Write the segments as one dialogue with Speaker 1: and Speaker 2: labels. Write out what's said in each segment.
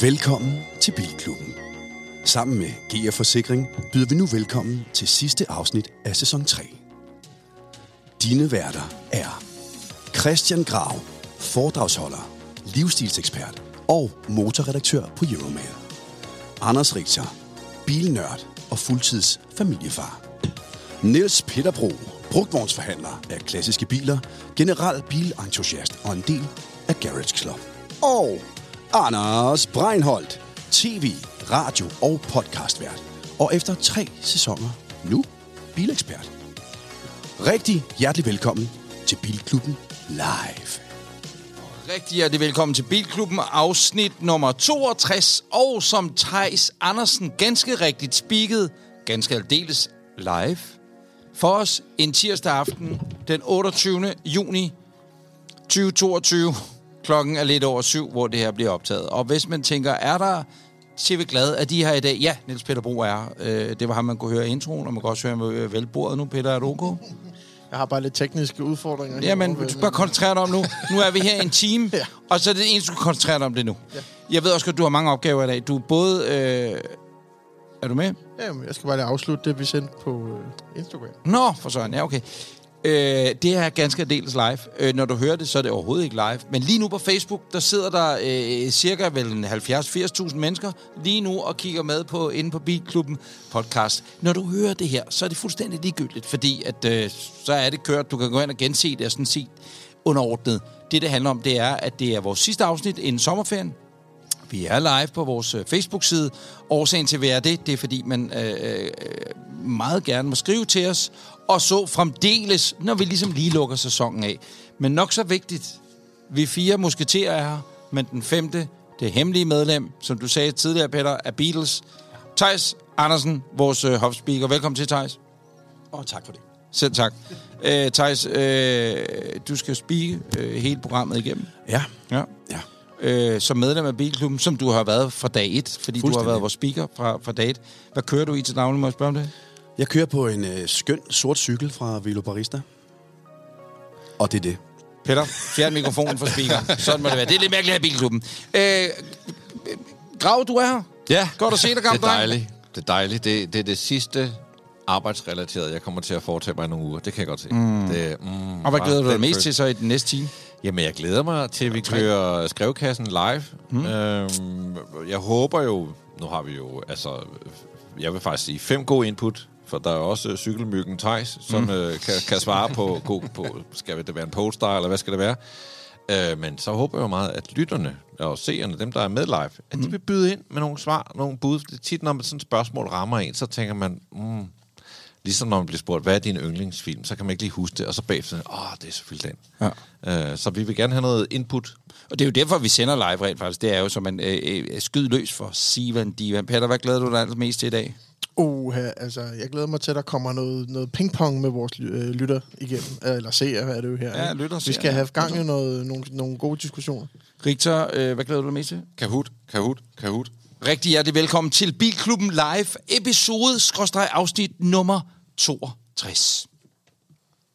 Speaker 1: Velkommen til Bilklubben. Sammen med GR Forsikring byder vi nu velkommen til sidste afsnit af sæson 3. Dine værter er Christian Grav, foredragsholder, livsstilsekspert og motorredaktør på Euromail. Anders Richter, bilnørd og fuldtids familiefar. Niels Peterbro, brugtvognsforhandler af klassiske biler, general bilentusiast og en del af Garage Club. Og Anders Breinholt, tv, radio og podcastvært. Og efter tre sæsoner nu bilekspert. Rigtig hjertelig velkommen til Bilklubben Live.
Speaker 2: Rigtig hjertelig velkommen til Bilklubben, afsnit nummer 62, og som Tejs Andersen ganske rigtigt spikket, ganske aldeles live, for os en tirsdag aften den 28. juni 2022. Klokken er lidt over syv, hvor det her bliver optaget. Og hvis man tænker, er der TV Glad, er de her i dag? Ja, Niels Peter Bro er. her. Øh, det var ham, man kunne høre i introen, og man kan også høre ham ved øh, velbordet nu. Peter, er du okay?
Speaker 3: Jeg har bare lidt tekniske udfordringer.
Speaker 2: Jamen,
Speaker 3: herovre,
Speaker 2: du skal bare koncentrere dig om nu. Nu er vi her i en time,
Speaker 3: Ja.
Speaker 2: og så er det det eneste, du kan koncentrere dig om det nu. Jeg ved også godt, du har mange opgaver i dag. Du er både... Øh... Er du med?
Speaker 3: Jamen, jeg skal bare lige afslutte det, vi sendte på øh, Instagram.
Speaker 2: Nå, for søren. Ja, okay. Øh, det her er ganske dels live. Øh, når du hører det, så er det overhovedet ikke live. Men lige nu på Facebook, der sidder der øh, cirka vel en 70-80.000 mennesker lige nu og kigger med på inde på Bilklubben podcast. Når du hører det her, så er det fuldstændig ligegyldigt, fordi at, øh, så er det kørt. Du kan gå ind og gense det og sådan set underordnet. Det, det handler om, det er, at det er vores sidste afsnit inden sommerferien. Vi er live på vores øh, Facebook-side. Årsagen til, at vi er det, det er, fordi man øh, øh, meget gerne må skrive til os, og så fremdeles, når vi ligesom lige lukker sæsonen af. Men nok så vigtigt, vi fire musketerer er her, men den femte, det hemmelige medlem, som du sagde tidligere, Peter, af Beatles. Thijs Andersen, vores øh, hofspeaker. Velkommen til, Thijs.
Speaker 1: Og tak for det.
Speaker 2: Selv tak. Øh, Thijs, øh, du skal spike øh, hele programmet igennem.
Speaker 1: Ja,
Speaker 2: Ja
Speaker 1: ja.
Speaker 2: øh, som medlem af Bilklubben, som du har været fra dag 1, fordi du har
Speaker 1: Fuldstændig.
Speaker 2: været vores speaker fra, fra dag 1. Hvad kører du i til daglig, må jeg spørge om det?
Speaker 1: Jeg kører på en øh, skøn sort cykel fra Velo Barista. Og det er det.
Speaker 2: Peter, fjern mikrofonen fra speaker. Sådan må det være. Det er lidt mærkeligt her i Bilklubben. Øh, Grav, du er her.
Speaker 4: Ja.
Speaker 2: Godt at se dig, gamle
Speaker 4: Det er
Speaker 2: dreng.
Speaker 4: dejligt. Det er dejligt. Det, det er det sidste arbejdsrelateret, jeg kommer til at foretage mig i nogle uger. Det kan jeg godt se. Mm. Det, mm,
Speaker 2: Og hvad
Speaker 4: bare
Speaker 2: glæder du dig
Speaker 4: den
Speaker 2: mest
Speaker 4: følelse.
Speaker 2: til så i den næste time?
Speaker 4: Jamen, jeg glæder mig til, at vi kører Skrevkassen live. Mm. Øhm, jeg håber jo... Nu har vi jo, altså... Jeg vil faktisk sige fem gode input, for der er også øh, cykelmyggen Tejs, som mm. øh, kan, kan svare på, god, på... Skal det være en polestar, eller hvad skal det være? Øh, men så håber jeg jo meget, at lytterne og seerne, dem der er med live, at mm. de vil byde ind med nogle svar, nogle bud. Det er tit, når man sådan et spørgsmål rammer en, så tænker man, mm, ligesom når man bliver spurgt, hvad er din yndlingsfilm, så kan man ikke lige huske det, og så bagefter, åh, det er selvfølgelig den. Ja. Øh, så vi vil gerne have noget input.
Speaker 2: Og det er jo derfor, vi sender live rent faktisk. Det er jo, så man øh, øh, skyd løs for Sivan Divan. Peter, hvad glæder du dig allermest til i dag?
Speaker 3: Oha, altså, jeg glæder mig til, at der kommer noget, noget pingpong med vores ly- øh, lytter igennem. Eller seer er det jo her.
Speaker 2: Ja,
Speaker 3: ikke?
Speaker 2: lytter og
Speaker 3: Vi
Speaker 2: seer,
Speaker 3: skal have gang i noget, nogle, nogle gode diskussioner.
Speaker 2: Richter, øh, hvad glæder du dig mest til?
Speaker 4: Kahoot, kahoot, kahoot.
Speaker 2: Rigtig hjertelig velkommen til Bilklubben Live, episode skråstreg afsnit nummer 62.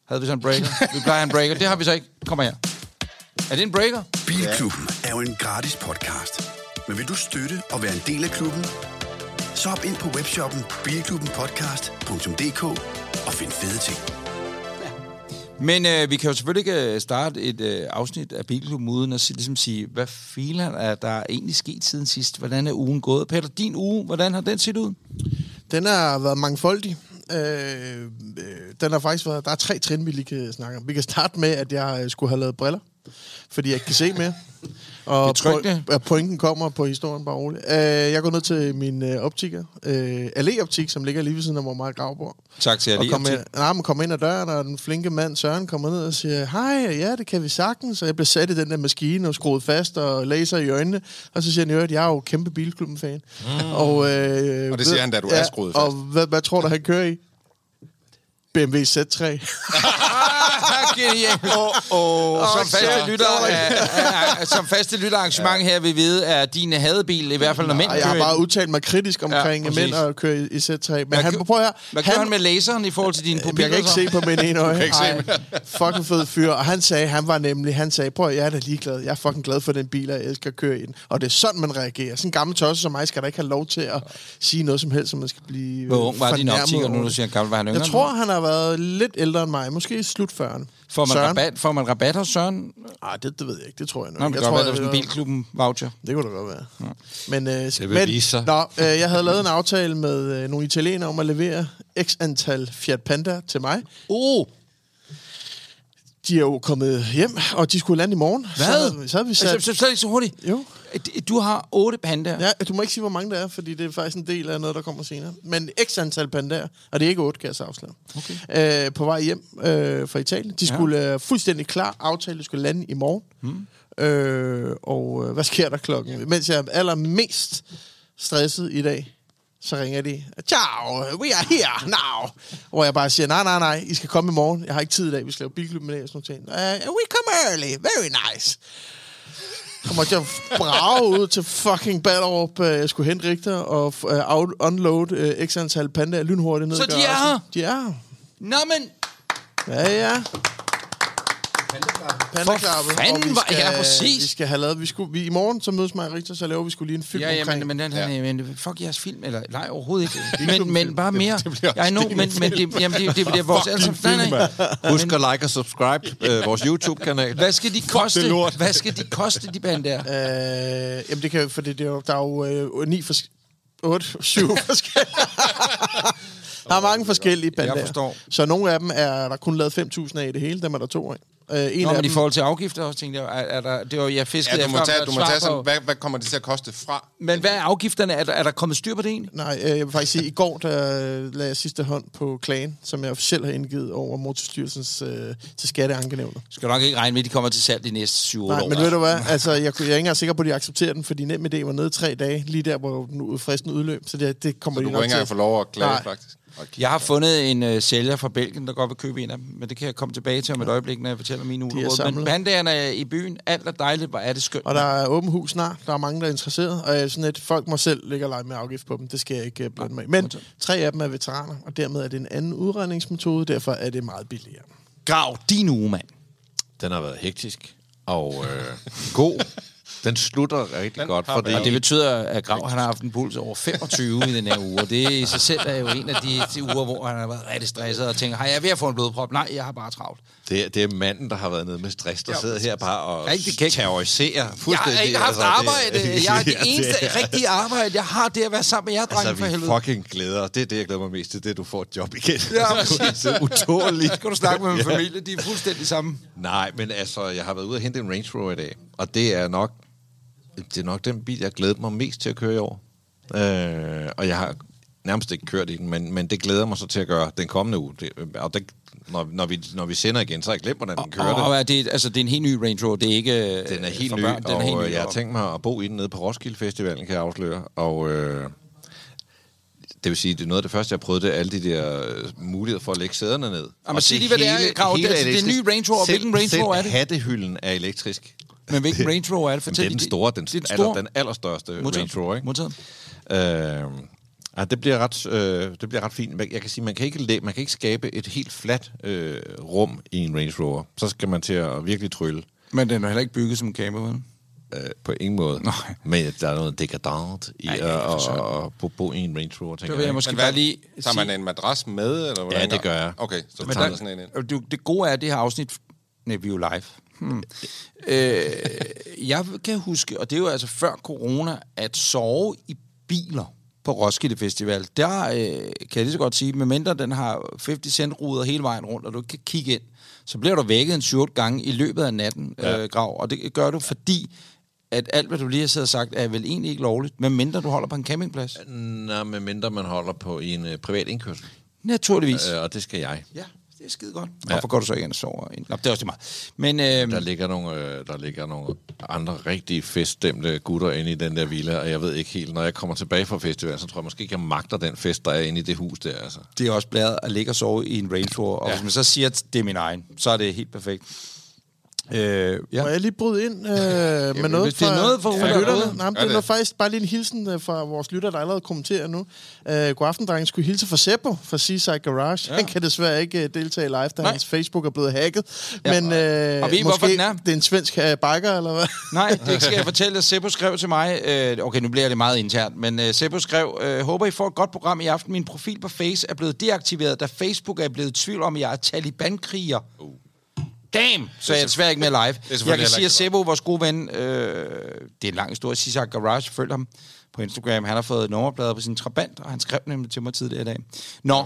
Speaker 2: Havde vi så en breaker? Vi plejer at have en breaker. Det har vi så ikke. Kom her. Er det en breaker?
Speaker 1: Bilklubben er jo en gratis podcast. Men vil du støtte og være en del af klubben? Så hop ind på webshoppen bilklubbenpodcast.dk og find fede ting.
Speaker 2: Men øh, vi kan jo selvfølgelig ikke øh, starte et øh, afsnit af Bilklubben uden at si- ligesom sige, hvad filan er der egentlig sket siden sidst? Hvordan er ugen gået? Peter, din uge, hvordan har den set ud?
Speaker 3: Den har været mangfoldig. Øh, øh, den har faktisk været... Der er tre trin, vi lige kan snakke om. Vi kan starte med, at jeg øh, skulle have lavet briller, fordi jeg ikke kan se mere. Og
Speaker 2: Betryggende.
Speaker 3: po- og pointen kommer på historien, bare roligt. Øh, jeg går ned til min øh, optiker, øh, Allé-optik, som ligger lige ved siden af, hvor meget grav bor.
Speaker 2: Tak til jer
Speaker 3: Og
Speaker 2: lige.
Speaker 3: kom ind, nej, men kom ind ad døren, og den flinke mand Søren kommer ned og siger, hej, ja, det kan vi sagtens. Og jeg bliver sat i den der maskine og skruet fast og laser i øjnene. Og så siger han, at jeg er jo kæmpe bilklubben-fan. Mm. Og, øh,
Speaker 5: Og det siger han, da du er skruet fast.
Speaker 3: Og hvad, hvad tror du, han kører i? BMW Z3.
Speaker 2: måske i engelsk.
Speaker 4: oh,
Speaker 2: Og som faste lytter, af- af- som faste lytter arrangement her vil vide, at din hadebil, i hvert fald når mænd
Speaker 3: Og jeg har
Speaker 2: kører
Speaker 3: bare udtalt mig kritisk omkring ja,
Speaker 2: præcis.
Speaker 3: mænd og køre i, i Z3. Men
Speaker 2: Hvad
Speaker 3: han,
Speaker 2: kø-
Speaker 3: prøv at høre,
Speaker 2: Hvad
Speaker 3: han,
Speaker 2: gør han med laseren i forhold til dine
Speaker 3: Jamen,
Speaker 2: pupiller?
Speaker 3: jeg kan ikke
Speaker 2: så?
Speaker 3: se på min ene øje.
Speaker 4: ikke se
Speaker 3: Ej, fucking fed fyr. Og han sagde, han var nemlig, han sagde, prøv at, jeg er da ligeglad. Jeg er fucking glad for den bil, og jeg elsker at køre i den. Og det er sådan, man reagerer. Sådan en gammel tosse som mig skal da ikke have lov til at sige noget som helst, som man skal blive øh,
Speaker 2: Hvor ung var din
Speaker 3: fornærmet
Speaker 2: optiker, nu
Speaker 3: over.
Speaker 2: du siger, gammel var han yngre?
Speaker 3: Jeg tror, han har været lidt ældre end mig. Måske i slut 40'erne.
Speaker 2: Får man,
Speaker 3: Søren?
Speaker 2: rabat, får man rabat hos Søren?
Speaker 3: Ej, det, det ved jeg ikke. Det tror jeg nok.
Speaker 2: Nå, men det
Speaker 3: jeg
Speaker 2: kan
Speaker 3: tror,
Speaker 2: godt være,
Speaker 3: jeg-
Speaker 2: det var sådan en bilklubben voucher.
Speaker 3: det kunne da godt være. Men, øh, det
Speaker 4: vil vise sig.
Speaker 3: Nå, øh, jeg havde lavet en aftale med øh, nogle italienere om at levere x antal Fiat Panda til mig.
Speaker 2: Oh,
Speaker 3: De er jo kommet hjem, og de skulle lande i morgen. Så havde, vi-
Speaker 2: hvad?
Speaker 3: så havde vi
Speaker 2: Altså,
Speaker 3: sat...
Speaker 2: så, så, ikke så hurtigt.
Speaker 3: Jo.
Speaker 2: Du har otte pandaer.
Speaker 3: Ja, du må ikke sige, hvor mange der er, fordi det er faktisk en del af noget, der kommer senere. Men x antal pandaer, og det er ikke otte, kan jeg så afsløre. Okay. Øh, på vej hjem øh, fra Italien. De skulle øh, fuldstændig klar aftale, de skulle lande i morgen.
Speaker 2: Hmm.
Speaker 3: Mm. Øh, og øh, hvad sker der klokken? Mens jeg er allermest stresset i dag, så ringer de, ciao, we are here now. Hvor jeg bare siger, nej, nej, nej, I skal komme i morgen. Jeg har ikke tid i dag, vi skal lave bilklubben i dag og sådan noget. Uh, we come early, very nice kommer til at brage ud til fucking Ballerup. Øh, Jeg skulle hente Richter og f- øh, out- unload øh, x antal pandaer lynhurtigt ned. i
Speaker 2: Så de er
Speaker 3: garagen.
Speaker 2: her?
Speaker 3: De er her.
Speaker 2: Nå, men
Speaker 3: Ja, ja. Pandeklappe.
Speaker 2: For fanden, hvor- ja, præcis.
Speaker 3: Vi skal have lavet, vi skulle, vi, i morgen så mødes mig og Richter, så laver vi skulle lige en film
Speaker 2: Ja, ja,
Speaker 3: omkring.
Speaker 2: men, men, den, ja. men fuck jeres film, eller nej, overhovedet ikke. men,
Speaker 4: Bilklubben
Speaker 2: men
Speaker 4: film.
Speaker 2: bare
Speaker 4: Det-
Speaker 2: mere.
Speaker 4: det bliver
Speaker 2: Jeg
Speaker 4: også
Speaker 2: know,
Speaker 4: din
Speaker 2: men, men det, jamen, det, det bliver vores altså, alle sammen. Nej, nej.
Speaker 4: Husk at like og subscribe øh, vores YouTube-kanal.
Speaker 2: Hvad skal de koste?
Speaker 4: det lort.
Speaker 2: Hvad skal de koste, de pandaer?
Speaker 3: Øh, jamen det kan for det, det er jo, der er jo øh, ni forskellige... 8, 7 forskellige. der er mange forskellige pandaer.
Speaker 2: forstår.
Speaker 3: Så nogle af dem er der kun lavet 5.000 af i det hele. Dem er der to af. Øh, en
Speaker 2: Nå,
Speaker 3: af
Speaker 2: men i
Speaker 3: dem,
Speaker 2: forhold til afgifter også, tænkte jeg, er, er der, det var, jeg fiskede
Speaker 5: Ja, du må
Speaker 2: efter, om
Speaker 5: tage,
Speaker 2: der
Speaker 5: du
Speaker 2: er
Speaker 5: må
Speaker 2: svar
Speaker 5: tage
Speaker 2: på-
Speaker 5: sådan, hvad, hvad kommer det til at koste fra?
Speaker 2: Men hvad er afgifterne? Er der, er der kommet styr på det egentlig?
Speaker 3: Nej, øh, jeg vil faktisk sige, i går der lagde jeg sidste hånd på klagen, som jeg officielt har indgivet over Motorstyrelsens øh, til skatteankenævner.
Speaker 2: Du skal nok ikke regne med, at de kommer til salg de næste 7 år.
Speaker 3: Nej, men ved du hvad, altså, jeg, kunne- jeg er ikke engang sikker på, at de accepterer den, fordi nem idé var nede i tre dage, lige der, hvor den ud- fristen udløb, så det, det kommer
Speaker 5: Du
Speaker 3: de nok
Speaker 5: kan ikke
Speaker 3: til.
Speaker 5: engang få lov at klage,
Speaker 3: Nej.
Speaker 5: faktisk. Hold kæft.
Speaker 2: Jeg har fundet en øh, sælger fra Belgien, der godt vil købe en af dem, men det kan jeg komme tilbage til om et øjeblik, når jeg fortæller mine ugeråd. Men
Speaker 3: samlet.
Speaker 2: pandaerne er i byen, alt er dejligt, hvor er det skønt.
Speaker 3: Og der er åben hus snart, der er mange, der er interesseret, og øh, sådan et, folk må selv ligge og lege med afgift på dem, det skal jeg ikke øh, blande mig i. Men tre af dem er veteraner, og dermed er det en anden udregningsmetode, derfor er det meget billigere.
Speaker 2: Grav din uge, mand.
Speaker 4: Den har været hektisk og øh, god. Den slutter rigtig
Speaker 5: Den
Speaker 4: godt,
Speaker 5: har
Speaker 4: fordi...
Speaker 2: Og det betyder, at Grav han har haft en puls over 25 i den her uge, og det i sig selv er jo en af de, de uger, hvor han har været rigtig stresset og tænker, har jeg ved at få en blodprop? Nej, jeg har bare travlt.
Speaker 4: Det, er- det er manden, der har været nede med stress, der sidder her bare og
Speaker 2: Rigtig kæk.
Speaker 4: terroriserer.
Speaker 2: Jeg har ikke haft arbejde.
Speaker 4: altså, det-
Speaker 2: Jeg er det
Speaker 4: Ja, det
Speaker 2: eneste
Speaker 4: er-
Speaker 2: rigtige arbejde, jeg har, det er at være sammen med jer, drenge,
Speaker 4: Altså,
Speaker 2: for
Speaker 4: vi
Speaker 2: helvede.
Speaker 4: fucking glæder os. Det er det, jeg glæder mig mest til. Det er, at du får et job igen.
Speaker 2: Ja, præcis.
Speaker 4: det er utåligt.
Speaker 2: Kan du snakke med min familie? De er fuldstændig sammen.
Speaker 4: Nej, men altså, jeg har været ude og hente en Range Rover i dag, og det er nok, det er nok den bil, jeg glæder mig mest til at køre i år. Øh, og jeg har nærmest ikke kørt i den, men, men det glæder mig så til at gøre den kommende uge. Det, øh, og det, når, når, vi, når vi sender igen, så har jeg glemt, hvordan den kører.
Speaker 2: Og,
Speaker 4: det.
Speaker 2: og er det, altså, det er en helt ny Range Rover, det er ikke øh,
Speaker 4: Den er helt
Speaker 2: for
Speaker 4: ny,
Speaker 2: børn, den
Speaker 4: og
Speaker 2: er helt ny.
Speaker 4: øh, jeg har tænkt mig at bo i den nede på Roskilde Festivalen, kan jeg afsløre. Og øh, det vil sige, det er noget af det første, jeg prøvede, det er alle de der øh, muligheder for at lægge sæderne ned.
Speaker 2: men
Speaker 4: Og
Speaker 2: sig lige, hvad det er, Grav. Det er- det er en
Speaker 4: elektrisk.
Speaker 2: ny Range Rover.
Speaker 4: Selv-
Speaker 2: Hvilken Range Rover er det?
Speaker 4: Selv hattehylden er elektrisk.
Speaker 2: Men hvilken Range Rover er det? Fortæl
Speaker 4: Jamen, det er den
Speaker 2: lige.
Speaker 4: store, den,
Speaker 2: det er
Speaker 4: aller, den allerstørste
Speaker 2: Modtaget.
Speaker 4: Range Rover, ikke?
Speaker 2: Modtaget.
Speaker 4: Øh, ja, det bliver ret, øh, det bliver ret fint. Man- Jeg kan sige, man kan ikke læ- man kan ikke skabe et helt fladt øh, rum i en Range Rover. Så skal man til at virkelig trylle.
Speaker 2: Men den er heller ikke bygget som en camera,
Speaker 4: Øh, på ingen måde.
Speaker 2: Ligesom Nej.
Speaker 4: Men der er noget dekadent i at at- at bo i en Range Rover, tænker
Speaker 2: Det vil jeg
Speaker 4: jeg.
Speaker 2: måske
Speaker 5: Men
Speaker 2: bare
Speaker 5: der-
Speaker 2: lige
Speaker 5: Tager man
Speaker 2: sige-
Speaker 5: en madras med, eller hvordan?
Speaker 4: det gør jeg.
Speaker 5: Okay, så
Speaker 4: Men
Speaker 5: tager
Speaker 4: der-
Speaker 5: man sådan en ind.
Speaker 2: Og du- Det gode er, at det her afsnit... Nej, vi er jo live. Hmm. Øh, jeg kan huske, og det er jo altså før corona, at sove i biler på Roskilde Festival, der øh, kan jeg lige så godt sige, medmindre den har 50 cent ruder hele vejen rundt, og du ikke kan kigge ind, så bliver du vækket en 7 gange i løbet af natten, ja. øh, Grav. Og det gør du, fordi at alt, hvad du lige har siddet og sagt, er vel egentlig ikke lovligt, medmindre du holder på en campingplads.
Speaker 4: Nå, medmindre man holder på i en øh, privat indkørsel.
Speaker 2: Naturligvis.
Speaker 4: Øh, og det skal jeg.
Speaker 2: Ja, Det er skide godt. Ja. Hvorfor går du så ikke ind og sover? ind? Nå, det er også lige meget. Men
Speaker 4: Der
Speaker 2: øh,
Speaker 4: ligger, nogle, øh, der ligger nogle andre rigtig feststemte gutter inde i den der villa, og jeg ved ikke helt, når jeg kommer tilbage fra festivalen, så tror jeg måske ikke, jeg magter den fest, der er inde i det hus der, altså.
Speaker 2: det er også blæret at ligge og sove i en railtour. Og ja. hvis man så siger, at det er min egen, så er det helt perfekt. Øh,
Speaker 3: Må
Speaker 2: ja.
Speaker 3: jeg lige bryde ind øh, med noget
Speaker 2: hvis det er
Speaker 3: fra,
Speaker 2: noget fra Rune,
Speaker 5: Rune,
Speaker 3: lytterne? Nej, men
Speaker 5: gør
Speaker 3: det er
Speaker 5: det.
Speaker 3: noget, faktisk bare lige en hilsen øh, fra vores lytter, der allerede kommenterer nu. Øh, god aften, drengen. Skulle hilse fra Seppo fra Seaside Garage. Ja. Han kan desværre ikke øh, deltage live, da
Speaker 2: Nej.
Speaker 3: Nej. hans Facebook er blevet hacket.
Speaker 2: Ja.
Speaker 3: Ja. Men øh,
Speaker 2: Og ved I, hvorfor
Speaker 3: måske
Speaker 2: den er?
Speaker 3: det er en svensk øh, bakker, eller hvad?
Speaker 2: Nej, det skal jeg fortælle. Seppo skrev til mig, øh, okay, nu bliver det meget internt, men øh, Seppo skrev, øh, håber I får et godt program i aften. Min profil på Face er blevet deaktiveret, da Facebook er blevet i tvivl om, at jeg er Taliban-kriger. Damn! Så jeg er desværre ikke med live.
Speaker 5: selvfølgelig
Speaker 2: Jeg kan
Speaker 5: heller
Speaker 2: sige,
Speaker 5: ikke
Speaker 2: at Sebo, vores gode ven, øh, det er en lang historie, Sisak Garage, følg ham på Instagram. Han har fået nummerplader på sin trabant, og han skrev nemlig til mig tidligere i dag. Nå,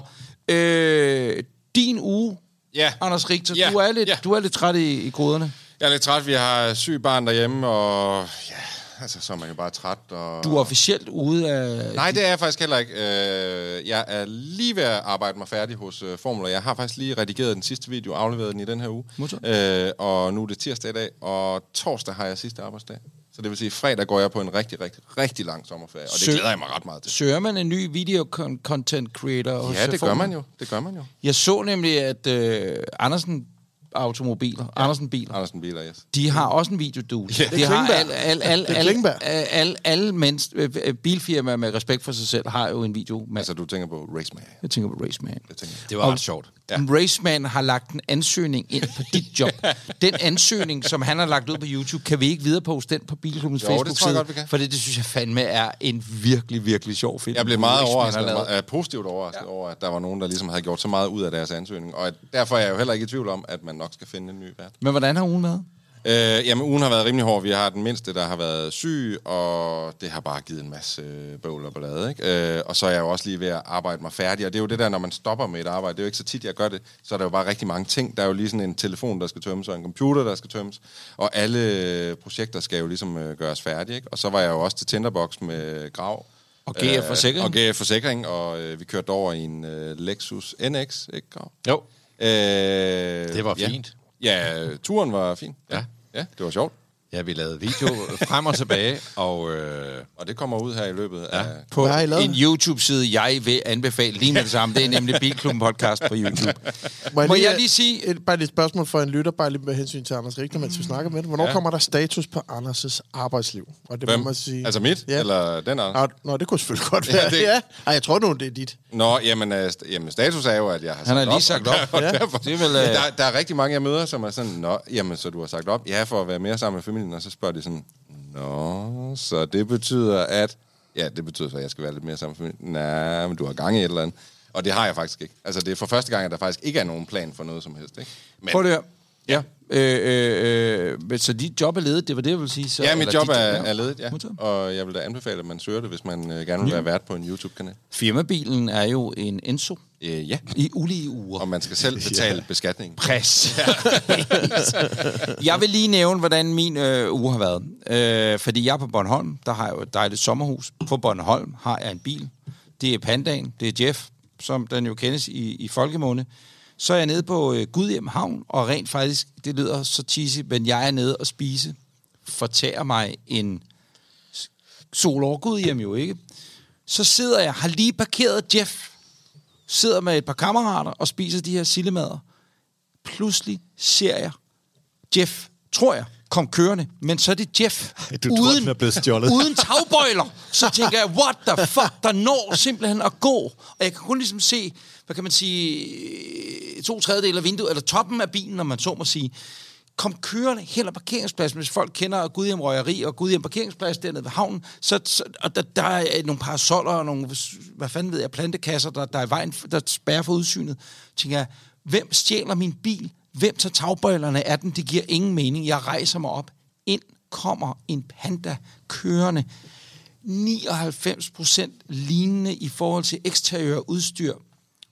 Speaker 2: øh, din uge,
Speaker 5: Ja.
Speaker 2: Anders Richter,
Speaker 5: Ja,
Speaker 2: Altså, du, er lidt,
Speaker 5: ja.
Speaker 2: du er lidt træt i, i koderne.
Speaker 5: Jeg er lidt træt, vi har syg barn derhjemme, og ja, altså, så er man jo bare træt. Og...
Speaker 2: Du er officielt ude af...
Speaker 5: Nej, det er jeg faktisk heller ikke. Øh, Jeg er lige ved at arbejde mig færdig hos øh, Formula. Jeg har faktisk lige redigeret den sidste video og afleveret den i den her uge.
Speaker 2: Motor.
Speaker 5: Øh, Og nu er det tirsdag i dag, og torsdag har jeg sidste arbejdsdag. Så det vil sige, at fredag går jeg på en rigtig, rigtig, rigtig lang sommerferie, og det
Speaker 2: Sø-
Speaker 5: glæder jeg mig ret meget til.
Speaker 2: Søger man en ny video-content creator? hos
Speaker 5: Ja, det gør
Speaker 2: Formel?
Speaker 5: man jo. Det gør man jo.
Speaker 2: Jeg så nemlig, at øh, Andersen Automobiler, ja. Andersen Biler,
Speaker 5: Andersen Biler, yes.
Speaker 2: De har også en videodule. Ja, de
Speaker 3: er
Speaker 2: har
Speaker 3: Klingberg.
Speaker 2: al, al, al,
Speaker 3: Det er
Speaker 2: al,
Speaker 3: Klingberg.
Speaker 2: al, al, alle mens, øh, øh, bilfirmaer med respekt for sig selv har jo en video. Med,
Speaker 5: Altså, du tænker på Race Man.
Speaker 2: jeg tænker på Raceman.
Speaker 5: Jeg tænker.
Speaker 4: Det var ret sjovt.
Speaker 2: Ja. Raceman har lagt en ansøgning ind på dit job. Den ansøgning, som han har lagt ud på YouTube, kan vi ikke videreposte den på Bilklubbens
Speaker 5: Jo, det tror jeg
Speaker 2: Facebook-side?
Speaker 5: godt, vi kan.
Speaker 2: For det, det synes jeg fandme er en virkelig, virkelig sjov film.
Speaker 5: Jeg blev meget
Speaker 2: Raceman
Speaker 5: overrasket,
Speaker 2: har lavet.
Speaker 5: meget, positivt overrasket ja. over, at der var nogen, der ligesom havde gjort så meget ud af deres ansøgning. Og at, derfor er jeg jo heller ikke i tvivl om, at man nok skal finde en ny vært.
Speaker 2: Men hvordan har hun været?
Speaker 5: Øh, jamen, ugen har været rimelig hård. Vi har den mindste, der har været syg, og det har bare givet en masse øh, bøvl og ballade. Ikke? Øh, og så er jeg jo også lige ved at arbejde mig færdig. Og det er jo det der, når man stopper med et arbejde. Det er jo ikke så tit, jeg gør det. Så er der jo bare rigtig mange ting. Der er jo lige sådan en telefon, der skal tømmes, og en computer, der skal tømmes. Og alle øh, projekter skal jo ligesom øh, gøres færdige. Ikke? Og så var jeg jo også til Tinderbox med Grav. Øh,
Speaker 2: Og GF Forsikring.
Speaker 5: Og GF Forsikring, og øh, vi kørte over i en øh, Lexus NX, ikke Grav?
Speaker 4: Jo.
Speaker 5: Øh,
Speaker 4: Det var
Speaker 5: ja.
Speaker 4: fint.
Speaker 5: Ja, turen var fin.
Speaker 4: Ja.
Speaker 5: ja det var sjovt.
Speaker 4: Ja, vi lavede video frem og tilbage, og øh,
Speaker 5: Og det kommer ud her i løbet ja. af...
Speaker 2: på
Speaker 3: Hvad har I lavet?
Speaker 2: en YouTube-side, jeg vil anbefale lige med det samme. Det er nemlig Bilklubben podcast på YouTube. Må jeg, Må jeg lige sige...
Speaker 3: Et, bare lige et spørgsmål for en lytter, bare lige med hensyn til Anders Richter, mens vi snakker med det. Hvornår ja. kommer der status på Anders' arbejdsliv? Og det
Speaker 5: Hvem?
Speaker 3: må man sige...
Speaker 5: Altså mit?
Speaker 3: Ja. Ah,
Speaker 5: Eller den anden?
Speaker 3: Nå, nå, det kunne selvfølgelig godt være. Ja,
Speaker 5: det-
Speaker 3: det... ja. Ej, jeg tror nu, det er dit.
Speaker 5: Nå, jamen, øh, st- jamen, status er jo, at jeg har
Speaker 2: Han har lige
Speaker 5: sagt
Speaker 2: sagt
Speaker 5: op.
Speaker 2: op.
Speaker 5: Ja.
Speaker 2: Det er vel, øh,
Speaker 5: der, der er rigtig mange, jeg møder, som er sådan, Nå, jamen, så du har sagt op. Ja, for at være mere sammen med familien. Og så spørger de sådan, Nå, så det betyder, at... Ja, det betyder så, at jeg skal være lidt mere sammen med familien. Nej, men du har gang i et eller andet. Og det har jeg faktisk ikke. Altså, det er for første gang, at der faktisk ikke er nogen plan for noget som helst, ikke? Men,
Speaker 2: Prøv at høre. Ja. Øh, øh, øh, men så dit job er ledet, det var det, jeg ville sige. Så,
Speaker 5: ja, mit
Speaker 2: eller
Speaker 5: job er,
Speaker 2: dit
Speaker 5: er ledet, ja.
Speaker 2: Modtaget.
Speaker 5: Og jeg vil da anbefale, at man søger det, hvis man øh, gerne vil være vært på en YouTube-kanal.
Speaker 2: Firmabilen er jo en Enzo
Speaker 5: Øh, ja.
Speaker 2: i ulige uger.
Speaker 5: Og man skal selv betale ja. beskatningen.
Speaker 2: Præcis. jeg vil lige nævne, hvordan min øh, uge har været. Øh, fordi jeg er på Bornholm, der har jeg jo et dejligt sommerhus. På Bornholm har jeg en bil. Det er Pandaen, det er Jeff, som den jo kendes i, i folkemåne. Så er jeg nede på øh, Gudhjem Havn, og rent faktisk, det lyder så cheesy, men jeg er nede og spise, fortærer mig en s- sol over Gudhjem jo ikke. Så sidder jeg, har lige parkeret Jeff, sidder med et par kammerater og spiser de her sillemader pludselig ser jeg Jeff, tror jeg, kom kørende, men så er det Jeff
Speaker 6: Du tror, den er blevet stjålet.
Speaker 2: uden tagbøjler. Så tænker jeg, what the fuck, der når simpelthen at gå. Og jeg kan kun ligesom se, hvad kan man sige, øh, to tredjedel af vinduet, eller toppen af bilen, når man så må sige, kom kørende hen ad parkeringspladsen, hvis folk kender Gudhjem Røgeri og Gudhjem Parkeringsplads dernede ved havnen, så, så og der, der er øh, nogle parasoller og nogle, hvad fanden ved jeg, plantekasser, der, der er i vejen, der spærrer for udsynet. Tænker jeg, hvem stjæler min bil? Hvem tager tagbøjlerne af den? Det giver ingen mening. Jeg rejser mig op. Ind kommer en panda kørende. 99 procent lignende i forhold til eksteriør udstyr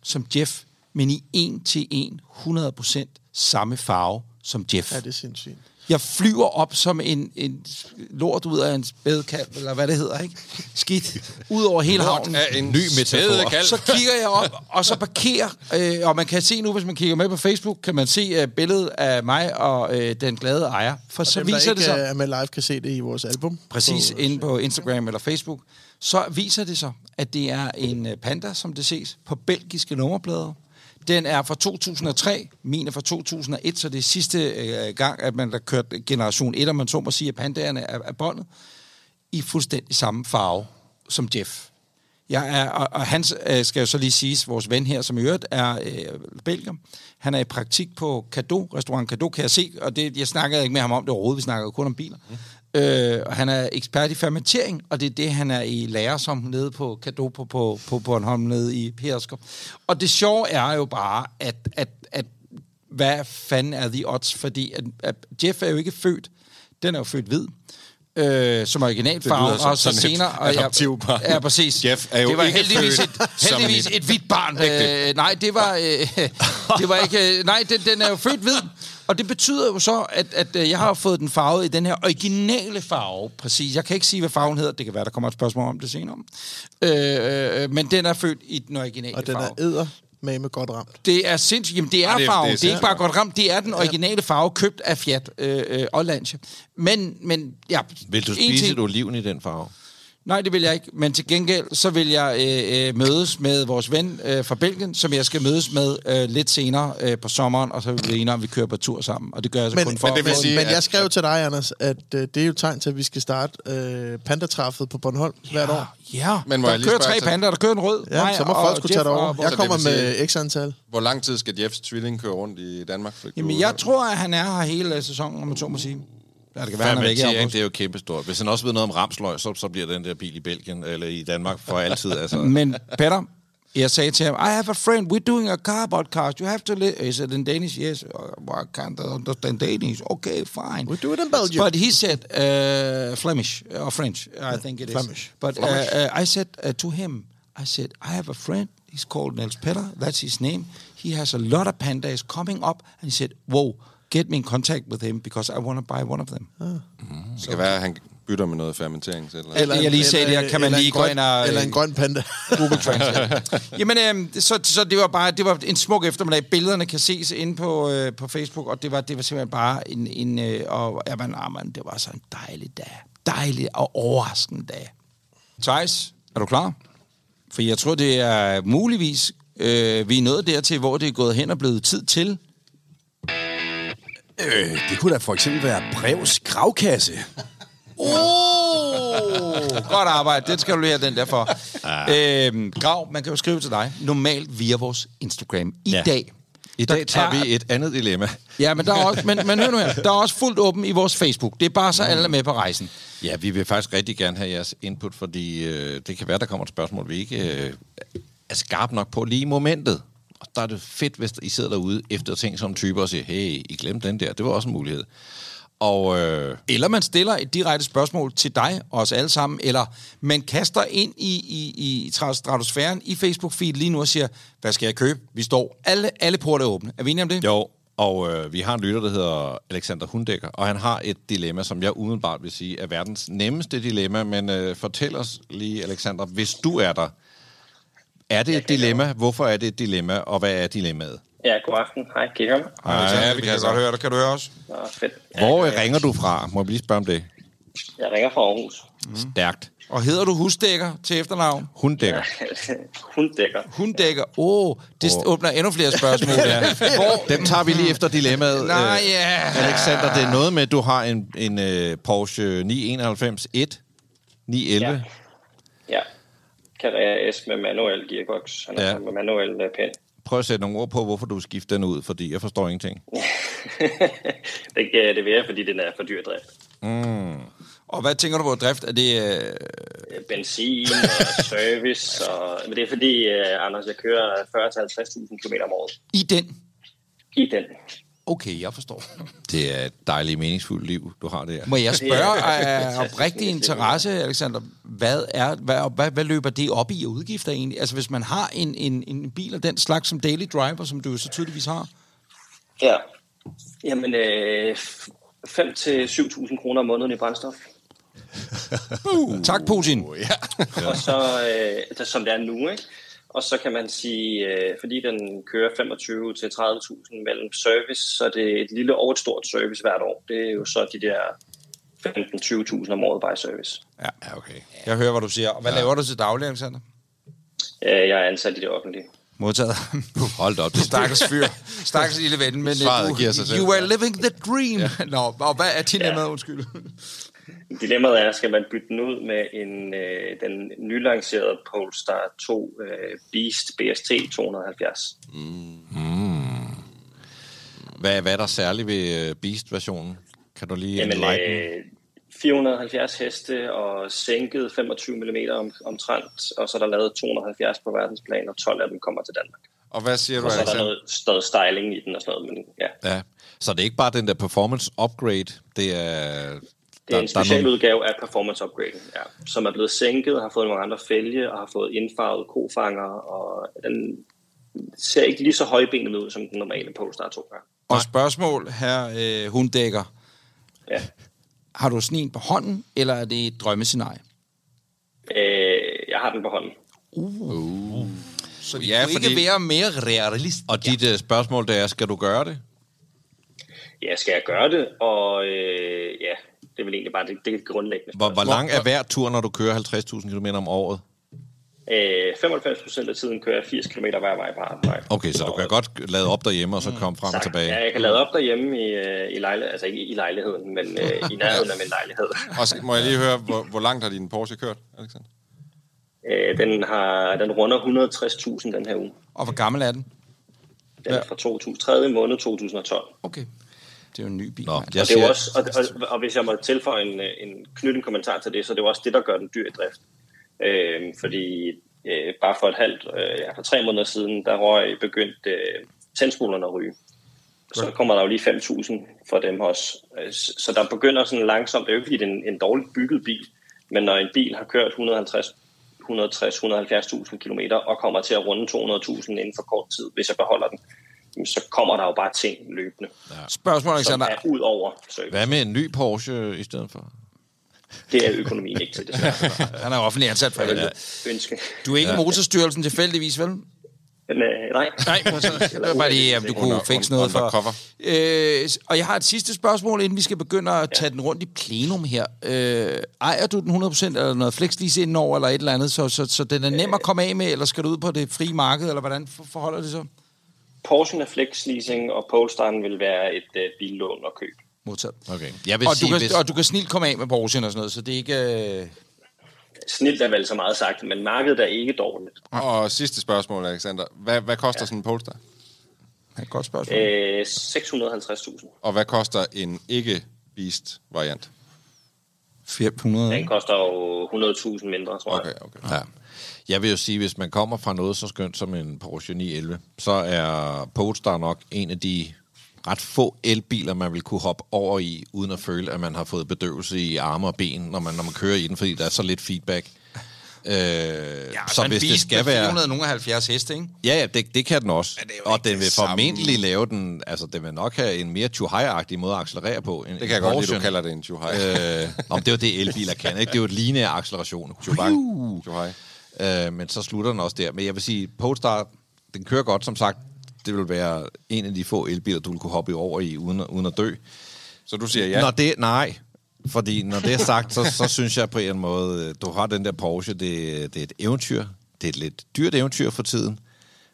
Speaker 2: som Jeff, men i 1 til 1 100 procent samme farve som Jeff.
Speaker 3: Ja, det er sindssygt.
Speaker 2: Jeg flyver op som en, en lort ud af en spædkalv, eller hvad det hedder, ikke? Skidt. Ud over hele havnen.
Speaker 5: af en
Speaker 4: Ny metafor.
Speaker 5: spædekalv.
Speaker 2: Så kigger jeg op, og så parkerer, øh, og man kan se nu, hvis man kigger med på Facebook, kan man se øh, billedet af mig og øh, den glade ejer. For så
Speaker 3: Dem, der
Speaker 2: viser
Speaker 3: ikke øh,
Speaker 2: det sig...
Speaker 3: er med live, kan se det i vores album.
Speaker 2: Præcis,
Speaker 3: På-
Speaker 2: inde på Instagram eller Facebook. Så viser det sig, at det er en øh, panda, som det ses, på belgiske nummerplader. Den er fra 2003, min er fra 2001, så det er sidste øh, gang, at man har kørt generation 1, og man så må sige, at pandaerne er, er båndet, i fuldstændig samme farve som Jeff. Jeg er, og, og han øh, skal jo så lige siges, vores ven her, som i øvrigt er øh, belgier, han er i praktik på Kado, restaurant Kado, kan jeg se, og det, jeg snakkede ikke med ham om det overhovedet, vi snakkede kun om biler. Mm. Øh, og han er ekspert i fermentering, og det er det, han er i lærer som nede på Kado på, på, på Bornholm, nede i Persker. Og det sjove er jo bare, at, at, at hvad fanden er the odds? Fordi at, at Jeff er jo ikke født, den er jo født hvid, øh, som originalfarve,
Speaker 5: som
Speaker 2: og så
Speaker 5: sådan et
Speaker 2: senere... og jeg-
Speaker 5: adoptivbarn.
Speaker 2: Ja, præcis.
Speaker 5: Jeff er jo
Speaker 2: det var
Speaker 5: ikke
Speaker 2: heldigvis
Speaker 5: født
Speaker 2: et,
Speaker 5: som
Speaker 2: heldigvis
Speaker 5: en-
Speaker 2: et hvidt barn. Øh, nej, det var, øh, det var ikke... Øh, nej, den, den er jo født hvid. Og det betyder jo så, at, at øh, jeg har fået den farvet i den her originale farve. Præcis. Jeg kan ikke sige, hvad farven hedder. Det kan være, der kommer et spørgsmål om det senere. Øh, øh, men den er født i den originale
Speaker 3: Og den
Speaker 2: farve.
Speaker 3: er æder med med godt ramt.
Speaker 2: Det er sindssygt. Jamen, det er
Speaker 5: det er-
Speaker 2: farven.
Speaker 5: det
Speaker 2: Det
Speaker 5: er
Speaker 2: er, ikke bare godt ramt. Det er den originale farve, købt af Fiat øh, øh, Olange. Men, men ja,
Speaker 4: Vil du
Speaker 2: en
Speaker 4: spise
Speaker 2: ting-
Speaker 4: et oliven i den farve?
Speaker 2: Nej, det vil jeg ikke. Men til gengæld, så vil jeg øh, øh, mødes med vores ven øh, fra Belgien, som jeg skal mødes med øh, lidt senere øh, på sommeren, og så vil vi blive enige om, at vi kører på tur sammen. Og det gør jeg så
Speaker 3: Men,
Speaker 2: kun for...
Speaker 3: men, det
Speaker 5: det vil
Speaker 3: Altså men,
Speaker 5: sige,
Speaker 3: sige, men
Speaker 5: at-
Speaker 3: jeg skrev til dig, Anders, at øh, det er jo et tegn til, at vi skal starte øh, pandatræffet på Bornholm ja. hvert år.
Speaker 2: Ja,
Speaker 5: Men
Speaker 2: men
Speaker 5: må
Speaker 2: der
Speaker 5: jeg lige
Speaker 2: kører
Speaker 5: spørge
Speaker 2: tre
Speaker 5: til-
Speaker 2: pandaer, der kører en rød.
Speaker 3: Ja,
Speaker 2: mig
Speaker 3: så må
Speaker 2: og
Speaker 3: folk skulle tage
Speaker 2: Jeff
Speaker 3: dig
Speaker 2: og
Speaker 3: over.
Speaker 2: vores-
Speaker 3: Jeg
Speaker 5: det
Speaker 3: kommer
Speaker 5: vil sige-
Speaker 3: med x antal.
Speaker 5: Hvor lang tid skal Jeffs tvilling køre rundt i Danmark? For at
Speaker 2: Jamen,
Speaker 5: kunne-
Speaker 2: jeg tror, at han er her hele sæsonen, om man så må sige. Ja, det kan være, han er væk i
Speaker 4: Fermentering,
Speaker 2: august.
Speaker 4: det er jo kæmpestort. Hvis han også ved noget om ramsløg, så, så bliver den der bil i Belgien, eller i Danmark for altid. Altså.
Speaker 2: Men Peter, jeg sagde til ham, I have a friend, we're doing a car podcast, you have to listen. He said, in Danish, yes. Uh, well, I can't understand Danish. Okay, fine.
Speaker 3: We do it in Belgium.
Speaker 2: But he said uh, Flemish, or French, I think it is.
Speaker 3: Flemish.
Speaker 2: But uh, uh, I said uh, to him, I said, I have a friend, he's called Niels Petter, that's his name. He has a lot of pandas coming up, and he said, whoa, get me in contact with him, because I want to buy one of them.
Speaker 3: Ah.
Speaker 5: Det kan være, at han bytter med noget fermentering. Til, eller andet.
Speaker 2: Eller- Jeg lige sagde det her, kan man
Speaker 3: eller en
Speaker 2: lige gå
Speaker 3: grøn-
Speaker 2: ind og-
Speaker 3: Eller en grøn panda.
Speaker 2: Google Translate. Jamen, øh, så, så det var bare det var en smuk eftermiddag. Billederne kan ses inde på, øh, på Facebook, og det var, det var simpelthen bare en... en øh, og, ja, man, ah, man, det var så en dejlig dag. Dejlig og overraskende dag. Thijs, er du klar? For jeg tror, det er muligvis... Øh, vi er nået dertil, hvor det er gået hen og blevet tid til...
Speaker 1: Øh, det kunne da for eksempel være Brevs gravkasse.
Speaker 2: Oh, Uh, godt arbejde. Den skal du lige have den der for. Øhm, Grav, man kan jo skrive til dig normalt via vores Instagram. I
Speaker 4: Ja.
Speaker 2: dag...
Speaker 4: I
Speaker 2: der
Speaker 4: dag tager
Speaker 2: er-
Speaker 4: vi et andet dilemma.
Speaker 2: Ja, men der er også, men, men hør nu her, der er også fuldt åben i vores Facebook. Det er bare så alle er med på rejsen.
Speaker 4: Ja, vi vil faktisk rigtig gerne have jeres input, fordi øh, det kan være, der kommer et spørgsmål, vi ikke øh, er skarpe nok på lige i momentet. Og der er det fedt, hvis I sidder derude efter ting som typer og siger, hey, I glemte den der. Det var også en mulighed. Og øh,
Speaker 2: Eller man stiller et direkte spørgsmål til dig og os alle sammen, eller man kaster ind i, i, i tra- stratosfæren i Facebook-feed lige nu og siger, hvad skal jeg købe? Vi står alle, alle porte er åbne. Er vi enige om det?
Speaker 4: jo, og øh, vi har en lytter, der hedder Alexander Hundækker, og han har et dilemma, som jeg umiddelbart vil sige er verdens nemmeste dilemma, men øh, fortæl os lige, Alexander, hvis du er der, er det et dilemma? Hvorfor er det et dilemma, og hvad er dilemmaet?
Speaker 6: Ja, god aften. Hej, kan I høre mig?
Speaker 2: ja, vi kan godt høre dig. Kan du høre os?
Speaker 6: Nå, fedt.
Speaker 4: Hvor
Speaker 6: jeg,
Speaker 4: ringer du fra? Må jeg lige spørge om det?
Speaker 6: jeg ringer fra Aarhus.
Speaker 4: Stærkt.
Speaker 2: Og hedder du husdækker til efternavn?
Speaker 4: Hun dækker.
Speaker 6: Hun dækker.
Speaker 2: Hundækker. Åh, oh, det oh. åbner endnu flere spørgsmål. ja. Hvor,
Speaker 4: Dem tager vi lige efter dilemmaet.
Speaker 2: nej,
Speaker 4: øh,
Speaker 2: ja.
Speaker 4: Alexander, det er noget med, at du har en, en uh, Porsche 991 1, 911.
Speaker 6: Ja. Ja. Carrera S med manuel gearbox. Han er
Speaker 4: Ja.
Speaker 6: ja. med manuel øh, pen.
Speaker 4: Prøv at sætte nogle ord på, hvorfor du skifter den ud, fordi jeg forstår ingenting.
Speaker 6: det kan det være, fordi den er for dyr drift.
Speaker 4: Mm.
Speaker 2: Og hvad tænker du på drift? Er det... Øh...
Speaker 6: Øh, Benzin og service. Og... Men det er fordi, uh, Anders, jeg kører 40-50.000 km om året
Speaker 2: I den?
Speaker 6: i den.
Speaker 2: Okay, jeg forstår.
Speaker 4: Det er et dejligt, meningsfuldt liv, du har der.
Speaker 2: Må jeg spørge
Speaker 6: Ja.
Speaker 2: af oprigtig interesse, Alexander, hvad, er, hvad, hvad, hvad løber det op i af udgifter egentlig? Altså hvis man har en, en, en bil af den slags som daily driver, som du jo så tydeligvis har.
Speaker 6: Ja. Jamen, øh, 5-7.000 kroner om måneden i brændstof.
Speaker 2: Uh. Tak, Putin.
Speaker 6: Ja. Og så, øh, der- som det er nu, ikke? Og så kan man sige, øh, fordi den kører 25 til 30.000 mellem service, så er det et lille og et stort service hvert år. Det er jo så de der 15-20.000 om året bare i service.
Speaker 4: Ja, ja okay.
Speaker 2: Jeg hører, hvad du siger. Og hvad ja. laver du til daglig, Alexander?
Speaker 6: Øh, Jeg er ansat i det offentlige.
Speaker 2: Modtaget.
Speaker 4: Hold da op, det
Speaker 2: Stakkels fyr. Stakkels lille ven. Men øh,
Speaker 4: Svaret
Speaker 2: du,
Speaker 4: giver sig selv.
Speaker 2: you are living the dream. Ja. Nå, og hvad er din ja. undskyld?
Speaker 6: Dilemmaet er, skal man bytte den ud med en, øh, den nylancerede Polestar 2 øh, Beast BST 270?
Speaker 4: Mm. Hvad, hvad er der særligt ved øh, Beast-versionen? Kan du lige
Speaker 6: Jamen,
Speaker 4: enlighten? Øh...
Speaker 6: øh, 470 heste og sænket 25 mm om, omtrent, og så er der lavet 270 på verdensplan, og 12 af dem kommer til Danmark.
Speaker 4: Og hvad siger
Speaker 6: Og så er der noget, noget styling i den og sådan noget, men ja.
Speaker 4: Ja. Så det er ikke bare den der performance upgrade, det er...
Speaker 6: Det er en speciel udgave af Performance Upgrading, ja, som er blevet sænket, har fået nogle andre fælge og har fået indfarvet kofanger, og den ser ikke lige så højbenet ud, som den normale Polestar 2 gør.
Speaker 2: Og spørgsmål, her øh, hunddækker.
Speaker 6: Ja.
Speaker 2: Har du sneen på hånden, eller er det et drømmescenarie?
Speaker 6: Øh, jeg har den på hånden.
Speaker 2: Så Uh.
Speaker 4: vi
Speaker 2: vi
Speaker 4: Ja,
Speaker 2: ja,
Speaker 4: kunne
Speaker 2: kunne
Speaker 4: ikke
Speaker 2: ikke
Speaker 4: fordi-
Speaker 2: være mere realist.
Speaker 4: Og dit ja. spørgsmål, det er, skal du gøre det?
Speaker 6: Ja, skal jeg gøre det? Og øh, ja, det er vel egentlig bare det, det er et grundlæggende.
Speaker 4: Hvor, hvor lang er hver tur, når du kører 50.000 km om året?
Speaker 6: Øh, 95 procent af tiden kører jeg 80 km hver vej på arbejde.
Speaker 4: Okay, så du kan godt lade op derhjemme, og så komme frem og tilbage.
Speaker 6: Mm. Ja, jeg kan lade op derhjemme i, øh, i lejligheden, altså ikke i lejligheden, men øh, i nærheden af min lejlighed.
Speaker 5: Og så må jeg lige høre, hvor, hvor langt har din Porsche kørt, Alexander?
Speaker 6: Øh, den, har, den runder 160.000 den her uge.
Speaker 2: Og hvor gammel er den?
Speaker 6: Den er fra 2000, 3. måned 2012.
Speaker 2: Okay. Det er jo en ny bil.
Speaker 4: Nå,
Speaker 2: mand.
Speaker 4: jeg
Speaker 6: Det er jo
Speaker 4: siger,
Speaker 6: også, og, og, og hvis jeg må tilføje en, øh, en knytte en kommentar til det, så det er jo også det, der gør den dyr i drift. Øh, fordi øh, bare for et halvt, øh, ja, for tre måneder siden, der røg begyndt øh, tændskolerne at ryge. Så kommer der jo lige 5.000 for dem også. Øh, Så så der begynder sådan langsomt, det er jo ikke fordi det er en, en dårligt bygget bil, men når en bil har kørt 150 160-170.000 km og kommer til at runde 200.000 inden for kort tid, hvis jeg beholder den, jamen, så kommer der jo bare ting løbende,
Speaker 2: Spørgsmål,
Speaker 6: som
Speaker 2: Alexander.
Speaker 6: er ud over service.
Speaker 4: hvad med en ny Porsche i stedet for?
Speaker 6: Det er økonomien ikke til, desværre.
Speaker 2: Han er jo offentlig ansat for
Speaker 6: Jeg vil
Speaker 2: helvede.
Speaker 6: ønske.
Speaker 2: Du er ikke ja. motorstyrelsen tilfældigvis, vel?
Speaker 6: Men, øh, nej.
Speaker 2: Nej, præcis. det var bare lige, om du kunne
Speaker 5: Under-
Speaker 2: fikse
Speaker 5: under-
Speaker 2: noget for...
Speaker 5: undercover.
Speaker 2: Øh, og jeg har et sidste spørgsmål, inden vi skal begynde at tage den rundt i plenum her. Øh, ejer du den 100%, eller noget flexlease indenover, eller et eller andet, så, så, så den er
Speaker 6: Øh.
Speaker 2: nem at komme af med, eller skal du ud på det frie marked, eller hvordan for- forholder det sig?
Speaker 6: Porschen er flexleasing, og Polestaren vil være et øh, billån og køb.
Speaker 2: Modtaget.
Speaker 4: Okay. Jeg vil
Speaker 2: Og du,
Speaker 4: sige,
Speaker 2: kan,
Speaker 4: hvis...
Speaker 2: og du kan snilt komme af med Porsche og sådan noget, så det er ikke... Øh...
Speaker 6: Snilt er vel så meget sagt, men markedet er ikke dårligt.
Speaker 5: Og sidste spørgsmål, Alexander. Hvad, hvad koster sådan en Polestar?
Speaker 2: Ja, Godt spørgsmål.
Speaker 6: Øh, 650.000.
Speaker 5: Og hvad koster en ikke-beast-variant?
Speaker 2: 500.
Speaker 6: Den koster jo 100.000 mindre, tror jeg.
Speaker 5: Okay, Mm. okay.
Speaker 4: Ja. Jeg vil jo sige, hvis man kommer fra noget så skønt som en Porsche 911, så er Polestar nok en af de ret få elbiler, man vil kunne hoppe over i, uden at føle, at man har fået bedøvelse i arme og ben, når man, når man kører i den, fordi der er så lidt feedback. Øh, ja,
Speaker 5: altså
Speaker 2: Ja,
Speaker 4: så hvis det altså, skal være...
Speaker 2: 470 heste, ikke?
Speaker 4: Ja, ja, det, det kan den også.
Speaker 2: det er jo
Speaker 4: og
Speaker 2: ikke
Speaker 4: den
Speaker 2: det
Speaker 4: vil
Speaker 2: samme.
Speaker 4: formentlig lave den... Altså, den vil nok have en mere Chuhai-agtig måde at accelerere på. En,
Speaker 5: Det kan jeg godt lide, du kalder det en Juhai.
Speaker 4: Øh, om det er jo det, elbiler kan, ikke? Det er jo et lineær acceleration. Chuhai.
Speaker 5: Juhai.
Speaker 4: Øh, men så slutter den også der. Men jeg vil sige, Polestar, den kører godt, som sagt. Det vil være en af de få elbiler, du vil kunne hoppe over i, uden, at- uden at dø.
Speaker 5: Så du siger
Speaker 4: Ja.
Speaker 5: ja?
Speaker 4: Når det, nej, fordi når det er sagt, så, så synes jeg på en eller anden måde, øh, du har den der Porsche, det, det er et eventyr. Det er et lidt dyrt eventyr for tiden,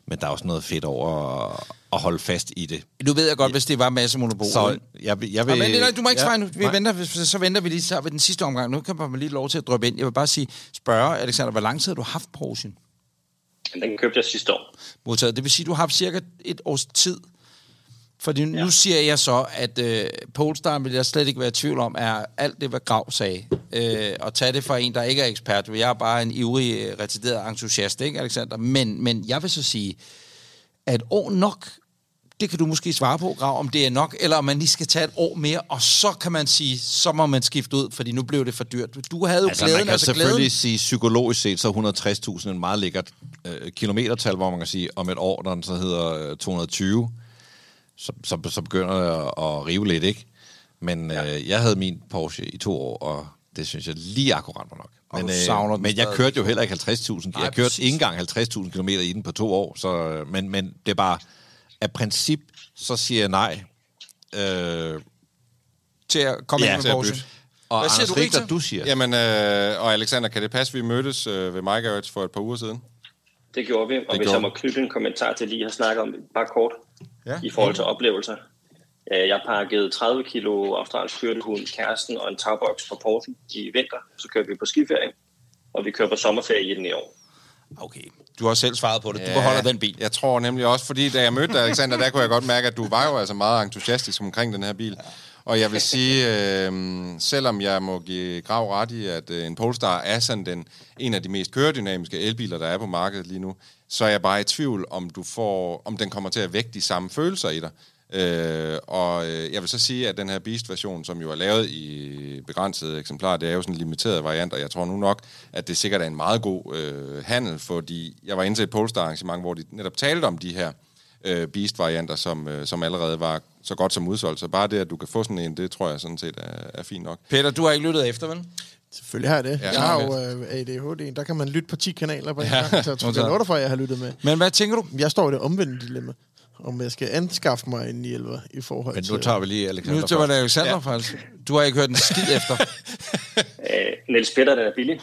Speaker 4: men der er også noget fedt over at, at holde fast i det.
Speaker 2: Nu ved jeg godt, hvis det var massemonopol.
Speaker 4: Så jeg, vil- jeg vil...
Speaker 2: Nå, men, nej, du må ikke
Speaker 4: ja,
Speaker 2: svare nu. Vi
Speaker 4: nej.
Speaker 2: venter, hvis- så venter vi lige så ved den sidste omgang. Nu kan man lige lov til at drøbe ind. Jeg vil bare sige, spørge Alexander, hvor lang tid har du haft Porsche
Speaker 6: Men Den købte jeg sidste år.
Speaker 2: modtaget? Det vil sige, du har haft cirka et års tid. Fordi nu ja. siger jeg så, at øh, Polestar vil jeg slet ikke være i tvivl om, er alt det, hvad Grav sagde. Øh, og tage det fra en, der ikke er ekspert. Jeg er bare en ivrig, øh, retarderet entusiast, ikke Alexander? Men, men jeg vil så sige, at år nok, det kan du måske svare på, Grav, om det er nok, eller om man lige skal tage et år mere, og så kan man sige, så må man skifte ud, fordi nu blev det for dyrt. Du havde jo
Speaker 4: Altså,
Speaker 2: glæden,
Speaker 4: man kan
Speaker 2: altså
Speaker 4: selvfølgelig
Speaker 2: glæden.
Speaker 4: sige, psykologisk set, så er 160.000 en meget lækkert øh, kilometertal, hvor man kan sige, om et år, når den så hedder øh, 220, så, så, så begynder det at, at rive lidt, ikke? Men ja. øh, jeg havde min Porsche i to år, og det synes jeg lige akkurat var nok.
Speaker 2: Og
Speaker 4: men, øh,
Speaker 2: du savner den
Speaker 4: men jeg
Speaker 2: stadig.
Speaker 4: kørte jo heller ikke 50.000.
Speaker 2: Nej,
Speaker 4: jeg kørte
Speaker 2: præcis.
Speaker 4: ikke engang 50.000 km i den på to år. Så, øh, men, men det er bare, af princip, så siger jeg nej. Øh,
Speaker 2: til at komme
Speaker 4: Ja,
Speaker 2: ind
Speaker 4: til
Speaker 2: med
Speaker 4: at
Speaker 2: Porsche.
Speaker 4: bytte. og
Speaker 2: Hvad siger
Speaker 4: Anders
Speaker 2: du,
Speaker 4: Richter,
Speaker 2: Richter?
Speaker 4: du siger.
Speaker 5: Jamen, øh, og Alexander, kan det passe, vi mødtes øh, ved My Garage for et par uger siden?
Speaker 6: Det gjorde vi, og det hvis
Speaker 5: gjorde
Speaker 6: jeg må knytte en kommentar til det, I har snakket om bare kort ja. i forhold til oplevelser. Øh, Jeg pakkede 30 kilo australsk hyrdehund, kæresten og en tagboks fra Porten i vinter. Så kørte vi på skiferie, og vi kører på sommerferie i den i år.
Speaker 2: Okay, du har selv svaret på det. Du beholder den bil.
Speaker 5: Jeg tror nemlig også, fordi da jeg mødte dig, Alexander, der kunne jeg godt mærke, at du var jo altså meget entusiastisk omkring den her bil. Og jeg vil sige, øh, selvom jeg må give Grav ret i, at øh, en Polestar er sådan den, en af de mest køredynamiske elbiler, der er på markedet lige nu, så er jeg bare i tvivl, om, du får, om den kommer til at vække de samme følelser i dig. Øh, og øh, jeg vil så sige, at den her Beast-version, som jo er lavet i begrænsede eksemplarer, det er jo sådan en limiteret variant, og jeg tror nu nok, at det sikkert er en meget god øh, handel, fordi jeg var inde til et Polestar-arrangement, hvor de netop talte om de her øh, Beast-varianter, som, øh, som allerede var så godt som udsolgt. Så bare det, at du kan få sådan en, det tror jeg sådan set er, er fint nok.
Speaker 2: Peter, du har ikke lyttet efter, vel?
Speaker 3: Selvfølgelig har jeg det. Ja, jeg har jo
Speaker 5: okay.
Speaker 3: øh, ADHD, der kan man lytte på 10 kanaler på en gang, så jeg tror, jeg
Speaker 2: modtaget.
Speaker 3: lover dig for, at jeg har lyttet med.
Speaker 2: Men hvad tænker du?
Speaker 3: Jeg står i det omvendte dilemma, om jeg skal anskaffe mig en 911 i forhold
Speaker 4: men
Speaker 3: til...
Speaker 4: nu tager vi lige Alexander.
Speaker 2: Nu til var det
Speaker 4: først.
Speaker 2: Alexander, ja. faktisk. Du har ikke hørt en skid efter.
Speaker 6: Øh, Niels Petter, den er billig.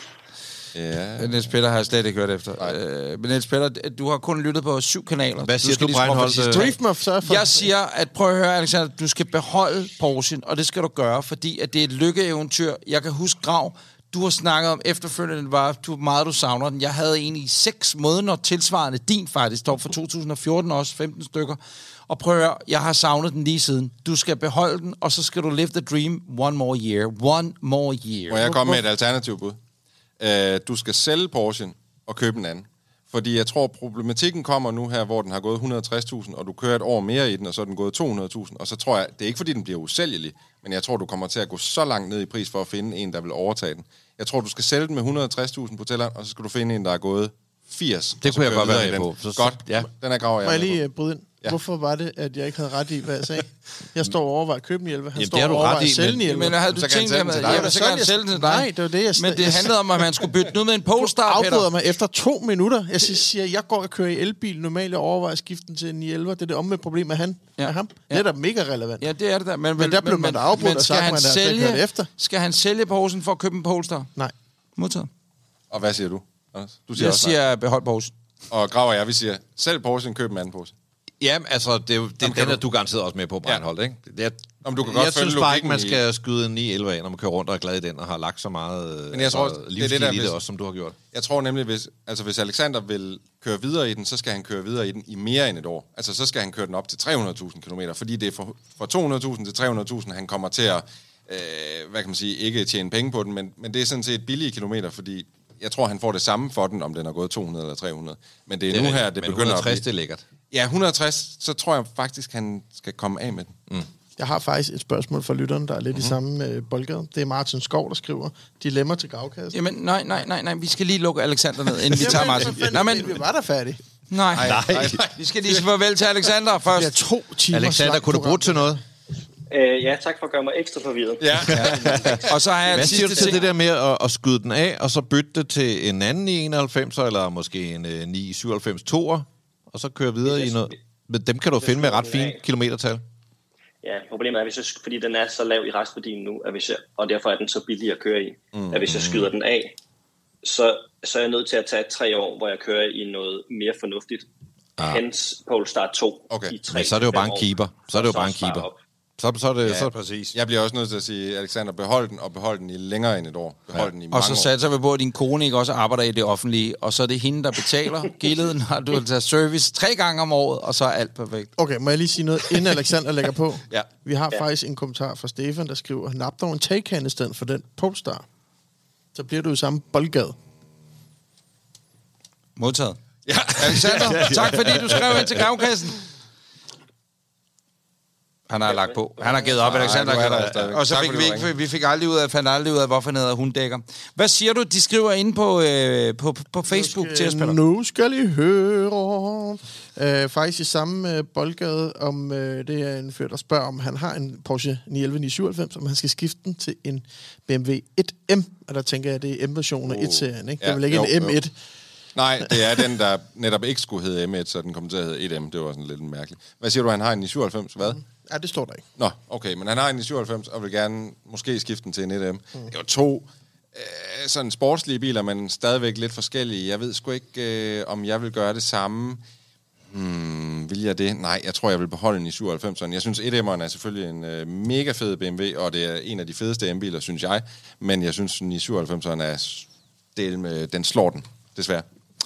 Speaker 5: Ja.
Speaker 2: Niels Peter har jeg slet ikke hørt efter. Øh, men Niels Petter, du har kun lyttet på syv kanaler.
Speaker 4: Hvad siger
Speaker 2: skal
Speaker 4: du,
Speaker 2: lige skrue op for
Speaker 4: Breinholt?
Speaker 2: det sidste.
Speaker 3: Brief mig så for...
Speaker 2: Jeg siger, at prøv at høre, Alexander, du skal beholde Porschen, og det skal du gøre, fordi at det er et lykkeeventyr. Jeg kan huske Grav, du har snakket om efterfølgende, var, du meget du savner den. Jeg havde en i seks måneder tilsvarende din faktisk, top for 2014 også, 15 stykker. Og prøv at høre, jeg har savnet den lige siden. Du skal beholde den, og så skal du live the dream one more year. One more year.
Speaker 5: Må jeg komme med et alternativ bud? Øh, du skal sælge Porsche'en og købe en anden. Fordi jeg tror, problematikken kommer nu her, hvor den har gået 160.000, og du kører et år mere i den, og så er den gået 200.000. Og så tror jeg, det er ikke fordi, den bliver usælgelig, men jeg tror, du kommer til at gå så langt ned i pris for at finde en, der vil overtage den. Jeg tror, du skal sælge den med 160.000 på tælleren, og så skal du finde en, der er gået 80. og så
Speaker 4: kunne jeg
Speaker 5: køre
Speaker 4: godt være
Speaker 5: videre i
Speaker 4: med
Speaker 5: den.
Speaker 4: på. Så-
Speaker 5: Godt,
Speaker 4: ja.
Speaker 5: ja. den er grav,
Speaker 3: Må
Speaker 5: jeg
Speaker 3: jeg
Speaker 5: er med
Speaker 3: lige øh, bryde ind? Ja. Hvorfor var det, at jeg ikke havde ret i, hvad jeg sagde? Jeg står og overvejer at købe en 11. Han
Speaker 4: Jamen,
Speaker 3: står
Speaker 4: det
Speaker 3: og
Speaker 4: har du ret
Speaker 3: overvejer
Speaker 4: i,
Speaker 3: at sælge en
Speaker 4: men-
Speaker 3: 11.
Speaker 2: Men havde du
Speaker 5: Så kan han
Speaker 2: tænkt,
Speaker 5: sælge den
Speaker 2: at
Speaker 5: til dig.
Speaker 2: ja,
Speaker 5: Det var
Speaker 2: så
Speaker 3: sådan,
Speaker 2: kan han
Speaker 3: jeg-
Speaker 2: sælge den til dig.
Speaker 3: Nej, det var det, jeg-
Speaker 2: Men det
Speaker 3: jeg-
Speaker 2: handlede om, at man skulle bytte den ud med en Polestar, Peter.
Speaker 3: afbryder mig efter to minutter. Jeg siger- siger, jeg går og kører i elbil normalt og overvejer at skifte den til en 911. Det er det omvendt problem med han.
Speaker 2: Ja.
Speaker 3: Ja. Med ham.
Speaker 2: Ja.
Speaker 3: Det er da mega relevant.
Speaker 2: Ja, det er det der. Men,
Speaker 3: der blev man da afbrudt og sagt, man havde slet ikke hørt efter.
Speaker 2: Skal han sælge Poulsen for at købe en Polestar?
Speaker 3: Nej.
Speaker 2: Modtaget.
Speaker 5: på. Og hvad siger du? Anders? Du siger
Speaker 2: Jeg
Speaker 5: også nej.
Speaker 2: siger, behold Poulsen.
Speaker 5: Og grav og jeg, vi siger, sælg Porsche'en, køb en anden Porsche.
Speaker 4: Jamen, altså, det, er jo- det,
Speaker 5: Jamen,
Speaker 4: Jamen,
Speaker 5: kan
Speaker 4: den er
Speaker 5: du-
Speaker 4: du garanteret også med på, Breinholt, ja. ikke? Det, jeg,
Speaker 5: Jamen, du kan godt
Speaker 4: jeg
Speaker 5: følge
Speaker 4: synes bare ikke, man
Speaker 5: logikken
Speaker 4: skal skyde en 9-11 af, når man kører rundt og er glad i den, og har lagt så meget altså,
Speaker 5: Men jeg tror også, det er det,
Speaker 4: livsstil
Speaker 5: der,
Speaker 4: i det
Speaker 5: hvis-
Speaker 4: også, som du har gjort.
Speaker 5: Jeg tror nemlig, hvis, altså hvis Alexander vil køre videre i den, så skal han køre videre i den i mere end et år. Altså så skal han køre den op til 300.000 km, fordi det er fra, fra 200.000 til 300.000, han kommer til at, øh, hvad kan man sige, ikke tjene penge på den, men, men det er sådan set billige kilometer, fordi jeg tror, han får det samme for den, om den har gået 200 eller 300. Men det er, det er nu her, det begynder
Speaker 4: men 160,
Speaker 5: at
Speaker 4: det
Speaker 5: blive...
Speaker 4: er lækkert.
Speaker 5: Ja, 160, så tror jeg faktisk, han skal komme af med den. Mm.
Speaker 3: Jeg har faktisk et spørgsmål fra lytteren, der er lidt mm-hmm. i
Speaker 2: Mhm.
Speaker 3: samme øh, boldgade. Det er Martin Skov, der skriver, dilemma til gravkassen.
Speaker 2: Jamen, nej, nej, nej, nej. Vi skal lige lukke Alexander ned, inden vi tager Martin. Nej,
Speaker 3: Nej,
Speaker 2: men,
Speaker 3: vi var der færdige.
Speaker 2: nej. nej. Vi skal lige sige farvel til Alexander
Speaker 3: Det er
Speaker 2: først.
Speaker 3: to timer
Speaker 4: Alexander, kunne du bruge til noget?
Speaker 6: Øh, ja, tak for at gøre mig ekstra forvirret. Ja.
Speaker 2: Og så har jeg
Speaker 4: Hvad
Speaker 2: en
Speaker 4: siger
Speaker 2: sidste
Speaker 4: du
Speaker 2: ting.
Speaker 4: til det der med at, at skyde den af, og så bytte det til en anden i 91, eller måske en øh, 997 2'er, og så køre videre i noget... Men dem kan du finde med ret
Speaker 6: den
Speaker 4: fine
Speaker 6: af.
Speaker 4: kilometertal.
Speaker 6: ja, problemet er, hvis jeg, fordi den er så lav i restværdien nu, at hvis jeg, og derfor er den så billig at køre i, mm. at hvis jeg skyder den af, så, så er jeg nødt til at tage tre år, hvor jeg kører i noget mere fornuftigt. Ah. Hens Polestar 2
Speaker 5: Okay,
Speaker 6: i tre
Speaker 4: Men så er det jo
Speaker 6: til fem
Speaker 4: bare en
Speaker 6: år,
Speaker 4: keeper. Så er det jo
Speaker 6: og
Speaker 4: bare en
Speaker 6: spare
Speaker 4: keeper.
Speaker 6: op.
Speaker 4: Så, så er det... Ja, så,
Speaker 2: præcis.
Speaker 5: Jeg bliver også nødt til at sige, Alexander, behold den, og behold den i længere end et år. Behold ja. den i mange
Speaker 2: Og så
Speaker 5: år.
Speaker 2: satser vi på, at din kone ikke også arbejder i det offentlige, og så er det hende, der betaler gildet, når du vil tage service tre gange om året, og så er alt perfekt.
Speaker 3: Okay, må jeg lige sige noget, inden Alexander lægger på?
Speaker 5: Ja.
Speaker 3: Vi har ja. faktisk en kommentar fra Stefan, der skriver, nap dog en tagcan i stedet for den Polestar. Så bliver du i samme boldgade.
Speaker 2: Modtaget. Ja. Alexander, tak fordi du skrev ind til gravkassen. Han har lagt på. Han har givet op, Alexander.
Speaker 5: nu er
Speaker 2: har givet op.
Speaker 5: der stadigvæk.
Speaker 2: Og så
Speaker 5: Tak,
Speaker 2: fik
Speaker 5: fordi
Speaker 2: vi,
Speaker 5: du
Speaker 2: ikke, vi fik aldrig ud af, fandt aldrig ud af, hvorfor han hedder hunddækker. Hvad siger du, de skriver inde på, øh, på, på- på Facebook til os, Peter?
Speaker 3: Nu skal I høre. Øh, faktisk i samme øh, boldgade, om øh, det er en fyr, der spørger, om han har en Porsche 911 997, om han skal skifte den til en BMW 1M. Og der tænker jeg, at det er M-versionen af 1-serien, ikke? Det er
Speaker 5: Ja,
Speaker 3: vel ikke
Speaker 5: jo,
Speaker 3: en
Speaker 5: jo.
Speaker 3: M1?
Speaker 5: Nej, det er den, der netop ikke skulle hedde M1, så den kom til at hedde 1M. Det var sådan lidt mærkeligt. Hvad siger du, han har en i 97? Hvad?
Speaker 3: Ja, det står der ikke.
Speaker 5: Nå, okay, men han har en i 97 og vil gerne måske skifte den til en 1M. Mm. Det var to øh, sådan sportslige biler, men stadigvæk lidt forskellige. Jeg ved sgu ikke, øh, om jeg vil gøre det samme. Hmm, vil jeg det? Nej, jeg tror, jeg vil beholde den i 97'eren. Jeg synes, 1M'eren er selvfølgelig en øh, mega fed BMW, og det er en af de fedeste M-biler, synes jeg. Men jeg synes, den i 97'eren er... s- Del med, den slår den, desværre.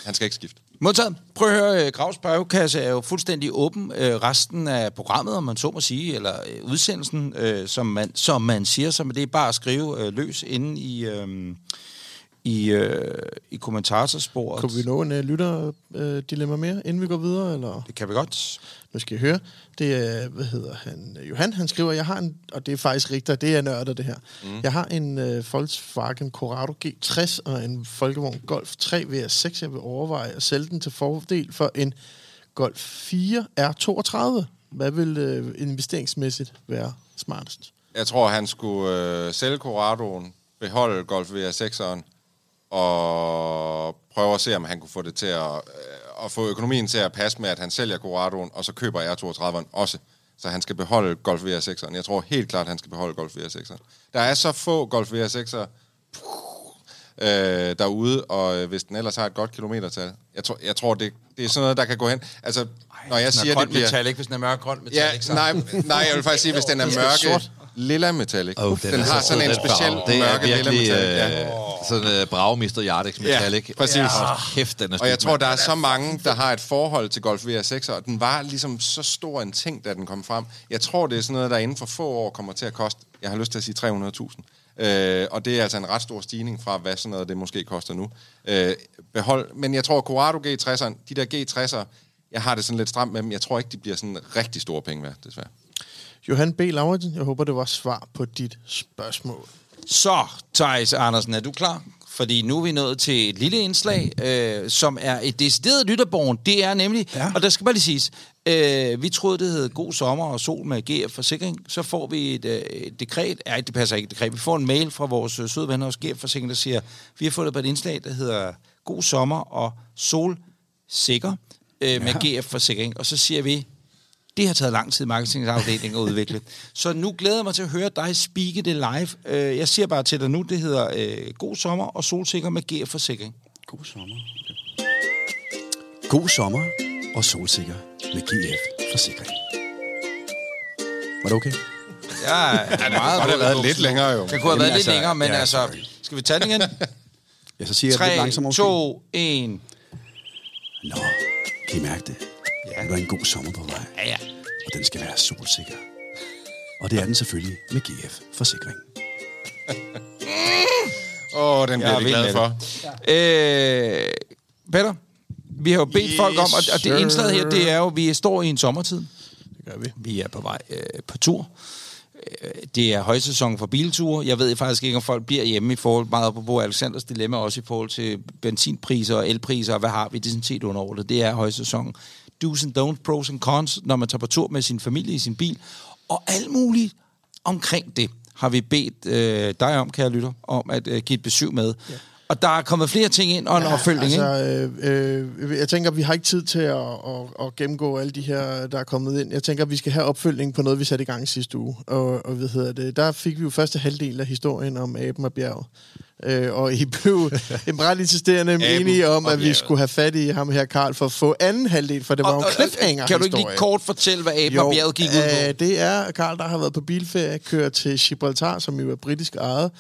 Speaker 5: Han skal ikke skifte.
Speaker 2: Modtaget. Prøv at høre, øh, Gravs brevkasse er jo fuldstændig åben øh, resten af programmet, om man så må sige, eller øh, udsendelsen, øh, som, man, som man siger, som det er bare at skrive øh, løs inde i, øh, i, øh, i kommentatorsporet.
Speaker 3: Kunne vi nå en øh, lytterdilemma mere, inden vi går videre? Eller?
Speaker 2: Det kan vi godt.
Speaker 3: nu skal I høre, det er, hvad hedder han, Johan, han skriver, jeg har en, og det er faktisk rigtigt, det er nørder det her, mm. jeg har en øh, Volkswagen Corrado G60 og en Folkevogn Golf 3 VS6, jeg vil overveje at sælge den til fordel for en Golf 4 R32. Hvad vil øh, investeringsmæssigt være smartest?
Speaker 5: Jeg tror, han skulle øh, sælge Corradoen, beholde Golf VR6'eren, og prøve at se, om han kunne få det til at, øh, at få økonomien til at passe med, at han sælger Corradoen, og så køber R32'eren også. Så han skal beholde Golf VR6'eren. Jeg tror helt klart, han skal beholde Golf VR6'eren. Der er så få Golf VR6'er øh, derude, og øh, hvis den ellers har et godt kilometertal, jeg tror, jeg tror det, det er sådan noget, der kan gå hen. Altså, når jeg siger, det bliver...
Speaker 2: metal, ikke? Hvis den er mørk grøn metal,
Speaker 5: Ja,
Speaker 2: ikke? Så-
Speaker 5: nej, nej, jeg vil faktisk sige, hvis den er mørke, lilla metallic. Oh, den, den har sådan en speciel
Speaker 4: det er
Speaker 5: mørke lilla
Speaker 4: virkelig
Speaker 5: metallic.
Speaker 4: øh,
Speaker 5: Ja.
Speaker 4: sådan øh, Braumester Yardex Metallic.
Speaker 5: præcis. Ah.
Speaker 4: Hold kæft, den er
Speaker 5: Og jeg
Speaker 4: slidt,
Speaker 5: tror,
Speaker 4: mand.
Speaker 5: der er så mange, der har et forhold til Golf VR6, og den var ligesom så stor en ting, da den kom frem. Jeg tror, det er sådan noget, der inden for få år kommer til at koste, jeg har lyst til at sige 300.000. Øh, og det er altså en ret stor stigning fra, hvad sådan noget det måske koster nu. Øh, behold, men jeg tror, Corrado G60'eren, de der G60'er, jeg har det sådan lidt stramt med dem. Jeg tror ikke, de bliver sådan rigtig store penge værd, desværre.
Speaker 3: Johan B. Lauritsen, jeg håber, det var svar på dit spørgsmål.
Speaker 2: Så, Thijs Andersen, er du klar? Fordi nu er vi nået til et lille indslag, øh, som er et decideret lytterborgen. Det er nemlig, ja. og der skal bare lige siges, øh, vi troede, det hed God Sommer og Sol med GF Forsikring. Så får vi et, øh, et dekret, nej, det passer ikke et dekret, vi får en mail fra vores øh, søde venner hos GF Forsikring, der siger, vi har fundet på et indslag, der hedder God Sommer og Sol Sikker øh, med GF Forsikring. Og så siger vi, det har taget lang tid i marketingafdelingen at udvikle. Så nu glæder jeg mig til at høre dig speake det live. Øh, Jeg siger bare til dig nu, det hedder øh, God Sommer og Solsikker med GF Forsikring.
Speaker 1: God sommer. God sommer og solsikker med GF Forsikring. Var det okay?
Speaker 2: Ja, det er meget
Speaker 5: godt have været lidt længere, jo.
Speaker 2: Det kunne have været
Speaker 1: Jamen,
Speaker 2: lidt
Speaker 1: altså,
Speaker 2: længere, men
Speaker 1: ja,
Speaker 2: altså... Skal vi tage den igen?
Speaker 1: Ja, så siger jeg lidt
Speaker 2: 3,
Speaker 1: langsommere. måske.
Speaker 2: 2, 1...
Speaker 1: Nå, kan I mærke det? Ja. Nu er en god sommer på vej,
Speaker 2: Ja, ja.
Speaker 1: og den skal være solsikker. Og det er den selvfølgelig med GF Forsikring.
Speaker 5: Åh, oh, den bliver vi
Speaker 2: vild
Speaker 5: glade
Speaker 2: med
Speaker 5: for.
Speaker 2: Øh, Peter, vi har jo bedt yes,
Speaker 5: Yes,
Speaker 2: folk om, og, og
Speaker 5: sir.
Speaker 2: det indslag her, det er jo, at vi står i en sommertid. Det gør vi. Vi er på vej øh, på tur. Øh, Det er højsæson for bilture. Jeg ved faktisk ikke, om folk bliver hjemme i forhold meget på Alexanders dilemma, også i forhold til benzinpriser og elpriser, og hvad har vi? Det er sådan set underordnet. Det er højsæson. Do's and don'ts, pros and cons, når man tager på tur med sin familie i sin bil, og alt muligt omkring det har vi bedt øh, dig om, kære lytter, om at øh, give et besøg med. Ja. Og der er kommet flere ting ind, og en ja, opfølgning, altså, ikke?
Speaker 3: altså, øh, øh, jeg tænker, vi har ikke tid til at, at, at gennemgå alle de her, der er kommet ind. Jeg tænker, vi skal have opfølgning på noget, vi satte i gang sidste uge. Og, og hvad hedder det? Der fik vi jo første halvdel af historien om aben og bjerget. Øh, og I blev en ret insisterende enige om,
Speaker 5: og
Speaker 3: at vi
Speaker 5: bjerget.
Speaker 3: skulle have fat i ham her, Karl, for at få anden halvdel, for det var
Speaker 2: Og,
Speaker 3: jo
Speaker 2: og,
Speaker 3: en cliffhanger
Speaker 2: og, kan du ikke lige kort fortælle, hvad Aben og Bjerget gik ud på?
Speaker 3: øh, det er Karl, der har været på bilferie, kører til Gibraltar, som jo er britisk ejet,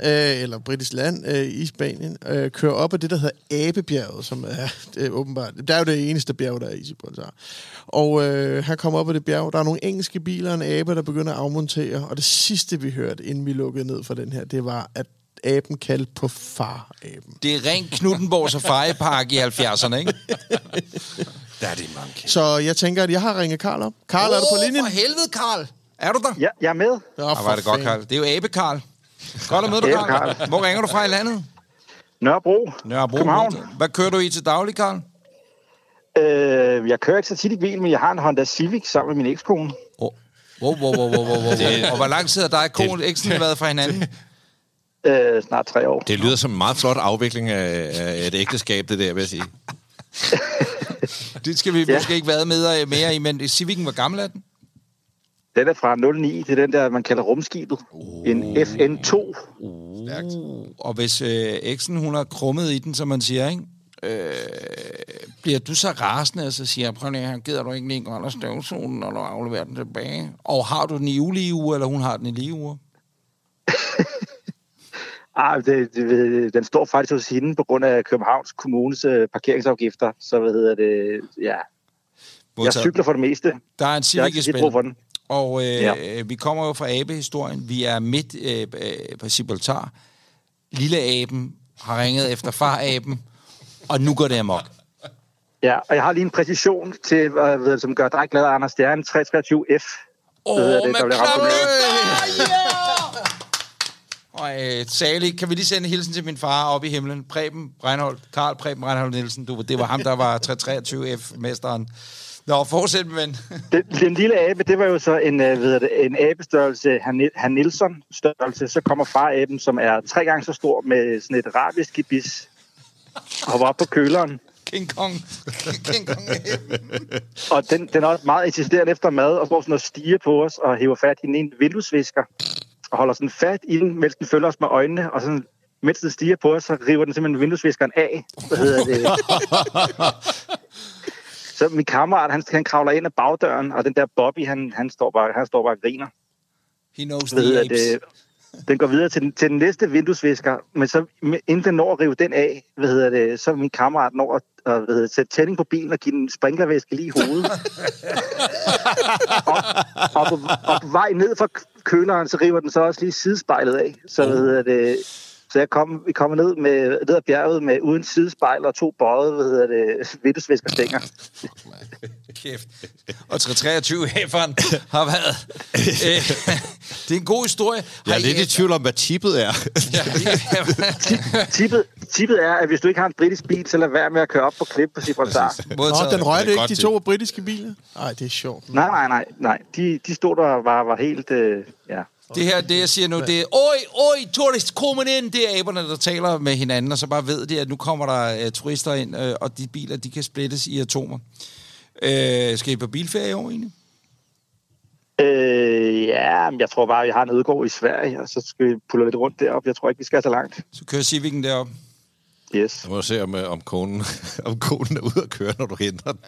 Speaker 3: mm. øh, eller britisk land øh, i Spanien, øh, kører op af det, der hedder Abebjerget, som er øh, åbenbart, der er jo det eneste bjerg, der er i Gibraltar. Og øh, han kommer op af det bjerg, der er nogle engelske biler og en abe, der begynder at afmontere, og det sidste, vi hørte, inden vi lukkede ned for den her, det var, at aben kaldte på far-aben.
Speaker 2: Det er rent Knuttenborg Safari Park i 70'erne, ikke?
Speaker 3: Så jeg tænker, at jeg har ringet Karl op. Karl, oh, er du på linjen?
Speaker 2: for helvede, Karl! Er du der?
Speaker 7: Ja, jeg er med.
Speaker 3: Nå,
Speaker 4: Ah, var det godt, Karl.
Speaker 2: Det er jo Abe Karl. Godt at møde dig, Karl.
Speaker 7: Abe-Karl.
Speaker 2: Hvor ringer du fra i landet?
Speaker 7: Nørrebro.
Speaker 2: Nørrebro.
Speaker 7: København.
Speaker 2: Hvad kører du i til daglig, Karl?
Speaker 7: Øh, jeg kører ikke så tit i bil, men jeg har en Honda Civic sammen med min ekskone.
Speaker 2: Oh. Wow, wow, wow, wow, wow, wow.
Speaker 4: Det-
Speaker 2: Og hvor lang tid har dig og konen ikke været fra hinanden?
Speaker 7: Øh, snart tre år.
Speaker 4: Det lyder som en meget flot afvikling af, af et ægteskab, det der, vil jeg sige.
Speaker 2: Det skal vi
Speaker 7: Ja.
Speaker 2: måske ikke være med øh, mere i, men Civicen, hvor gammel er den?
Speaker 7: Den er fra 09. Det er den der, man kalder rumskibet. En FN2.
Speaker 5: Stærkt.
Speaker 2: Uh. Og hvis øh, eksen, hun har krummet i den, som man siger, ikke? Øh, bliver du så rasende, og så siger jeg, prøv lige her, gider du ikke lige godt at støvsuge den, når du afleverer den tilbage? Og har du den i ulige uge, eller hun har den i lige uge?
Speaker 7: Ah, det, det, ved- den står faktisk hos hende på grund af Københavns Kommunes øh, parkeringsafgifter. Så hvad hedder det? Ja. Jeg cykler for det meste.
Speaker 2: Der
Speaker 7: Jeg
Speaker 2: er en
Speaker 7: har
Speaker 2: Civic i
Speaker 7: ikke
Speaker 2: spil.
Speaker 7: brug for den.
Speaker 2: Og øh, ja.
Speaker 7: Ja.
Speaker 2: vi kommer jo fra abehistorien. Vi er midt øh, øh, på Gibraltar. Lille aben har ringet efter faraben, og nu går det amok.
Speaker 7: Ja, og jeg har lige en præcision til, hvad ved, som gør dig glad, Anders. Det er en 323F.
Speaker 2: Åh,
Speaker 7: hedder det,
Speaker 2: med
Speaker 7: der bliver ramt af
Speaker 2: klapper! Og øh, Sally, kan vi lige sende en hilsen til min far oppe i himlen? Preben Reinholdt, Karl Preben Reinholdt Nielsen. Du, det var ham, der var 323F-mesteren. Nå, fortsæt, men...
Speaker 7: Den, den lille abe, det var jo så en, øh, ved det, en abestørrelse, han Nilsson størrelse. Så kommer faraben, som er tre gange så stor med sådan et arabisk gebis. Og var på køleren.
Speaker 2: King Kong. King Kong.
Speaker 7: Og den, den er også meget insisterende efter mad, og står sådan og stiger på os, og hiver fat i den ene vinduesvisker, og holder sådan fat i den, mens den følger os med øjnene, og sådan, mens den stiger på os, så river den simpelthen vinduesviskeren af. Hvad hedder det? så min kammerat, han, han kravler ind ad bagdøren, og den der Bobby, han, han, står, bare, han står bare og griner.
Speaker 2: He knows
Speaker 7: Hvad
Speaker 2: the
Speaker 7: hedder
Speaker 2: apes.
Speaker 7: det? Den går videre til den, til den næste vinduesvisker, øh, men så men inden den når at rive den af, hvad hedder det, så min kammerat når at, at hvad hedder, det, sætte tænding på bilen og give den en sprinklervæske lige i hovedet. og, og, på, og på vej ned fra køleren, så river den så også lige sidespejlet af. Så,
Speaker 4: Oh.
Speaker 7: hvad hedder det, så jeg kom, vi kommer ned, med, ned ad bjerget med uden sidespejl og to bøjet hvad hedder det, vinduesviskerstænger.
Speaker 2: Kæft. Og 323 Hefferen har været... Øh, det er en god historie.
Speaker 4: Jeg er
Speaker 2: Har I-
Speaker 4: lidt i tvivl om, hvad tippet er.
Speaker 7: Tippet, tippet er, at hvis du ikke har en britisk bil, så lad være med at køre op på klip på Gibraltar.
Speaker 2: Modtaget.
Speaker 3: Nå, den røgte
Speaker 4: Det er
Speaker 3: ikke de
Speaker 4: godt,
Speaker 3: to britiske biler? Nej, det er sjovt.
Speaker 7: Nej, nej, nej. nej. De, de stod der og var, var helt... Øh, ja.
Speaker 2: Det her, det jeg siger nu, det er, oj, oj, turist, kom ind. Det er aberne, der taler med hinanden, og så bare ved de, at nu kommer der uh, turister ind, uh, og de biler, de kan splittes i atomer. Uh, skal I på bilferie i år egentlig?
Speaker 7: Øh, ja, men jeg tror bare, jeg har en udgård i Sverige, og så skal vi pulle lidt rundt derop. Jeg tror ikke, vi skal så langt.
Speaker 2: Så kører Civicen derop.
Speaker 7: Yes.
Speaker 4: Jeg må se, om, øh, om, konen, om konen er ude at køre, når du henter den.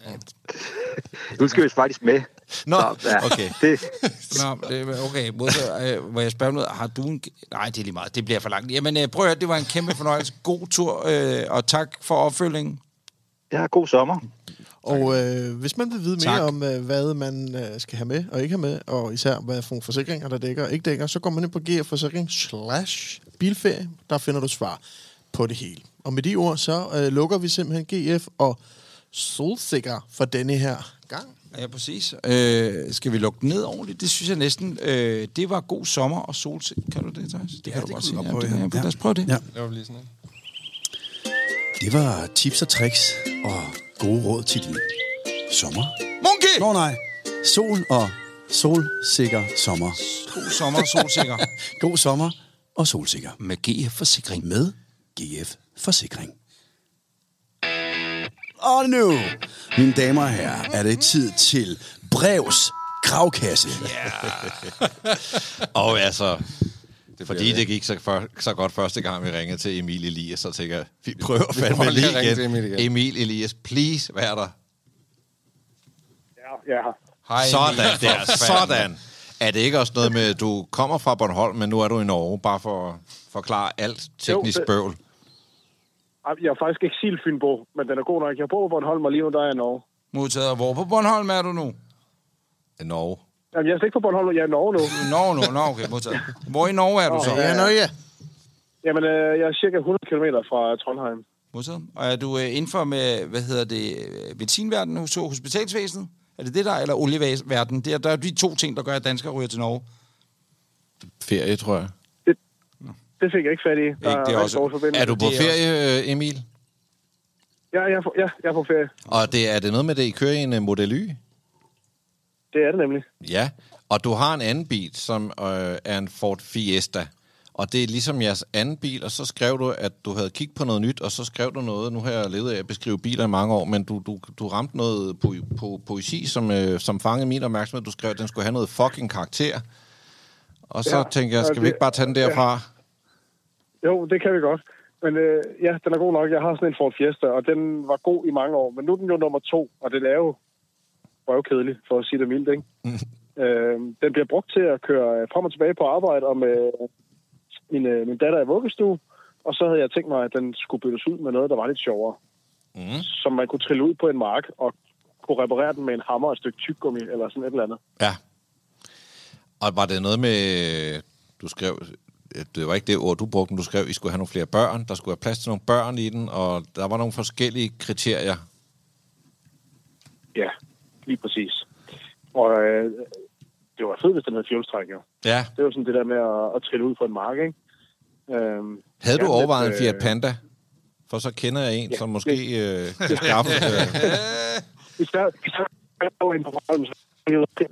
Speaker 7: Nu skal vi faktisk med.
Speaker 4: Nå,
Speaker 7: Så, ja,
Speaker 4: okay.
Speaker 7: Det,
Speaker 2: Nå, det er- okay, modtaget, uh, må jeg spørge om noget? Har du en... Nej, det er lige meget. Det bliver for langt. Jamen, uh, prøv at høre, det var en kæmpe fornøjelse. God tur, uh, og tak for opfølgingen.
Speaker 7: jeg har god sommer.
Speaker 3: Og øh, hvis man vil vide mere
Speaker 2: Tak.
Speaker 3: om, øh, hvad man øh, skal have med og ikke have med, og især hvad for nogle forsikringer, der dækker og ikke dækker, så går man ind på GF Forsikring slash bilferie. Der finder du svar på det hele. Og med de ord, så øh, lukker vi simpelthen GF og Solsikker for denne her gang.
Speaker 2: Ja, præcis. Øh, skal vi lukke den ned ordentligt? Det synes jeg næsten. Øh, det var god sommer og solsigt. Kan du det, Thijs? Det kan du godt sige. Ja, det kan jeg. Lad os prøve det.
Speaker 1: Ja.
Speaker 5: Det var lige sådan noget.
Speaker 1: Det var tips og tricks og gode råd til din sommer.
Speaker 2: Munke!
Speaker 1: Nå nej, sol og solsikker sommer.
Speaker 2: God sommer, solsikker.
Speaker 1: God sommer og solsikker.
Speaker 2: Med GF Forsikring.
Speaker 1: Med GF Forsikring. Og nu, mine damer og herrer, er det tid til Brevs Gravkasse.
Speaker 4: Og altså, det fordi
Speaker 5: det.
Speaker 4: det gik så, for, så godt første gang, vi ringede til Emil Elias, så tænker jeg, vi prøver
Speaker 5: prøver
Speaker 4: fandme
Speaker 5: lige at
Speaker 4: lige
Speaker 5: ringe
Speaker 4: igen.
Speaker 5: til
Speaker 4: Emil,
Speaker 5: Emil
Speaker 4: igen.
Speaker 5: igen.
Speaker 4: Emil Elias, please, vær der.
Speaker 7: Ja, jeg har.
Speaker 2: Hej,
Speaker 4: Sådan
Speaker 2: Emil.
Speaker 4: der, sådan. Er det ikke også noget med, at du kommer fra Bornholm, men nu er du i Norge, bare for at forklare alt teknisk
Speaker 8: det-
Speaker 4: bøvl?
Speaker 8: Ej, Jeg er faktisk eksilfynbo, men den er god nok. Jeg bor på Bornholm, og lige nu der er jeg i Norge.
Speaker 2: Modtaget. Hvor på Bornholm er du nu?
Speaker 4: Norge.
Speaker 8: Jamen, jeg er slet ikke på Bornholm, jeg er i Norge nu.
Speaker 2: Nå, nå, nå, okay, modtaget. Hvor i Norge er du så?
Speaker 3: Ja, nå ja.
Speaker 8: Jamen, øh, jeg er cirka 100 km fra Trondheim.
Speaker 2: Modtaget. Og er du øh, inden for med, hvad hedder det, øh, medicinverdenen hos hos hospitalsvæsenet? Er det det der, eller olieverden? Der, der er jo de to ting, der gør, at danskere ryger til Norge.
Speaker 4: Ferie, tror jeg.
Speaker 8: Det fik jeg ikke fat i. Der
Speaker 2: Ikke, det er
Speaker 8: rigtig
Speaker 2: også-
Speaker 8: dårlig forbindelse.
Speaker 4: Er du på
Speaker 2: Det er
Speaker 4: ferie, øh, Emil?
Speaker 8: Ja, jeg er, på, ja, jeg er på ferie.
Speaker 4: Og det, er det noget med det, I kører i en øh, Model Y?
Speaker 8: Det er det nemlig.
Speaker 4: Ja, og du har en anden bil, som øh, er en Ford Fiesta. Og det er ligesom jeres anden bil, og så skrev du, at du havde kigget på noget nyt, og så skrev du noget, nu har jeg levet af at beskrive biler i mange år, men du, du, du ramte noget po po poesi, som, øh, som fangede min opmærksomhed. Du skrev, at den skulle have noget fucking karakter. Og så ja,
Speaker 8: Ja,
Speaker 4: tænkte jeg,
Speaker 8: og
Speaker 4: skal vi
Speaker 8: det-
Speaker 4: ikke bare tage den derfra? Ja.
Speaker 8: Jo, det kan vi godt. Men øh, ja, den er god nok. Jeg har sådan en Ford Fiesta, og den var god i mange år. Men nu er den jo nummer to, og den er jo røvkedelig, for at sige det mildt, ikke? øh, den bliver brugt til at køre øh, frem og tilbage på arbejde, og med min, øh, min datter er i vuggestue. Og så havde jeg tænkt mig, at den skulle byttes ud med noget, der var lidt sjovere. Mm. Som man kunne trille ud på en mark og kunne reparere den med en hammer og et stykke tyggegummi, eller sådan et eller andet.
Speaker 4: Ja. Og var det noget med, du skrev, det var ikke det ord, du brugte, men du skrev, I skulle have nogle flere børn, der skulle være plads til nogle børn i den, og der var nogle forskellige kriterier.
Speaker 8: Ja, lige præcis. Og øh, det var fedt, hvis den havde fjolstræk, jo.
Speaker 4: Ja.
Speaker 8: Det var sådan det der med at, at trille ud på en mark, ikke? Øhm,
Speaker 4: Havde
Speaker 8: jeg
Speaker 4: du
Speaker 8: er lidt,
Speaker 4: overvejet en
Speaker 8: øh,
Speaker 4: Fiat Panda? For så kender jeg en, ja,
Speaker 8: Ja,
Speaker 4: som måske øh, kan skaffe... Øh,
Speaker 8: Især, især over en på Bornholm, så er det jo det.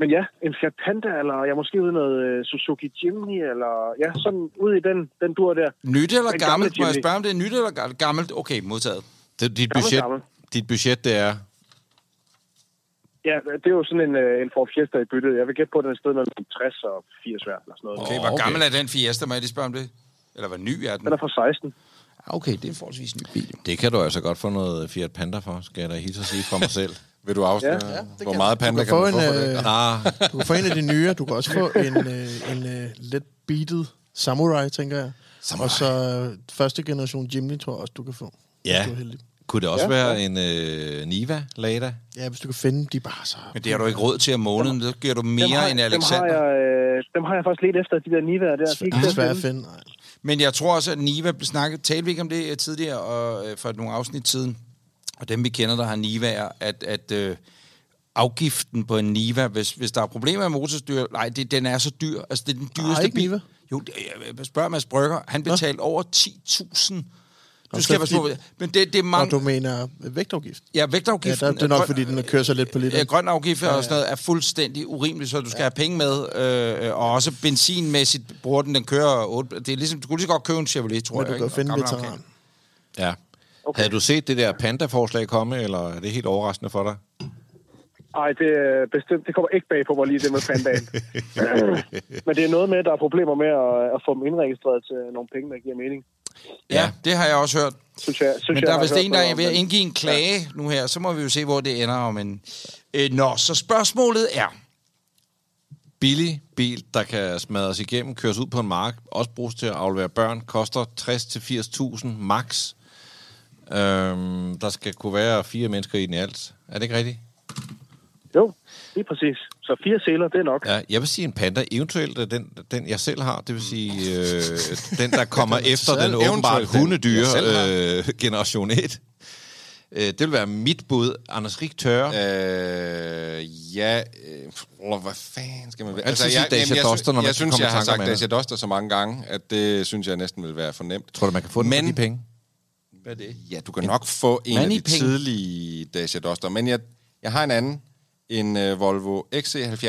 Speaker 8: Men ja, en Fiat Panda, eller jeg er måske ude i noget øh, Suzuki Jimny, eller ja, sådan ude i den, den dur der.
Speaker 2: Nyt eller
Speaker 8: Den gamle
Speaker 2: gammelt? Må jeg
Speaker 8: Jimny.
Speaker 2: spørge, om det er nyt eller ga- gammelt? Okay, modtaget.
Speaker 4: det, dit,
Speaker 8: Gammel,
Speaker 4: budget,
Speaker 8: gammel.
Speaker 4: dit budget, det er...
Speaker 8: Ja, det er jo sådan en, øh, en Ford Fiesta i byttet. Jeg vil gætte på, at den er et sted mellem 60 og 80 værd, eller sådan noget.
Speaker 2: Okay,
Speaker 4: Åh,
Speaker 2: hvor
Speaker 4: okay.
Speaker 2: gammel er den Fiesta? Må jeg lige spørge om det? Eller hvor ny er den?
Speaker 8: Den er fra 16.
Speaker 2: Ah, Okay, det er en forholdsvis ny bil. jo.
Speaker 4: Det kan du altså godt få noget Fiat Panda for, skal jeg da hilse at sige for mig selv.
Speaker 5: Vil du afsløre,
Speaker 8: Ja,
Speaker 5: ja,
Speaker 8: ja,
Speaker 5: ja, hvor meget
Speaker 3: Du
Speaker 5: panda
Speaker 3: kan,
Speaker 5: kan,
Speaker 3: få
Speaker 5: man
Speaker 3: en,
Speaker 5: få for det?
Speaker 3: øh,
Speaker 4: Ah,
Speaker 3: du kan få en af de nye, og du kan også få en, øh, en øh, let beatet samurai, tænker jeg. Samurai. Og så øh, første generation Jimny, tror jeg også, du kan få.
Speaker 4: Ja.
Speaker 3: Hvis du er heldig.
Speaker 4: kunne det også ja, være en øh, Niva Lada?
Speaker 3: Ja, hvis du kan finde de bare så...
Speaker 2: Men det har du ikke råd til om måneden. Så giver du
Speaker 8: Dem
Speaker 2: mere
Speaker 8: har- Dem
Speaker 2: end
Speaker 8: har,
Speaker 2: Alexander.
Speaker 8: jeg, øh, dem har jeg faktisk lidt efter, de der Niva'er der. De er ikke til at
Speaker 3: Svært at
Speaker 8: finde.
Speaker 3: finde. Nej.
Speaker 2: Men jeg tror også, at Niva blev snakket, talte vi ikke om det øh, tidligere, og øh, for nogle afsnit siden, og dem vi kender, der har Niva'er, at, at øh, afgiften på en Niva, hvis, hvis der er problemer med motorstyr, nej, det, den er så dyr. Altså, det er den dyreste
Speaker 3: Ah, ikke
Speaker 2: bil.
Speaker 3: Niva?
Speaker 2: Jo, det- jeg spørger Mads Brygger, han betalte over 10.000. Du skal
Speaker 3: så
Speaker 2: passe på,
Speaker 3: fordi-
Speaker 2: men det, det er
Speaker 3: Og
Speaker 2: mange...
Speaker 3: du mener øh, vægtafgift?
Speaker 2: Ja,
Speaker 3: Ja,
Speaker 2: vægtafgiften...
Speaker 3: der, det er nok, fordi den kører sig lidt på lidt.
Speaker 2: Ja, Øh, grøn afgift og sådan noget er fuldstændig urimelig, så du skal have penge med, øh, og også benzinmæssigt bruger den, den kører 8, det er ligesom, du kunne lige så godt købe en Chevrolet, tror
Speaker 3: Men
Speaker 2: jeg.
Speaker 3: du kan
Speaker 2: ikke?
Speaker 3: finde
Speaker 2: Gammel
Speaker 3: veteran.
Speaker 2: amerikaner.
Speaker 4: Ja. Okay. Havde du set det der Panda-forslag komme, eller er det helt overraskende for dig?
Speaker 8: Ej, det, er bestemt, det kommer ikke bag på mig lige det med pandaen. Men det er noget med, at der er problemer med at, at få dem indregistreret til nogle penge, der giver mening.
Speaker 2: Ja, det har jeg også hørt.
Speaker 8: Synes jeg, synes
Speaker 2: Men
Speaker 8: jeg,
Speaker 2: der er
Speaker 8: har
Speaker 2: vist
Speaker 8: hørt
Speaker 2: en, der
Speaker 8: noget
Speaker 2: er
Speaker 8: om,
Speaker 2: ved at
Speaker 8: men-
Speaker 2: indgive en klage nu her, så må vi jo se, hvor det ender om en... Øh, nå, så spørgsmålet er...
Speaker 4: billig bil, der kan smadres igennem, køres ud på en mark, også bruges til at aflevere børn, koster 60-80.000 max. Øhm, der skal kunne være fire mennesker i den i alt. Er det ikke rigtigt?
Speaker 8: Jo, lige præcis. Så fire sæler, det er nok. Ja.
Speaker 4: Ja, jeg vil sige en panda, eventuelt er den, den jeg selv har, det vil sige øh, den, der kommer efter den åbenbart
Speaker 5: Eventuelt den,
Speaker 4: hundedyre
Speaker 5: jeg selv
Speaker 4: øh, generation 1. Øh, det vil være mit bud. Anders Rik Tørre. Ja.
Speaker 5: Øh, ja, øh, åh, hvad fanden skal man... vælge?
Speaker 4: Altid sige Dacia
Speaker 5: Altså, jeg,
Speaker 4: Duster, når man
Speaker 5: jeg
Speaker 4: skal
Speaker 5: synes,
Speaker 4: komme i
Speaker 5: jeg har
Speaker 4: tanker
Speaker 5: sagt
Speaker 4: med det.
Speaker 5: Dacia Duster så mange gange, at det synes jeg næsten vil være for nemt.
Speaker 4: Tror du, man kan få den
Speaker 5: Men-
Speaker 4: for de penge?
Speaker 2: Hvad er det?
Speaker 5: Ja, du kan nok få en af de
Speaker 2: Moneypenge.
Speaker 5: tidlige Dacia Duster, men jeg, jeg har en anden. En øh, Volvo XC70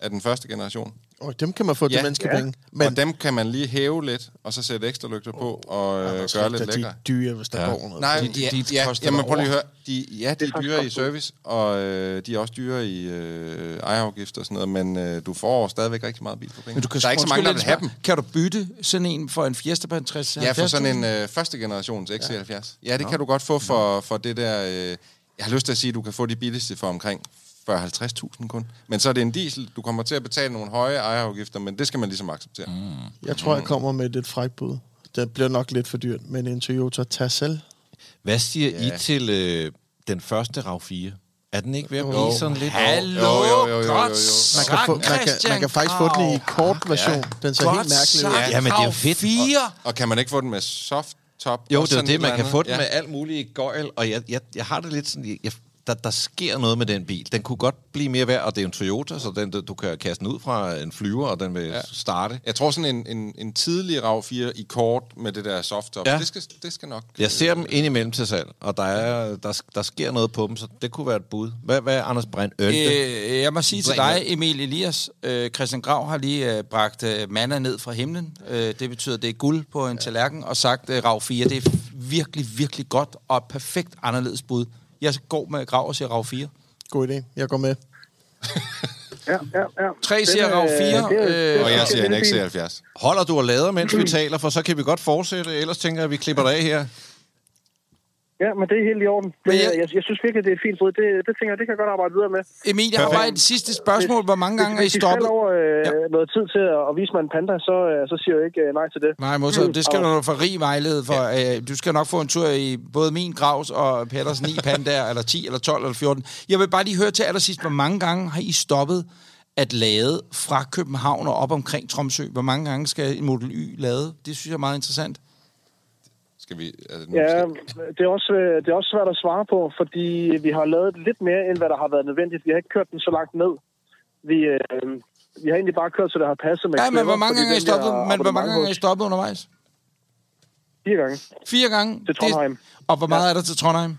Speaker 5: af den første generation.
Speaker 3: Og dem kan man få til
Speaker 5: Ja.
Speaker 3: menneskepenge.
Speaker 5: Men...
Speaker 3: Men
Speaker 5: Og dem kan man lige hæve lidt, og så sætte ekstra lygter på, og
Speaker 3: Ja,
Speaker 5: øh,
Speaker 3: der
Speaker 5: gøre
Speaker 3: skal
Speaker 5: lidt
Speaker 3: da
Speaker 5: lækker.
Speaker 3: altså, de dyre, hvis der går noget.
Speaker 5: Nej,
Speaker 2: De-
Speaker 5: de,
Speaker 2: de-
Speaker 5: de,
Speaker 2: de
Speaker 5: de, ja,
Speaker 2: koster
Speaker 5: jamen,
Speaker 2: dig
Speaker 5: prøv lige at
Speaker 2: over.
Speaker 5: høre. De, ja, de
Speaker 8: er
Speaker 5: er
Speaker 8: faktisk
Speaker 5: dyrere i
Speaker 8: godt gået.
Speaker 5: service, og øh, de er også dyrere i øh, ejerafgift og sådan noget, men øh, du får stadigvæk rigtig meget bil for penge.
Speaker 2: Men du kan
Speaker 5: der er ikke så
Speaker 2: undskyld,
Speaker 5: mange, der
Speaker 2: lidt
Speaker 5: vil have dem.
Speaker 2: spørg- Kan du bytte sådan en for en Fiesta på 50
Speaker 5: Ja, for sådan en øh, første generations XC70. Ja, ja det kan du godt få for, for det der... Øh, jeg har lyst til at sige, at du kan få de billigste for omkring 40-50.000 kun. Men så er det en diesel. Du kommer til at betale nogle høje ejerafgifter, men det skal man ligesom acceptere. Mm.
Speaker 3: Jeg tror, jeg kommer med et lidt frækt bud. Det bliver nok lidt for dyrt, men en Toyota Tercel.
Speaker 4: Hvad siger
Speaker 5: Ja.
Speaker 4: I til øh, den første RAV 4? Er den ikke ved at blive sådan lidt...
Speaker 2: Hallo,
Speaker 5: Jo, jo, jo, jo, jo,
Speaker 2: godt
Speaker 5: jo.
Speaker 3: Man kan, få,
Speaker 2: sagt,
Speaker 3: man, kan, man kan faktisk få den i kort version. Den ser
Speaker 2: Godt
Speaker 3: helt mærkelig ud.
Speaker 2: sagt,
Speaker 4: Ja, men det er jo
Speaker 2: Rav
Speaker 4: fedt.
Speaker 2: Fire.
Speaker 5: Og kan man ikke få den med soft top?
Speaker 4: Jo,
Speaker 5: og
Speaker 4: det er
Speaker 5: sådan
Speaker 4: jo
Speaker 5: et
Speaker 4: det, man
Speaker 5: eller
Speaker 4: kan
Speaker 5: andet?
Speaker 4: få den med alt muligt gøjl, og jeg, jeg, jeg har det lidt sådan, jeg, jeg, der, der sker noget med den bil. Den kunne godt blive mere værd, og det er en Toyota, så den, du kan kaste den ud fra en flyver, og den vil ja. starte.
Speaker 5: Jeg tror sådan en, en, en tidlig RAV 4 i kort med det der softtop,
Speaker 4: Ja.
Speaker 5: ja. det, skal, det skal nok...
Speaker 4: Jeg ser dem indimellem til salg, og der, er, der, der sker noget på dem, så det kunne være et bud. Hvad, hvad er Anders Brind? Øh,
Speaker 2: Øh, jeg må sige til dig, Emil Elias, øh, Christian Grav har lige øh, bragt øh, manna ned fra himlen. Øh, det betyder, det er guld på en ja. tallerken, og sagt, øh, Rav 4, det er f- virkelig, virkelig godt og et perfekt anderledes bud. Jeg går med Grav og siger Rav 4.
Speaker 3: God idé. Jeg går med.
Speaker 8: Ja, ja, ja.
Speaker 2: Tre siger Rav 4. Øh,
Speaker 5: Og jeg siger en X70.
Speaker 4: holder du og lader, mens vi taler, for så kan vi godt fortsætte. Ellers tænker jeg, at vi klipper dig af her.
Speaker 8: Ja, men det er helt i orden. Det,
Speaker 2: Men
Speaker 8: jeg,
Speaker 2: jeg-
Speaker 8: jeg, jeg, synes virkelig, det er et fint bud. Det, det tænker jeg, det kan jeg godt arbejde videre med.
Speaker 2: Emil, jeg har bare et sidste spørgsmål. Hvor mange gange er I
Speaker 8: Hvis de skal
Speaker 2: stoppet?
Speaker 8: over øh,
Speaker 2: Ja.
Speaker 8: ja. noget tid til at, at vise mig en panda, så, øh, så siger jeg ikke øh, nej til det.
Speaker 2: Nej, modsat. Det skal du få rig vejlighed for. Øh, du skal nok få en tur i både min Gravs og Petters 9 pandaer, eller 10, eller 12, eller 14. Jeg vil bare lige høre til allersidst, hvor mange gange har I stoppet at lade fra København og op omkring Tromsø? Hvor mange gange skal en Model Y lade? Det synes jeg er meget interessant.
Speaker 5: Skal vi... Altså, nu
Speaker 8: Ja,
Speaker 5: skal-
Speaker 8: det er, også, øh, det er også svært at svare på, fordi vi har lavet lidt mere, end hvad der har været nødvendigt. Vi har ikke kørt den så langt ned. Vi, øh, vi har egentlig bare kørt, så det har passet med
Speaker 2: Ja, men
Speaker 8: Clever,
Speaker 2: hvor mange
Speaker 8: fordi
Speaker 2: gange er I
Speaker 8: den der
Speaker 2: stoppet, men hvor mange
Speaker 8: abonnement
Speaker 2: gange er I
Speaker 8: hos-
Speaker 2: stoppet undervejs?
Speaker 8: Fire gange
Speaker 2: Fire gange?
Speaker 8: til Trondheim.
Speaker 2: Det, og hvor meget er der til Trondheim?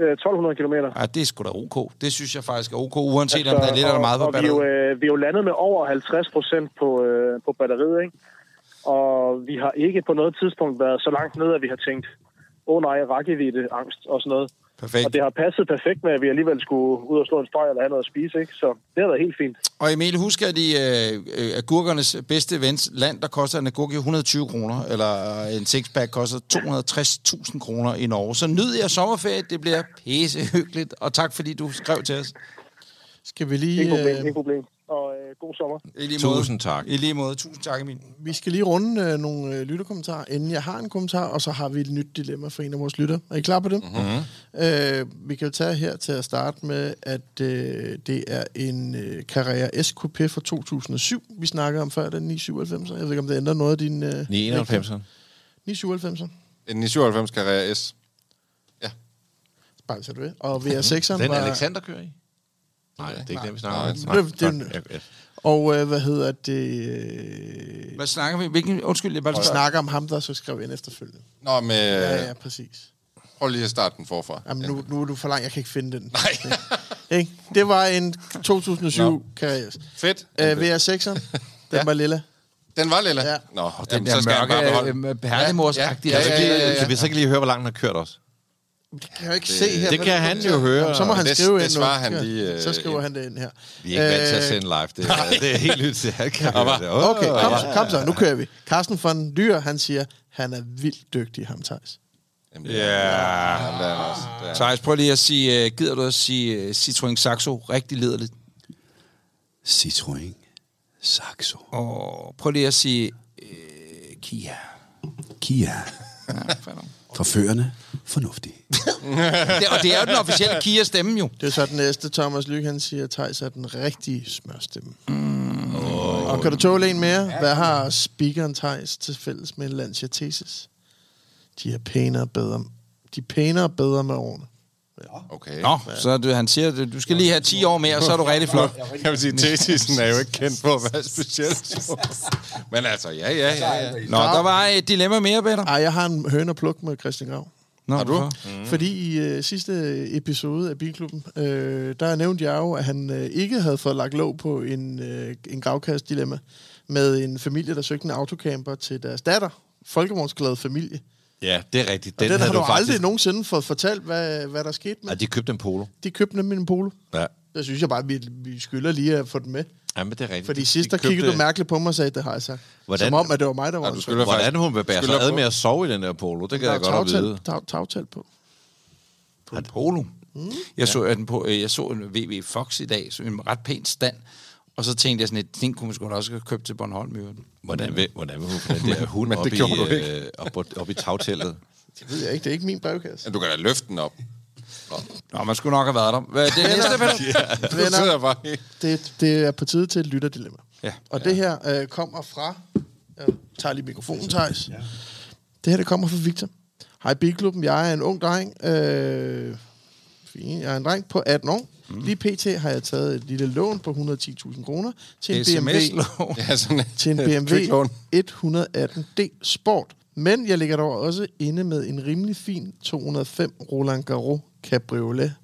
Speaker 8: Øh, 1200 kilometer.
Speaker 2: Ja, det er sgu da OK. Det synes jeg faktisk er OK, uanset om der er
Speaker 8: Altså,
Speaker 2: lidt
Speaker 8: og,
Speaker 2: eller meget på
Speaker 8: og vi, er jo,
Speaker 2: batteriet.
Speaker 8: øh, vi er jo landet med over 50 procent på, øh, på batteriet, ikke? Og vi har ikke på noget tidspunkt været så langt ned, at vi har tænkt, åh oh, nej, rækkevidde, angst og sådan noget.
Speaker 2: Perfekt.
Speaker 8: Og det har passet perfekt med, at vi alligevel skulle ud og slå en spejl eller have noget at spise, ikke? Så det har været helt fint.
Speaker 2: Og Emil, husk, at i øh, øh, agurkernes bedste vens land, der koster en agurk jo 120 kroner, eller en sixpack koster 260.000 kroner i Norge. Så nyd jer sommerferie, det bliver pisse hyggeligt, og tak fordi du skrev til os.
Speaker 3: Skal vi lige...
Speaker 8: Ingen problem,
Speaker 3: Øh,
Speaker 8: ingen problem. Og øh, god sommer.
Speaker 2: I lige
Speaker 4: Tusind tak.
Speaker 2: I lige måde. Tusind tak, Emil.
Speaker 3: vi skal lige runde øh, nogle øh, lytterkommentarer, inden jeg har en kommentar, og så har vi et nyt dilemma for en af vores lytter. Er I klar på det?
Speaker 4: Mhm.
Speaker 5: Mhm.
Speaker 3: Mm-hmm. Øh, vi kan jo tage her til at starte med, at øh, det er en øh, Carrera SQP fra 2007, vi snakkede om før, den 997. Jeg ved ikke, om det ændrer noget af din... Øh,
Speaker 4: 99'eren.
Speaker 3: 997.
Speaker 5: En 97 Carrera S.
Speaker 3: Bare så du ved. Og VR6'eren
Speaker 4: Mhm. Den
Speaker 3: var...
Speaker 4: Alexander kører i? Nej, det er ikke den, vi snakker om.
Speaker 3: Nej,
Speaker 4: Nej,
Speaker 3: det er den-
Speaker 4: fuck, ja, ja.
Speaker 3: Og øh, hvad hedder det... Øh,
Speaker 2: Hvad snakker vi? Hvilken, undskyld, jeg bare
Speaker 3: vi
Speaker 2: lige spørger.
Speaker 3: snakker om ham, der så skrev ind efterfølgende.
Speaker 5: Nå, men
Speaker 3: Ja, ja,
Speaker 5: øh,
Speaker 3: præcis.
Speaker 5: prøv lige at starte den forfra.
Speaker 3: Jamen, nu, nu er du for langt, jeg kan ikke finde den. Nej. Ikke? Det var en 2007 no. Carriers.
Speaker 5: Fedt.
Speaker 3: Øh, VR6'eren, den var lilla.
Speaker 5: Den var lilla?
Speaker 3: Ja.
Speaker 5: Nå,
Speaker 2: Og den
Speaker 5: jamen,
Speaker 2: der
Speaker 5: så skal jeg bare
Speaker 2: mørke
Speaker 5: beholde
Speaker 2: øh, perlemorsagtige.
Speaker 5: Ja, ja, ja, ja,
Speaker 4: Kan vi så ikke lige høre, hvor langt han har kørt også?
Speaker 3: Det kan jeg jo ikke det, se her.
Speaker 4: Det
Speaker 3: vel?
Speaker 4: kan han jo høre.
Speaker 3: Jamen, så må han
Speaker 5: det-
Speaker 3: skrive
Speaker 5: det
Speaker 3: ind nu.
Speaker 5: svarer han
Speaker 3: Ja,
Speaker 5: lige, øh,
Speaker 3: Så skriver
Speaker 5: ind.
Speaker 3: han det ind her.
Speaker 4: Vi er ikke vant til at
Speaker 3: Øh,
Speaker 4: sende live. Det, er, det er helt nyt til. Han kan høre det. Åh,
Speaker 3: Okay, kom, så- kom så, nu kører vi. Carsten von Dyr, han siger, han er vildt dygtig, ham Thijs.
Speaker 5: Jamen, Ja, den der er også. Der. er-
Speaker 2: Ah. Thijs, prøv lige at sige, øh, gider du at sige øh, Citroën Saxo rigtig lederligt?
Speaker 1: Citroën Saxo.
Speaker 2: Og prøv lige at sige øh, Kia.
Speaker 1: Kia.
Speaker 2: Ja, fair nok.
Speaker 1: Forførende. Fornuftig.
Speaker 2: det, og det er jo den officielle Kia-stemme jo.
Speaker 3: Det er så den næste, Thomas Lykke, han siger, Thijs er den rigtige smørstemme. Mm. Og kan du tåle en mere? Hvad har speakeren Thijs til fælles med en Lancia Thesis? De er pænere og bedre. De er pænere og bedre med årene.
Speaker 5: Okay.
Speaker 2: Nå, så du, han siger, at du skal lige have 10 år mere, så er du rigtig flot.
Speaker 5: Jeg vil sige, tesisen er jo ikke kendt på at være specielt. Men altså, ja, ja, ja. ja.
Speaker 2: Nå, der var et dilemma mere, Peter.
Speaker 3: Ej, jeg har en høne at plukke med Christian Grav.
Speaker 2: Nå, har du?
Speaker 3: Mm. Fordi i øh, sidste episode af Bilklubben, øh, der nævnte jeg jo, at han øh, ikke havde fået lagt låg på en, øh, en gravkastdilemma med en familie, der søgte en autocamper til deres datter. Folkevognsglad familie.
Speaker 4: Ja, det er rigtigt.
Speaker 3: Og den, den har
Speaker 4: havde
Speaker 3: du faktisk... aldrig nogensinde fået fortalt, hvad, hvad der skete med.
Speaker 4: Ja, de købte en polo.
Speaker 3: De købte nemlig en polo.
Speaker 4: Ja.
Speaker 3: Der synes jeg bare, at vi, vi skylder lige at få den med.
Speaker 4: Ja, men det er rigtigt.
Speaker 3: Fordi
Speaker 4: De-
Speaker 3: sidst
Speaker 4: de
Speaker 3: der kiggede du
Speaker 4: købte-
Speaker 3: mærkeligt på mig og sagde, det har jeg sagt.
Speaker 4: Hvordan-
Speaker 3: Som om, at det var mig, der var
Speaker 5: Ja, du skylder
Speaker 4: Hvordan hun vil bære sig
Speaker 5: Skylder
Speaker 4: ad
Speaker 5: på.
Speaker 4: med at sove i den der polo, det kan
Speaker 3: der
Speaker 4: jeg godt at vide.
Speaker 3: tag, tagtalt på.
Speaker 2: På en polo.
Speaker 4: Mm.
Speaker 2: Jeg så, at den på, øh, jeg så en VW Fox i dag, som en ret pæn stand. Og så tænkte jeg sådan et, den kunne man sgu da også have købt til Bornholm. i øvrigt.
Speaker 4: Hvordan vil, hvordan vil hun få den der hund
Speaker 5: men
Speaker 4: op,
Speaker 5: det
Speaker 4: i,
Speaker 5: gjorde du ikke.
Speaker 4: øh, op, op i tagteltet?
Speaker 3: Det ved jeg ikke, det er ikke min brevkasse.
Speaker 5: Men du kan da løfte den op.
Speaker 2: Nå, man skulle nok have været der. Hvad er Øh, det næste, Peter?
Speaker 5: Du
Speaker 3: Venner.
Speaker 5: sidder bare i.
Speaker 3: Det, det er på tide til et lytterdilemma.
Speaker 2: Ja.
Speaker 3: Og det her øh, kommer fra... Jeg tager lige mikrofonen, Thijs. Ja. Det her, det kommer fra Victor. Hej, Bilklubben. Jeg er en ung dreng. Øh, fint. Jeg er en dreng på 18 år. Mm. Lige pt. har jeg taget et lille lån på 110.000 kroner til en BMW,
Speaker 2: SMS-lån.
Speaker 5: Ja, sådan et-
Speaker 3: til en
Speaker 5: et
Speaker 3: BMW
Speaker 5: kviklån.
Speaker 3: 118D Sport. Men jeg ligger dog også inde med en rimelig fin 205 Roland Garros Cabriolet.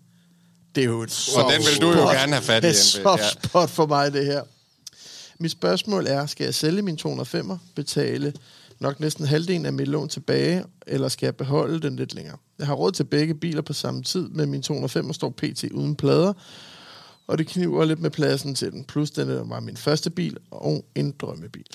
Speaker 3: Det er jo et soft
Speaker 5: den vil du jo
Speaker 3: spot.
Speaker 5: gerne have fat i,
Speaker 3: Det er
Speaker 5: MB,
Speaker 3: soft
Speaker 5: ja.
Speaker 3: spot for mig, det her. Mit spørgsmål er, skal jeg sælge min 205'er, betale nok næsten halvdelen af mit lån tilbage, eller skal jeg beholde den lidt længere? Jeg har råd til begge biler på samme tid, men min 205'er står pt. uden plader, og det kniver lidt med pladsen til den. Plus, den var min første bil og en drømmebil.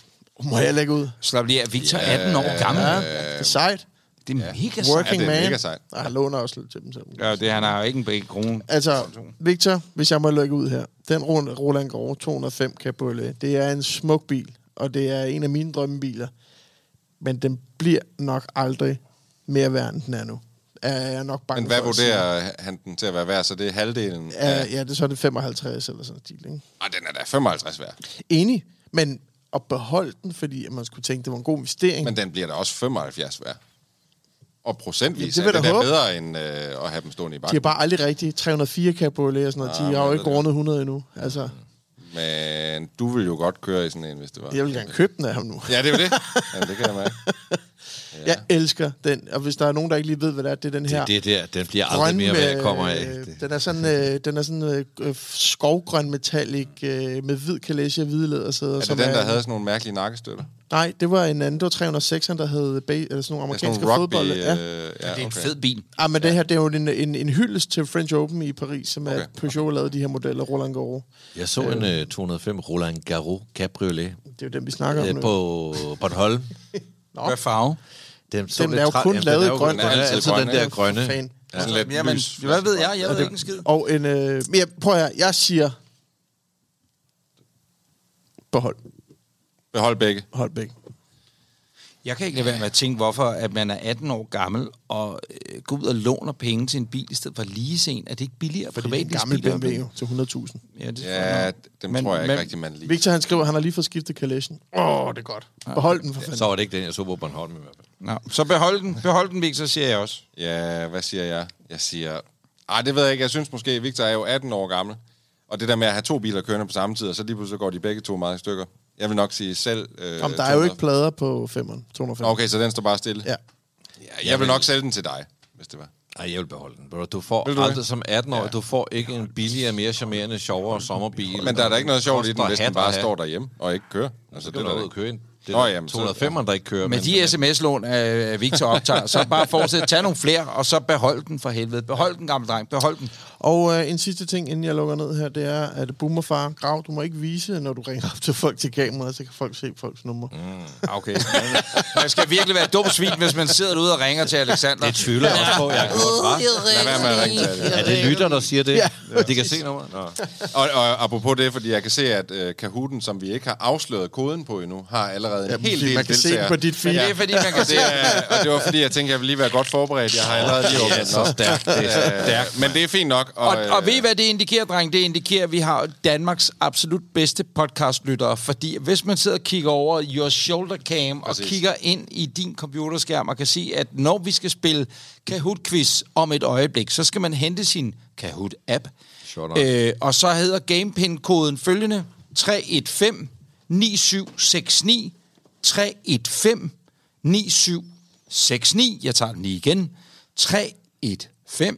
Speaker 3: Må jeg lægge ud?
Speaker 2: Slap lige af. Victor er 18 år gammel.
Speaker 3: Ja, det er sejt.
Speaker 2: Det er mega sejt.
Speaker 3: Working
Speaker 5: Ja, det er
Speaker 3: man.
Speaker 5: mega sejt.
Speaker 3: Og han låner også lidt til dem selv.
Speaker 2: Ja, det, han har jo ikke en bæk krone.
Speaker 3: Altså, Victor, hvis jeg må lukke ud her. Den Ro- Roland Garros 205 Cabriolet, det er en smuk bil, og det er en af mine drømmebiler. Men den bliver nok aldrig mere værd, end den er nu. Er jeg nok bange
Speaker 5: Men hvad
Speaker 3: for at sige.
Speaker 5: vurderer han den til at være værd? Så det er halvdelen af...
Speaker 3: Ja, ja, det, så er det 55 eller sådan en stil, ikke?
Speaker 5: Ah, den er da 55 værd.
Speaker 3: Enig, men at beholde den, fordi at man skulle tænke, det var en god investering.
Speaker 5: Men den bliver da også 75 værd. Og procentvis
Speaker 3: Jamen, det vil
Speaker 5: er
Speaker 3: jeg
Speaker 5: den
Speaker 3: da
Speaker 5: da
Speaker 3: håbe.
Speaker 5: bedre end øh, at have dem stående i
Speaker 3: de er
Speaker 5: banken.
Speaker 3: bare aldrig rigtige. 304 Cabriolet og sådan noget.
Speaker 5: Ah,
Speaker 3: de har jo
Speaker 5: men
Speaker 3: ikke
Speaker 5: det-
Speaker 3: rundet 100 endnu. Altså,
Speaker 5: Men du vil jo godt køre i sådan en, hvis det var.
Speaker 3: jeg vil gerne købe den af ham nu.
Speaker 5: Ja, det er jo det. Jamen, det kan jeg mærke.
Speaker 3: Jeg elsker den. Og hvis der er nogen, der ikke lige ved, hvad det er, det er den her.
Speaker 4: Det, det der, den bliver aldrig mere, hvad jeg kommer af.
Speaker 3: øh,
Speaker 4: Det.
Speaker 3: Den er sådan, øh, den er sådan øh, øh, skovgrøn metallic øh, med hvid kalesje og hvide lædersæder.
Speaker 5: Er det den, der havde sådan nogle mærkelige nakkestøtter?
Speaker 3: Nej, det var en anden. Det var 306'eren, der havde ba- eller sådan nogle
Speaker 5: Ja, sådan
Speaker 3: amerikanske
Speaker 5: nogle rugby...
Speaker 3: fodbold.
Speaker 5: Øh,
Speaker 3: Ja.
Speaker 5: ja,
Speaker 2: Det er en
Speaker 5: okay.
Speaker 2: fed bil.
Speaker 3: Ah, men det her, det er jo en, en, en hyldest til French Open i Paris, som okay. er
Speaker 5: Okay.
Speaker 3: Peugeot lavede de her modeller, Roland Garros.
Speaker 4: Jeg så en øh, 205 Roland Garros Cabriolet
Speaker 3: Det er jo den, vi snakker om
Speaker 4: øh,
Speaker 3: nu.
Speaker 4: på Bornholm.
Speaker 2: Hvad farve?
Speaker 4: Den, så
Speaker 3: Den
Speaker 4: lidt
Speaker 3: er jo
Speaker 4: træt.
Speaker 3: kun
Speaker 4: Jamen,
Speaker 3: lavet
Speaker 4: den
Speaker 3: i
Speaker 4: er jo-
Speaker 3: grøn. Altså,
Speaker 4: Den er altid den der grønne.
Speaker 3: Fan.
Speaker 5: Ja, sådan lidt
Speaker 2: Jamen,
Speaker 5: lys.
Speaker 2: hvad ved jeg? Jeg ved ikke en skid.
Speaker 3: Og en... Øh, men jeg, prøv at høre, jeg siger... Behold.
Speaker 5: Behold begge.
Speaker 3: Hold begge.
Speaker 2: Jeg kan ikke lade være med at tænke, hvorfor at man er 18 år gammel og øh, går ud og låner penge til en bil, i stedet for at lease en. Er det ikke billigere?
Speaker 3: Fordi det er en gammel
Speaker 2: lease biler?
Speaker 3: BMW jo, til 100.000.
Speaker 2: Ja, det
Speaker 5: Ja, dem
Speaker 2: Men-
Speaker 5: tror jeg
Speaker 2: men-
Speaker 5: ikke rigtig, man lige.
Speaker 3: Victor, han skriver, at han har lige fået skiftet kalæsen. Åh, oh, det er godt. Behold den for fanden.
Speaker 4: Så var det ikke den, jeg så på Bornholm i hvert fald.
Speaker 2: Nå, så behold den. Behold den, Victor, siger jeg også.
Speaker 5: Ja, hvad siger jeg? Jeg siger... Ej, det ved jeg ikke. Jeg synes måske, Victor er jo 18 år gammel. Og det der med at have to biler kørende på samme tid, og så lige pludselig går de begge to meget i stykker. Jeg vil nok sige selv... Øh,
Speaker 3: Jamen, der er jo ikke plader på 5'eren. 205.
Speaker 5: Nå, Okay, så den står bare stille?
Speaker 3: Ja.
Speaker 5: ja jeg vil nok sælge den til dig, hvis det var.
Speaker 4: Ej, jeg vil beholde den. Ved du, Du får
Speaker 5: Vil du
Speaker 4: du
Speaker 5: det?
Speaker 4: aldrig som 18-årig, ja. du får ikke en billigere, mere charmerende, sjovere sommerbil.
Speaker 5: Men der er da ikke noget sjovt i
Speaker 4: Koster
Speaker 5: den, hvis den
Speaker 4: hat
Speaker 5: bare
Speaker 4: at have.
Speaker 5: står derhjemme og ikke kører. Altså,
Speaker 4: Så
Speaker 5: det er
Speaker 4: kan
Speaker 5: der
Speaker 4: du ud
Speaker 5: ikke.
Speaker 4: og købe en. Det
Speaker 5: Nå,
Speaker 4: er
Speaker 5: jamen, så-
Speaker 4: 205'eren, der ikke kører.
Speaker 2: Med
Speaker 4: men-
Speaker 2: de sms-lån, øh, Victor optager, så bare fortsæt. Tag nogle flere, og så behold den for helvede. Behold den, gamle dreng. Behold den.
Speaker 3: Og øh, en sidste ting, inden jeg lukker ned her, det er, at boomerfar, grav, du må ikke vise, når du ringer op til folk til kameraet, så kan folk se folks numre. Mm.
Speaker 2: Okay. Man skal virkelig være et dumt svin, hvis man sidder derude og ringer til Alexander.
Speaker 4: Det tvivler jeg også på, jeg har gjort, hva'?
Speaker 5: Lad være med at ringe til alle.
Speaker 4: Er det lytter, der siger det? Ja, de kan se nummeret. Nå.
Speaker 5: Og, og apropos det, fordi jeg kan se, at øh, Kahooten, som vi ikke har afsløret koden på endnu, har allerede en hel del
Speaker 3: man kan se den
Speaker 5: deltagere.
Speaker 3: på dit feed.
Speaker 2: Men det er, fordi man kan
Speaker 5: Og
Speaker 2: se...
Speaker 5: det, er, og det var fordi, jeg tænkte, jeg ville lige være godt forberedt. Jeg har allerede lige åbnet den
Speaker 4: Så
Speaker 5: op.
Speaker 4: stærkt. Det er så stærkt.
Speaker 5: Øh, Men det er fint nok.
Speaker 2: Og, og ved I,
Speaker 5: øh,
Speaker 2: hvad det indikerer, dreng? Det indikerer, at vi har Danmarks absolut bedste podcastlyttere. Fordi hvis man sidder og kigger over your shoulder cam Præcis. og
Speaker 5: Præcis.
Speaker 2: kigger ind i din computerskærm og kan se, at når vi skal spille Kahoot-quiz om et øjeblik, så skal man hente sin Kahoot-app.
Speaker 4: Sure
Speaker 2: Øh, og så hedder gamepin-koden følgende 315 9769 315 9769. Jeg tager den lige igen. 315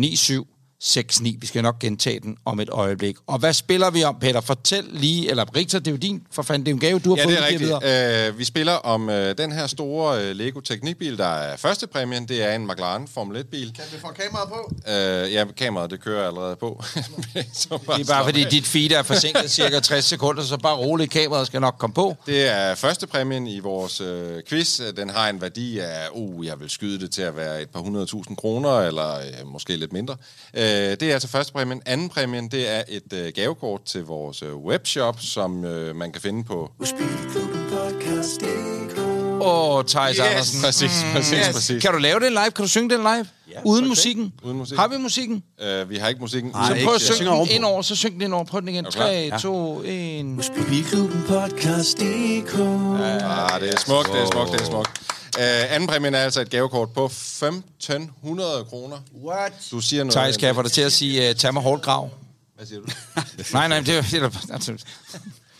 Speaker 2: 9769. Vi skal nok gentage den om et øjeblik. Og hvad spiller vi om, Peter? Fortæl lige, eller Richter, det er jo din for fanden, det er jo en gave, du har
Speaker 5: Ja,
Speaker 2: fået.
Speaker 5: det
Speaker 2: Vi
Speaker 5: er
Speaker 2: giver videre.
Speaker 5: rigtigt. Øh, vi spiller om øh, den her store øh, Lego teknikbil, der er første præmien. Det er en McLaren Formel 1-bil.
Speaker 3: Kan vi få kameraet på?
Speaker 5: Øh, ja, kameraet, det kører allerede på. Så
Speaker 2: Det er bare
Speaker 5: slap
Speaker 2: fordi
Speaker 5: af.
Speaker 2: dit feed er forsinket cirka 60 sekunder, så bare roligt, kameraet skal nok komme på.
Speaker 5: Det er første præmien i vores øh, quiz. Den har en værdi af, uh, jeg vil skyde det til at være et par hundredtusind kroner, eller øh, måske lidt mindre. Øh, det er altså første præmien. Anden præmien, det er et øh, gavekort til vores øh, webshop, som øh, man kan finde på...
Speaker 2: Åh, oh, Thijs yes. Andersen. Mm.
Speaker 5: præcis, præcis,
Speaker 2: Yes.
Speaker 5: præcis.
Speaker 2: Kan du lave det live? Kan du synge den live? Ja, Uden musikken?
Speaker 5: Uden musikken.
Speaker 2: Har vi musikken?
Speaker 5: Øh, vi har ikke musikken.
Speaker 2: så prøv at synge
Speaker 3: synger
Speaker 2: den
Speaker 3: ovenpå.
Speaker 2: ind over, så syng den ind over. Prøv den igen.
Speaker 5: du klar?
Speaker 2: 3, 2, 1.
Speaker 5: Ah, det er smukt, det er smukt, det er smukt. Øh, anden præmien er altså et gavekort på 1500 kroner.
Speaker 9: What?
Speaker 5: Du siger noget.
Speaker 2: Thijs, kan jeg få dig til at sige, uh, tag mig hårdt grav?
Speaker 5: Hvad siger du?
Speaker 2: nej, nej, men det er det er- altså,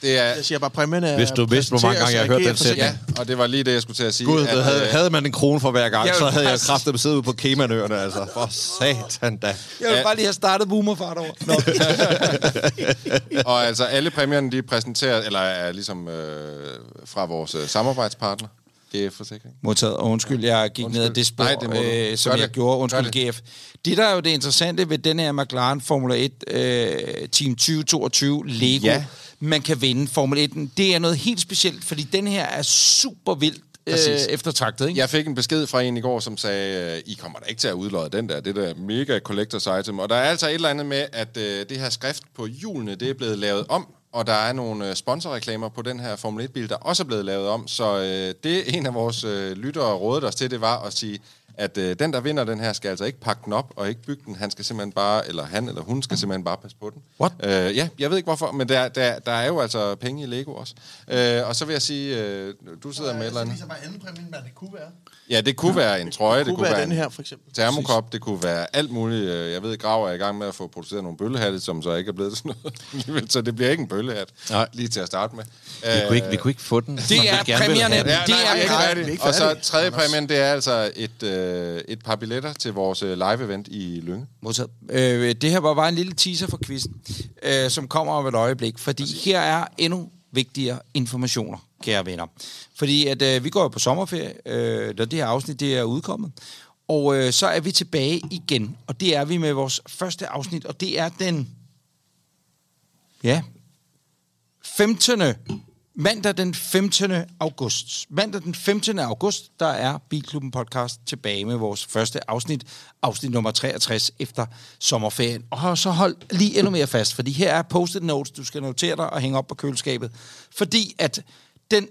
Speaker 5: Det er,
Speaker 3: Jeg siger bare, præmien er...
Speaker 4: Hvis du vidste, hvor mange gange jeg har hørt den sætning.
Speaker 5: ja, og det var lige det, jeg skulle til at sige.
Speaker 4: Gud,
Speaker 5: at,
Speaker 4: at, havde,
Speaker 5: øh,
Speaker 4: havde man en krone for hver
Speaker 2: Jeg
Speaker 4: gang, jeg
Speaker 2: vil
Speaker 4: så havde jeg
Speaker 2: bare-
Speaker 4: kraftet siddet ude på Caymanøerne, altså. For satan da.
Speaker 2: Jeg vil bare lige have startet boomerfart over. Nå.
Speaker 5: Og altså, alle præmierne, de præsenterer, eller er ligesom øh, fra vores øh, samarbejdspartner, GF Forsikring.
Speaker 2: Modtaget, og undskyld, jeg gik
Speaker 5: Undskyld.
Speaker 2: ned ad det spor,
Speaker 5: Nej, det må du.
Speaker 2: øh, som
Speaker 5: Gør
Speaker 2: jeg
Speaker 5: det.
Speaker 2: gjorde.
Speaker 5: Gør
Speaker 2: Undskyld,
Speaker 5: det.
Speaker 2: GF. Det, der er jo det interessante ved den her McLaren Formula 1 øh, Team 2022 Lego,
Speaker 5: Ja.
Speaker 2: ja. man kan vinde Formel 1. Det er noget helt specielt, fordi den her er super vildt øh,
Speaker 5: Præcis.
Speaker 2: eftertragtet. Ikke?
Speaker 5: Jeg fik en besked fra en i går, som sagde, øh, I kommer da ikke til at udløje den der, det der mega collector's item. Og der er altså et eller andet med, at øh, det her skrift på hjulene, det er blevet lavet om, og der er nogle øh, sponsorreklamer på den her Formel 1-bil, der også er blevet lavet om. Så øh, det en af vores øh, lyttere rådede os til, det var at sige, at øh, den, der vinder den her, skal altså ikke pakke den op og ikke bygge den. Han skal simpelthen bare, eller han eller hun skal simpelthen bare passe på den.
Speaker 2: What?
Speaker 5: Øh, ja, jeg ved ikke hvorfor, men der, der, der er jo altså penge i Lego også. Øh, og så vil jeg sige, øh, du sidder med et eller andet.
Speaker 3: viser bare anden præmien, hvad det kunne være.
Speaker 5: Ja, det kunne være en trøje, det,
Speaker 3: Det
Speaker 5: kunne være,
Speaker 3: den
Speaker 5: en
Speaker 3: her, for eksempel.
Speaker 5: termokop, det kunne være alt muligt. Øh, Jeg ved, Grav er i gang med at få produceret nogle bøllehatte, som så ikke er blevet til noget. alligevel, så det bliver ikke en bøllehat, Nej. lige til at starte med. Øh,
Speaker 4: Vi kunne ikke, vi kunne ikke få den. som vi
Speaker 2: Det er
Speaker 4: gerne ville
Speaker 2: præmierne.
Speaker 4: have den.
Speaker 5: Ja,
Speaker 2: Det
Speaker 5: nej,
Speaker 2: er
Speaker 5: vi er ikke
Speaker 2: grav.
Speaker 5: færdige.
Speaker 3: Vi er ikke
Speaker 5: Og så
Speaker 3: færdige,
Speaker 5: tredje
Speaker 3: Anders.
Speaker 5: præmien, det er altså et, øh, et par billetter til vores øh, live-event i Lønge.
Speaker 2: Modtaget. Øh, det her var bare en lille teaser for quizzen, øh, som kommer om et øjeblik, fordi her er endnu vigtigere informationer, kære venner. Fordi at øh, vi går jo på sommerferie, øh, når det her afsnit det er udkommet, og øh, så er vi tilbage igen, og det er vi med vores første afsnit, og det er den... Ja, 15. Mandag den 15. august. Mandag den 15. august, der er Bilklubben Podcast tilbage med vores første afsnit, afsnit nummer 63 efter sommerferien. Og så hold lige endnu mere fast, fordi her er post-it notes, du skal notere dig og hænge op på køleskabet. Fordi at den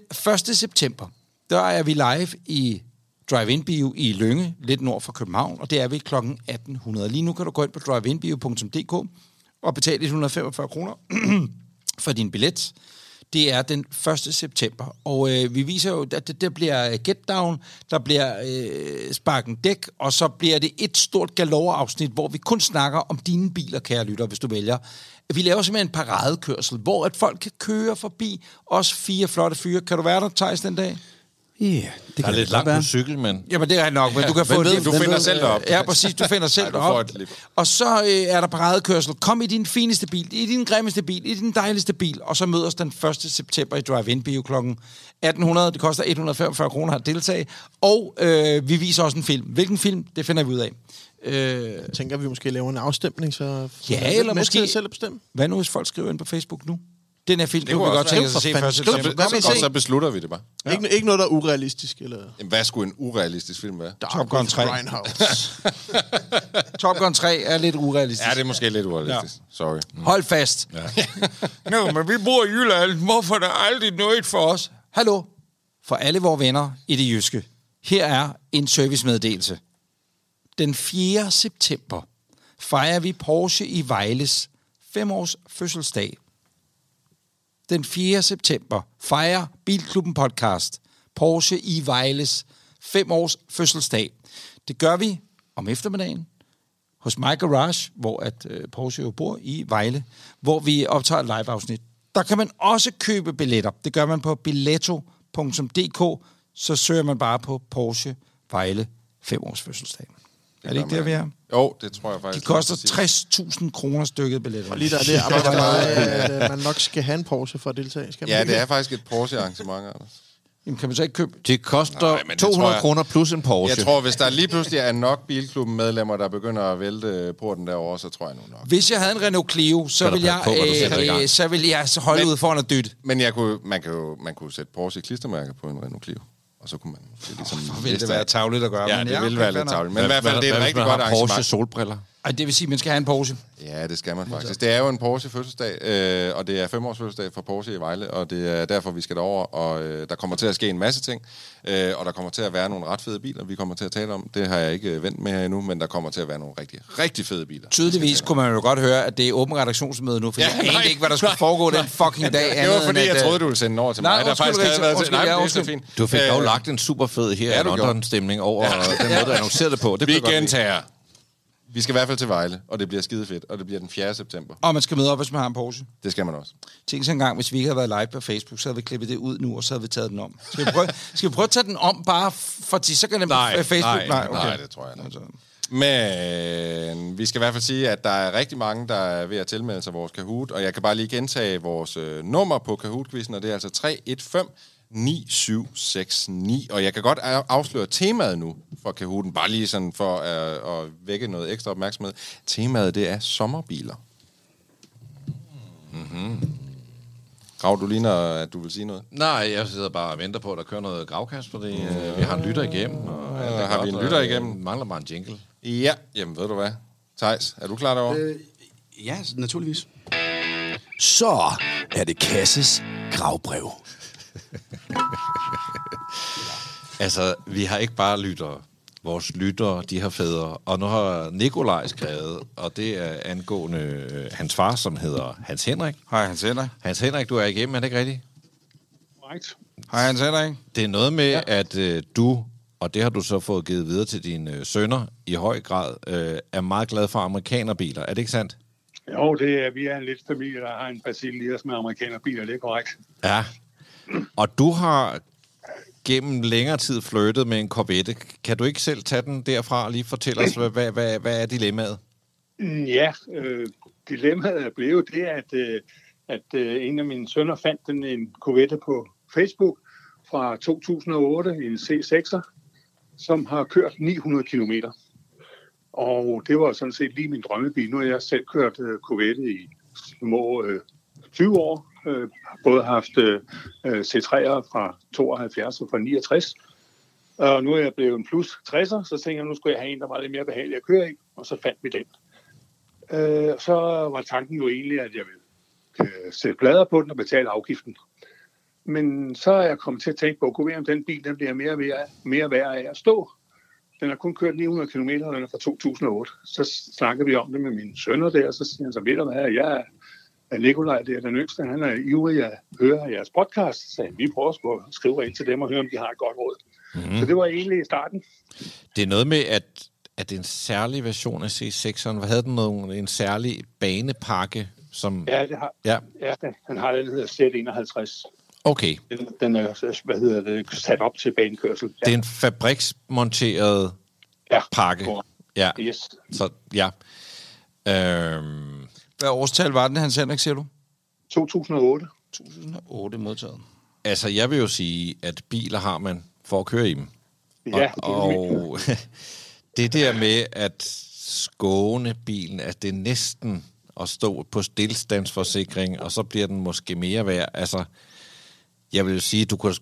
Speaker 2: 1. september, der er vi live i drive-in-bio i Lønge, lidt nord for København, og det er vi kl. 1800. Lige nu kan du gå ind på driveinbio.dk og betale 145 kroner for din billet. Det er den 1. september, og øh, vi viser jo, at det, der bliver Get Down, der bliver øh, Sparken Dæk, og så bliver det et stort galore-afsnit, hvor vi kun snakker om dine biler, kære lytter, hvis du vælger. Vi laver simpelthen en paradekørsel, hvor at folk kan køre forbi os fire flotte fyre. Kan du være der, Thijs, den dag?
Speaker 9: Ja, yeah, det
Speaker 4: Der
Speaker 9: kan
Speaker 4: er lidt
Speaker 9: godt
Speaker 4: langt
Speaker 9: være.
Speaker 4: på cykel, men...
Speaker 2: Jamen, det er nok, men du kan få
Speaker 5: ved,
Speaker 2: det.
Speaker 5: du finder selv derop.
Speaker 2: Ja, præcis, du finder selv
Speaker 5: Ej, du får
Speaker 2: derop.
Speaker 5: et lip.
Speaker 2: Og så øh, er der paradekørsel. Kom i din fineste bil, i din grimmeste bil, i din dejligste bil, og så mødes den 1. september i Drive-In Bio kl. 1800. Det koster 145 kroner at deltage. Og øh, vi viser også en film. Hvilken film, det finder vi ud af. Øh,
Speaker 3: Jeg tænker, vi måske laver en afstemning, så...
Speaker 2: Ja,
Speaker 3: Lidt
Speaker 2: eller
Speaker 3: med
Speaker 2: måske-
Speaker 3: til at selv at bestemme.
Speaker 2: hvad nu, hvis folk skriver ind på Facebook nu? Den her film, det
Speaker 5: kunne
Speaker 2: kunne vi
Speaker 5: også
Speaker 2: godt
Speaker 5: være-
Speaker 2: tænke os at se
Speaker 3: Skriv for
Speaker 2: 1.
Speaker 3: fanden. Skriv.
Speaker 2: september.
Speaker 3: Hvad
Speaker 5: Og
Speaker 3: vil I se?
Speaker 5: så beslutter vi det bare.
Speaker 3: Ja. Ikke, ikke noget, der er urealistisk, eller...
Speaker 5: Jamen, hvad skulle en urealistisk film være?
Speaker 2: Top Gun 3.
Speaker 3: Reinhouse.
Speaker 2: Top Gun 3 er lidt urealistisk.
Speaker 5: Ja, det er måske lidt urealistisk. Ja. Sorry.
Speaker 2: Mm. Hold fast. Ja. Nå, men vi bor i Jylland. Hvorfor er der aldrig noget for os? Hallo. For alle vores venner i det jyske. Her er en servicemeddelelse. Den 4. september fejrer vi Porsche i Vejles femårs fødselsdag. Den 4. september fejrer Bilklubben Podcast Porsche i Vejles femårs fødselsdag. Det gør vi om eftermiddagen hos My Garage, hvor at øh, Porsche jo bor i Vejle, hvor vi optager et live-afsnit. Der kan man også købe billetter. Det gør man på billetto.dk, så søger man bare på Porsche Vejle 5-års fødselsdag. er det ikke der, vi er?
Speaker 5: Jo, det tror jeg
Speaker 2: De
Speaker 5: faktisk.
Speaker 2: koster
Speaker 5: præcis.
Speaker 2: 60.000 kroner stykket billetter.
Speaker 3: Lige der er det arbejde, bare, at øh, man nok skal have en Porsche for at deltage. Skal man
Speaker 5: Ja,
Speaker 3: ikke?
Speaker 5: det er faktisk et Porsche-arrangement, Anders.
Speaker 2: Jamen, kan man så ikke købe...
Speaker 4: Det koster
Speaker 5: Nej, men det
Speaker 4: 200
Speaker 5: tror jeg-
Speaker 4: kroner plus en Porsche.
Speaker 5: Jeg tror, hvis der lige pludselig er nok Bilklubben-medlemmer, der begynder at vælte porten derovre, så tror jeg nu nok.
Speaker 2: Hvis jeg havde en Renault Clio, så,
Speaker 4: er der
Speaker 2: ville jeg,
Speaker 4: pas på, hvad du sætter i
Speaker 2: øh, øh,
Speaker 4: gang.
Speaker 2: så ville jeg holde
Speaker 5: Men-
Speaker 2: ud foran at dytte.
Speaker 5: Men jeg kunne, man, kan jo, man kunne sætte Porsche i klistermærker på en Renault Clio. Og så kunne man måske ligesom...
Speaker 2: Hvor ville det være tavligt at gøre.
Speaker 5: Ja, det ville være lidt tavligt. Men i hvert fald, det er et
Speaker 4: Hvad hvis
Speaker 5: rigtig
Speaker 4: man
Speaker 5: godt
Speaker 4: har Porsche
Speaker 5: arrangement.
Speaker 4: solbriller.
Speaker 2: Ej, det vil sige, at man skal have en pause.
Speaker 5: Ja, det skal man faktisk. Det er jo en Porsche fødselsdag, øh, og det er femårs fødselsdag for Porsche i Vejle, og det er derfor, vi skal derover, og øh, der kommer til at ske en masse ting, øh, og der kommer til at være nogle ret fede biler, vi kommer til at tale om. Det har jeg ikke øh, vendt med her endnu, men der kommer til at være nogle rigtig, rigtig fede biler.
Speaker 2: Tydeligvis kunne man jo godt høre, at det er åbent redaktionsmøde nu, for ja,
Speaker 5: Ja,
Speaker 2: jeg
Speaker 5: nej.
Speaker 2: anede ikke, hvad der skulle foregå den fucking dag.
Speaker 5: Det var
Speaker 2: andet
Speaker 5: fordi,
Speaker 2: end at,
Speaker 5: jeg
Speaker 2: øh,
Speaker 5: troede, du ville sende den over til
Speaker 2: Nej,
Speaker 5: mig. Der er
Speaker 2: undskyld,
Speaker 5: faktisk
Speaker 2: Rikke.
Speaker 5: havde været til-
Speaker 2: Undskyld,
Speaker 5: Nej, men
Speaker 2: ja,
Speaker 5: det er så
Speaker 2: undskyld.
Speaker 5: fint.
Speaker 4: Du fik dog
Speaker 5: Øh,
Speaker 4: lagt en super fed her
Speaker 5: ja,
Speaker 4: ja,
Speaker 5: du gjorde.
Speaker 4: London-stemning over ja. den måde, du annoncerede det på. Det kunne
Speaker 5: Vi
Speaker 4: jeg godt lide.
Speaker 5: gentager. Vi skal i hvert fald til Vejle, og det bliver skide fedt, og det bliver den 4. september.
Speaker 2: Og man skal møde op, hvis man har en pause.
Speaker 5: Det skal man også.
Speaker 2: Tænk så engang, hvis vi ikke havde været live på Facebook, så havde vi klippet det ud nu, og så havde vi taget den om. Skal vi prøve, skal vi prøve at tage den om bare, f- fordi så kan den
Speaker 4: Nej,
Speaker 2: på Facebook...
Speaker 4: nej,
Speaker 5: nej, det tror jeg ikke.
Speaker 2: Altså,
Speaker 5: Men vi skal i hvert fald sige, at der er rigtig mange, der er ved at tilmelde sig vores Kahoot, og jeg kan bare lige gentage vores øh, nummer på Kahoot-quizzen, og det er altså 315 9769. Og jeg kan godt af- afsløre temaet nu for Kahooten, bare lige sådan for øh, at vække noget ekstra opmærksomhed. Temaet, det er sommerbiler. Mm-hmm. Grav, du ligner, at du vil sige noget.
Speaker 4: Nej, jeg sidder bare og venter på, at der kører noget gravkast, fordi øh, vi har en lytter igennem. Og alt er
Speaker 5: Har vi en
Speaker 4: og,
Speaker 5: lytter
Speaker 4: øh,
Speaker 5: igennem?
Speaker 4: Mangler bare en jingle.
Speaker 5: Ja, jamen ved du hvad? Thijs, er du klar derovre?
Speaker 1: Øh. Ja, naturligvis. Så er det Kasses gravbrev.
Speaker 4: Altså, vi har ikke bare lyttere. Vores lyttere, de har fædre. Og nu har Nikolaj skrevet, og det er angående øh, hans far, som hedder Hans Henrik.
Speaker 2: hej, Hans Henrik.
Speaker 4: Hans Henrik, du er igennem, er det ikke rigtigt?
Speaker 9: Korrekt.
Speaker 2: Hej, Hans Henrik.
Speaker 4: Det er noget med, ja. at øh, du, og det har du så fået givet videre til dine øh, sønner i høj grad, øh, er meget glad for amerikanerbiler. Er det ikke sandt?
Speaker 9: Jo, det er, vi er en lidt familie, der har en Basilias med amerikanerbiler, det er korrekt.
Speaker 4: Ja. Og du har gennem længere tid flyttet med en Corvette. Kan du ikke selv tage den derfra og lige fortælle os, hvad, hvad, hvad, hvad er dilemmaet?
Speaker 9: Mm, Ja, øh, dilemmaet blev det, at, øh, at øh, en af mine sønner fandt en, en Corvette på Facebook fra 2008, en C6'er, som har kørt 900 km. Og det var sådan set lige min drømmebil. Nu har jeg selv kørt øh, Corvette i små øh, 20 år. Øh, har både haft øh, øh, C3'er fra 72 og fra 69. Og nu er jeg blevet en plus 60'er, så tænkte jeg, nu skulle jeg have en, der var lidt mere behagelig at køre i, og så fandt vi den. Øh, så var tanken jo egentlig, at jeg ville øh, sætte plader på den og betale afgiften. Men så er jeg kommet til at tænke på, kunne være, om den bil den bliver mere, og mere, mere værd af at stå. Den har kun kørt 900 km, og den er fra 2008. Så snakkede vi om det med mine sønner der, og så siger han så, ved du hvad, jeg er- er Nikolaj, det er den yngste, han er ivrig at høre jeres podcast. Så sagde han, vi prøver at skrive- skrive ind til dem og høre, om de har et godt råd.
Speaker 4: Mhm.
Speaker 9: Mm. Så det var egentlig i starten.
Speaker 4: Det er noget med, at, at det er en særlig version af C6'eren. Hvad havde den nogen, en særlig banepakke? Som,
Speaker 9: Ja, det har,
Speaker 4: ja.
Speaker 9: ja det- han har den, der hedder Z51.
Speaker 4: Okay.
Speaker 9: Den, den er, hvad hedder det, sat op til banekørsel.
Speaker 4: Det er en fabriksmonteret
Speaker 9: ja.
Speaker 4: pakke.
Speaker 9: korrekt.
Speaker 4: Ja,
Speaker 9: Yes.
Speaker 4: så ja. Øhm,
Speaker 2: Hvad årstal var den, Hans Henrik, siger du?
Speaker 9: 2008.
Speaker 2: 2008 modtaget.
Speaker 4: altså, jeg vil jo sige, at biler har man for at køre i dem.
Speaker 9: Ja,
Speaker 4: og,
Speaker 9: det er
Speaker 4: og det der med at skåne bilen, at det er næsten at stå på stillstandsforsikring, og så bliver den måske mere værd. Altså, jeg vil jo sige, du kunne,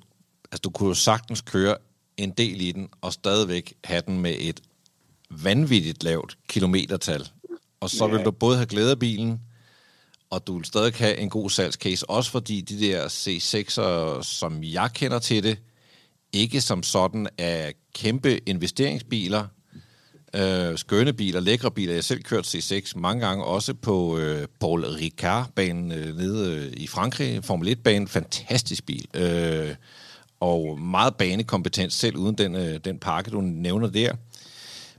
Speaker 4: altså, du kunne jo sagtens køre en del i den, og stadigvæk have den med et vanvittigt lavt kilometertal. Og så ja. vil du både have glæde af bilen, og du vil stadig have en god salgscase, også fordi de der C6'er, som jeg kender til det, ikke som sådan er kæmpe investeringsbiler, øh, skønne biler, lækre biler. Jeg har selv kørt C6 mange gange, også på øh, Paul Ricard-banen øh, nede øh, i Frankrig, Formel 1-banen, fantastisk bil. Øh, og meget banekompetent, selv uden den, øh, den pakke, du nævner der.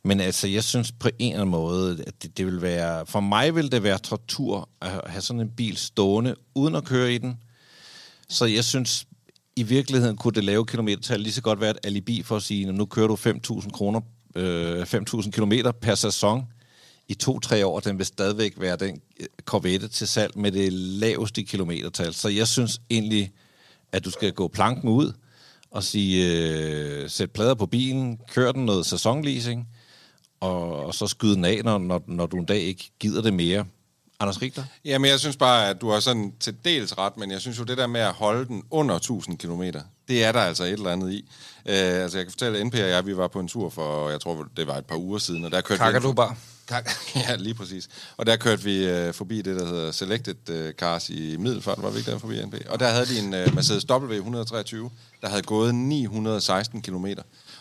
Speaker 4: Men altså, jeg synes på en eller anden måde, at det, det vil være... For mig vil det være tortur at have sådan en bil stående, uden at køre i den. Så jeg synes, i virkeligheden kunne det lave kilometertal lige så godt være et alibi for at sige, nu kører du 5.000 kroner, øh, 5.000 kilometer per sæson i to-tre år, den vil stadigvæk være den øh, Corvette til salg med det laveste kilometertal. Så jeg synes egentlig, at du skal gå planken ud og sige, øh, sæt plader på bilen, kør den noget sæsonleasing, og, og så skyde den af, når, når, når du en dag ikke gider det mere. Anders Rigter?
Speaker 5: Jamen, jeg synes bare, at du har sådan til dels ret, men jeg synes jo, det der med at holde den under 1000 km, det er der altså et eller andet i. Øh, altså, jeg kan fortælle, at NP og jeg, vi var på en tur for, jeg tror, det var et par uger siden, og der kørte vi...
Speaker 2: Kakadu bar.
Speaker 5: Kak- ja, lige præcis. Og der kørte vi øh, forbi det, der hedder Selected øh, Cars i Middelfart, var vi ikke der forbi NB? Og der havde de en øh, Mercedes W123, der havde gået 916 km.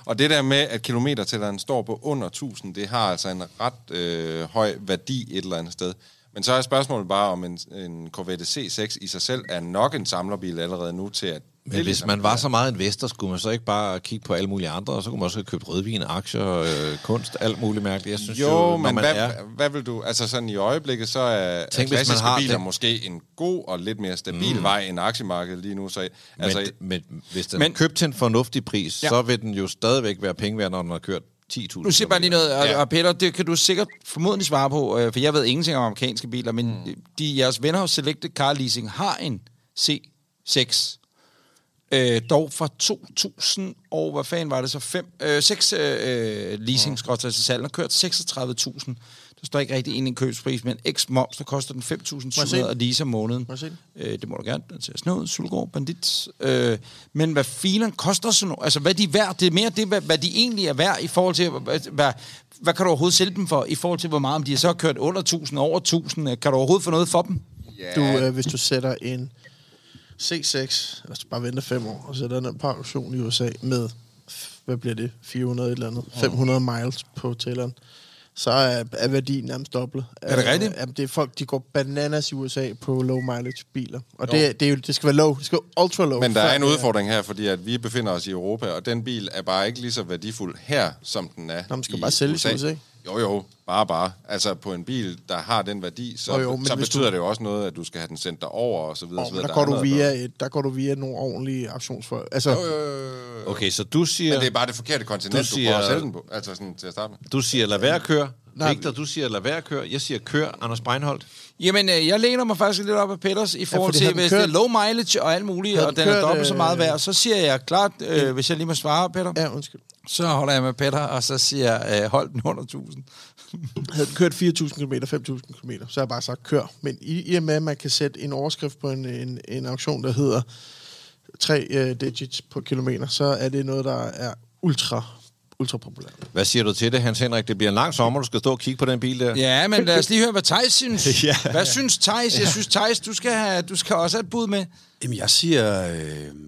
Speaker 5: Og det der med, at kilometertælleren står på under 1000, det har altså en ret øh, høj værdi et eller andet sted. Men så er spørgsmålet bare, om en, en Corvette C6 i sig selv er nok en samlerbil allerede nu til at...
Speaker 4: Men hvis
Speaker 5: ligesom-
Speaker 4: man var så meget investor, skulle man så ikke bare kigge på alle mulige andre, og så kunne man også købe rødvin, aktier, øh, kunst, alt muligt mærkeligt. Jeg synes jo,
Speaker 5: Jo,
Speaker 4: jo
Speaker 5: men
Speaker 4: man
Speaker 5: hvad,
Speaker 4: er...
Speaker 5: hvad vil du... Altså sådan i øjeblikket, så er Tænk,
Speaker 4: hvis man
Speaker 5: klassiske man
Speaker 4: har
Speaker 5: biler
Speaker 4: den-
Speaker 5: måske en god og lidt mere stabil mm. vej end aktiemarkedet lige nu. Så, altså,
Speaker 4: Altså, men, men hvis den
Speaker 2: Men-
Speaker 4: men, købt til en fornuftig pris,
Speaker 2: Ja.
Speaker 4: ja. så vil den jo stadigvæk være penge værd, når den har kørt 10.000
Speaker 2: Nu siger jeg bare lige noget, og,
Speaker 5: Ja.
Speaker 2: ja. og Peter, det kan du sikkert formodentlig svare på, øh, for jeg ved ingenting om amerikanske biler, men mm. de, jeres venner hos Selected Car Leasing har en C6, øh, dog fra 2000, og hvad fanden var det så, 5, øh, 6 øh, leasing mm. til salg, og kørt 36.000. Der står ikke rigtig ind i en købspris, men x moms, der koster den
Speaker 3: jeg se
Speaker 2: 5.700
Speaker 3: den?
Speaker 2: at lease om måneden.
Speaker 3: Må jeg se den?
Speaker 2: Øh, det må du gerne. Den ser snød, ud, Sølgaard, bandit. Øh, men hvad filen koster sådan noget? Altså, hvad de er værd? Det er mere det, hvad, hvad de egentlig er værd i forhold til, hvad, hvad, hvad kan du overhovedet sælge dem for, i forhold til, hvor meget om de har så kørt under 1000, over 1000. øh, Kan du overhovedet få noget for dem?
Speaker 3: Du, øh, hvis du sætter en C6, altså bare venter fem år, og sætter den på auktion i USA med, f- hvad bliver det, 400 et eller andet, 500 miles på tælleren, så er, er værdien nærmest dobbelt.
Speaker 2: Er det rigtigt?
Speaker 3: Ja, det er folk, de går bananas i USA på low mileage biler. Og det, det, er jo, det skal være low, det skal være ultra low.
Speaker 5: men der
Speaker 3: før
Speaker 5: er en
Speaker 3: det
Speaker 5: udfordring her, fordi at vi befinder os i Europa, og den bil er bare ikke lige så værdifuld her, som den er
Speaker 3: Nå, men skal
Speaker 5: i
Speaker 3: bare sælges i USA.
Speaker 5: Jo, jo. Bare, bare. Altså på en bil, der har den værdi, så,
Speaker 3: Nå,
Speaker 5: jo,
Speaker 3: jo,
Speaker 5: jo,
Speaker 3: men
Speaker 5: så
Speaker 3: hvis
Speaker 5: betyder
Speaker 3: du-
Speaker 5: det jo også noget, at du skal have den sendt derover, og så videre.
Speaker 3: Åh,
Speaker 5: så
Speaker 3: men
Speaker 5: videre.
Speaker 3: der, går
Speaker 5: er
Speaker 3: du
Speaker 5: noget
Speaker 3: via, et- der går du via nogle ordentlige auktionsfolk. Altså, jo, jo, jo.
Speaker 4: Okay, så du siger,
Speaker 5: Men det er bare det forkerte kontinent,
Speaker 4: Du
Speaker 5: du,
Speaker 4: siger-
Speaker 5: prøver at sælge den på. Altså sådan til at starte med.
Speaker 4: du siger lad være at køre.
Speaker 3: Nej.
Speaker 4: Victor, du siger lad være at køre. Jeg siger kør, Anders Breinholt.
Speaker 2: Jamen, øh, jeg læner mig faktisk lidt op af Peters i forhold
Speaker 3: fordi
Speaker 2: ja,
Speaker 3: har
Speaker 2: til,
Speaker 3: den
Speaker 2: hvis
Speaker 3: kørt-
Speaker 2: det er low mileage og alt muligt,
Speaker 3: Har
Speaker 2: og
Speaker 3: den
Speaker 2: den er
Speaker 3: kørt,
Speaker 2: dobbelt så meget
Speaker 3: øh,
Speaker 2: værd, så siger jeg klart, øh, hvis jeg lige må svare, Peter, ja.
Speaker 3: Ja, undskyld.
Speaker 2: så holder jeg med Peter, og så siger jeg, øh, hold den under 1000.
Speaker 3: havde den kørt 4.000 km, 5.000 km, så har jeg bare sagt kør. Men i, i og med, at man kan sætte en overskrift på en, en, en auktion, der hedder tre uh, digits på kilometer, så er det noget, der er ultra, ultra populært.
Speaker 4: Hvad siger du til det, Hans Henrik? Det bliver en lang sommer, du skal stå og kigge på den bil der.
Speaker 2: Ja, men lad os lige høre, hvad Thijs synes.
Speaker 4: Ja.
Speaker 2: Hvad synes Thijs? Jeg synes, Thijs, du skal, have, du skal også have et bud med.
Speaker 1: Jamen, jeg siger, øh,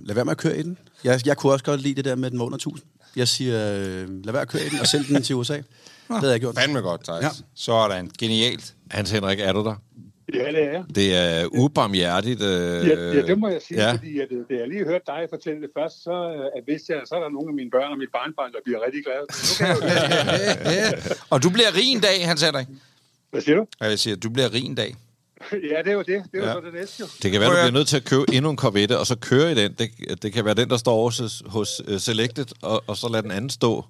Speaker 1: lad være med at køre i den. Jeg, jeg kunne også godt lide det der med, at den var under 1000. Jeg siger, øh, lad være at køre i den og send den til USA. Det havde jeg gjort.
Speaker 5: Fandme godt, Thijs.
Speaker 1: Ja.
Speaker 5: Ja.
Speaker 2: Sådan. Genialt.
Speaker 4: Hans Henrik, er du der?
Speaker 8: Ja, det er jeg.
Speaker 4: Det er ubarmhjertigt. Øh,
Speaker 8: Ja, ja, det må jeg sige,
Speaker 4: ja.
Speaker 8: ja. fordi at, øh, da jeg lige hørte dig fortælle det først, så øh, at vidste jeg, så er der nogle af mine børn og mit barnbarn, der bliver rigtig glade. Nu kan jeg jo det.
Speaker 2: og du bliver rig en dag, Hans Henrik.
Speaker 8: Hvad siger du?
Speaker 2: Ja, jeg siger, du bliver rig en dag.
Speaker 8: Ja, det var det. Det var ja. så det næste, jo.
Speaker 4: Det kan være, du
Speaker 2: Prøv at-
Speaker 4: bliver nødt til at købe endnu en Corvette, og så køre i den. Det, det kan være den, der står også hos, hos øh, Selected, og, og så lade den anden stå.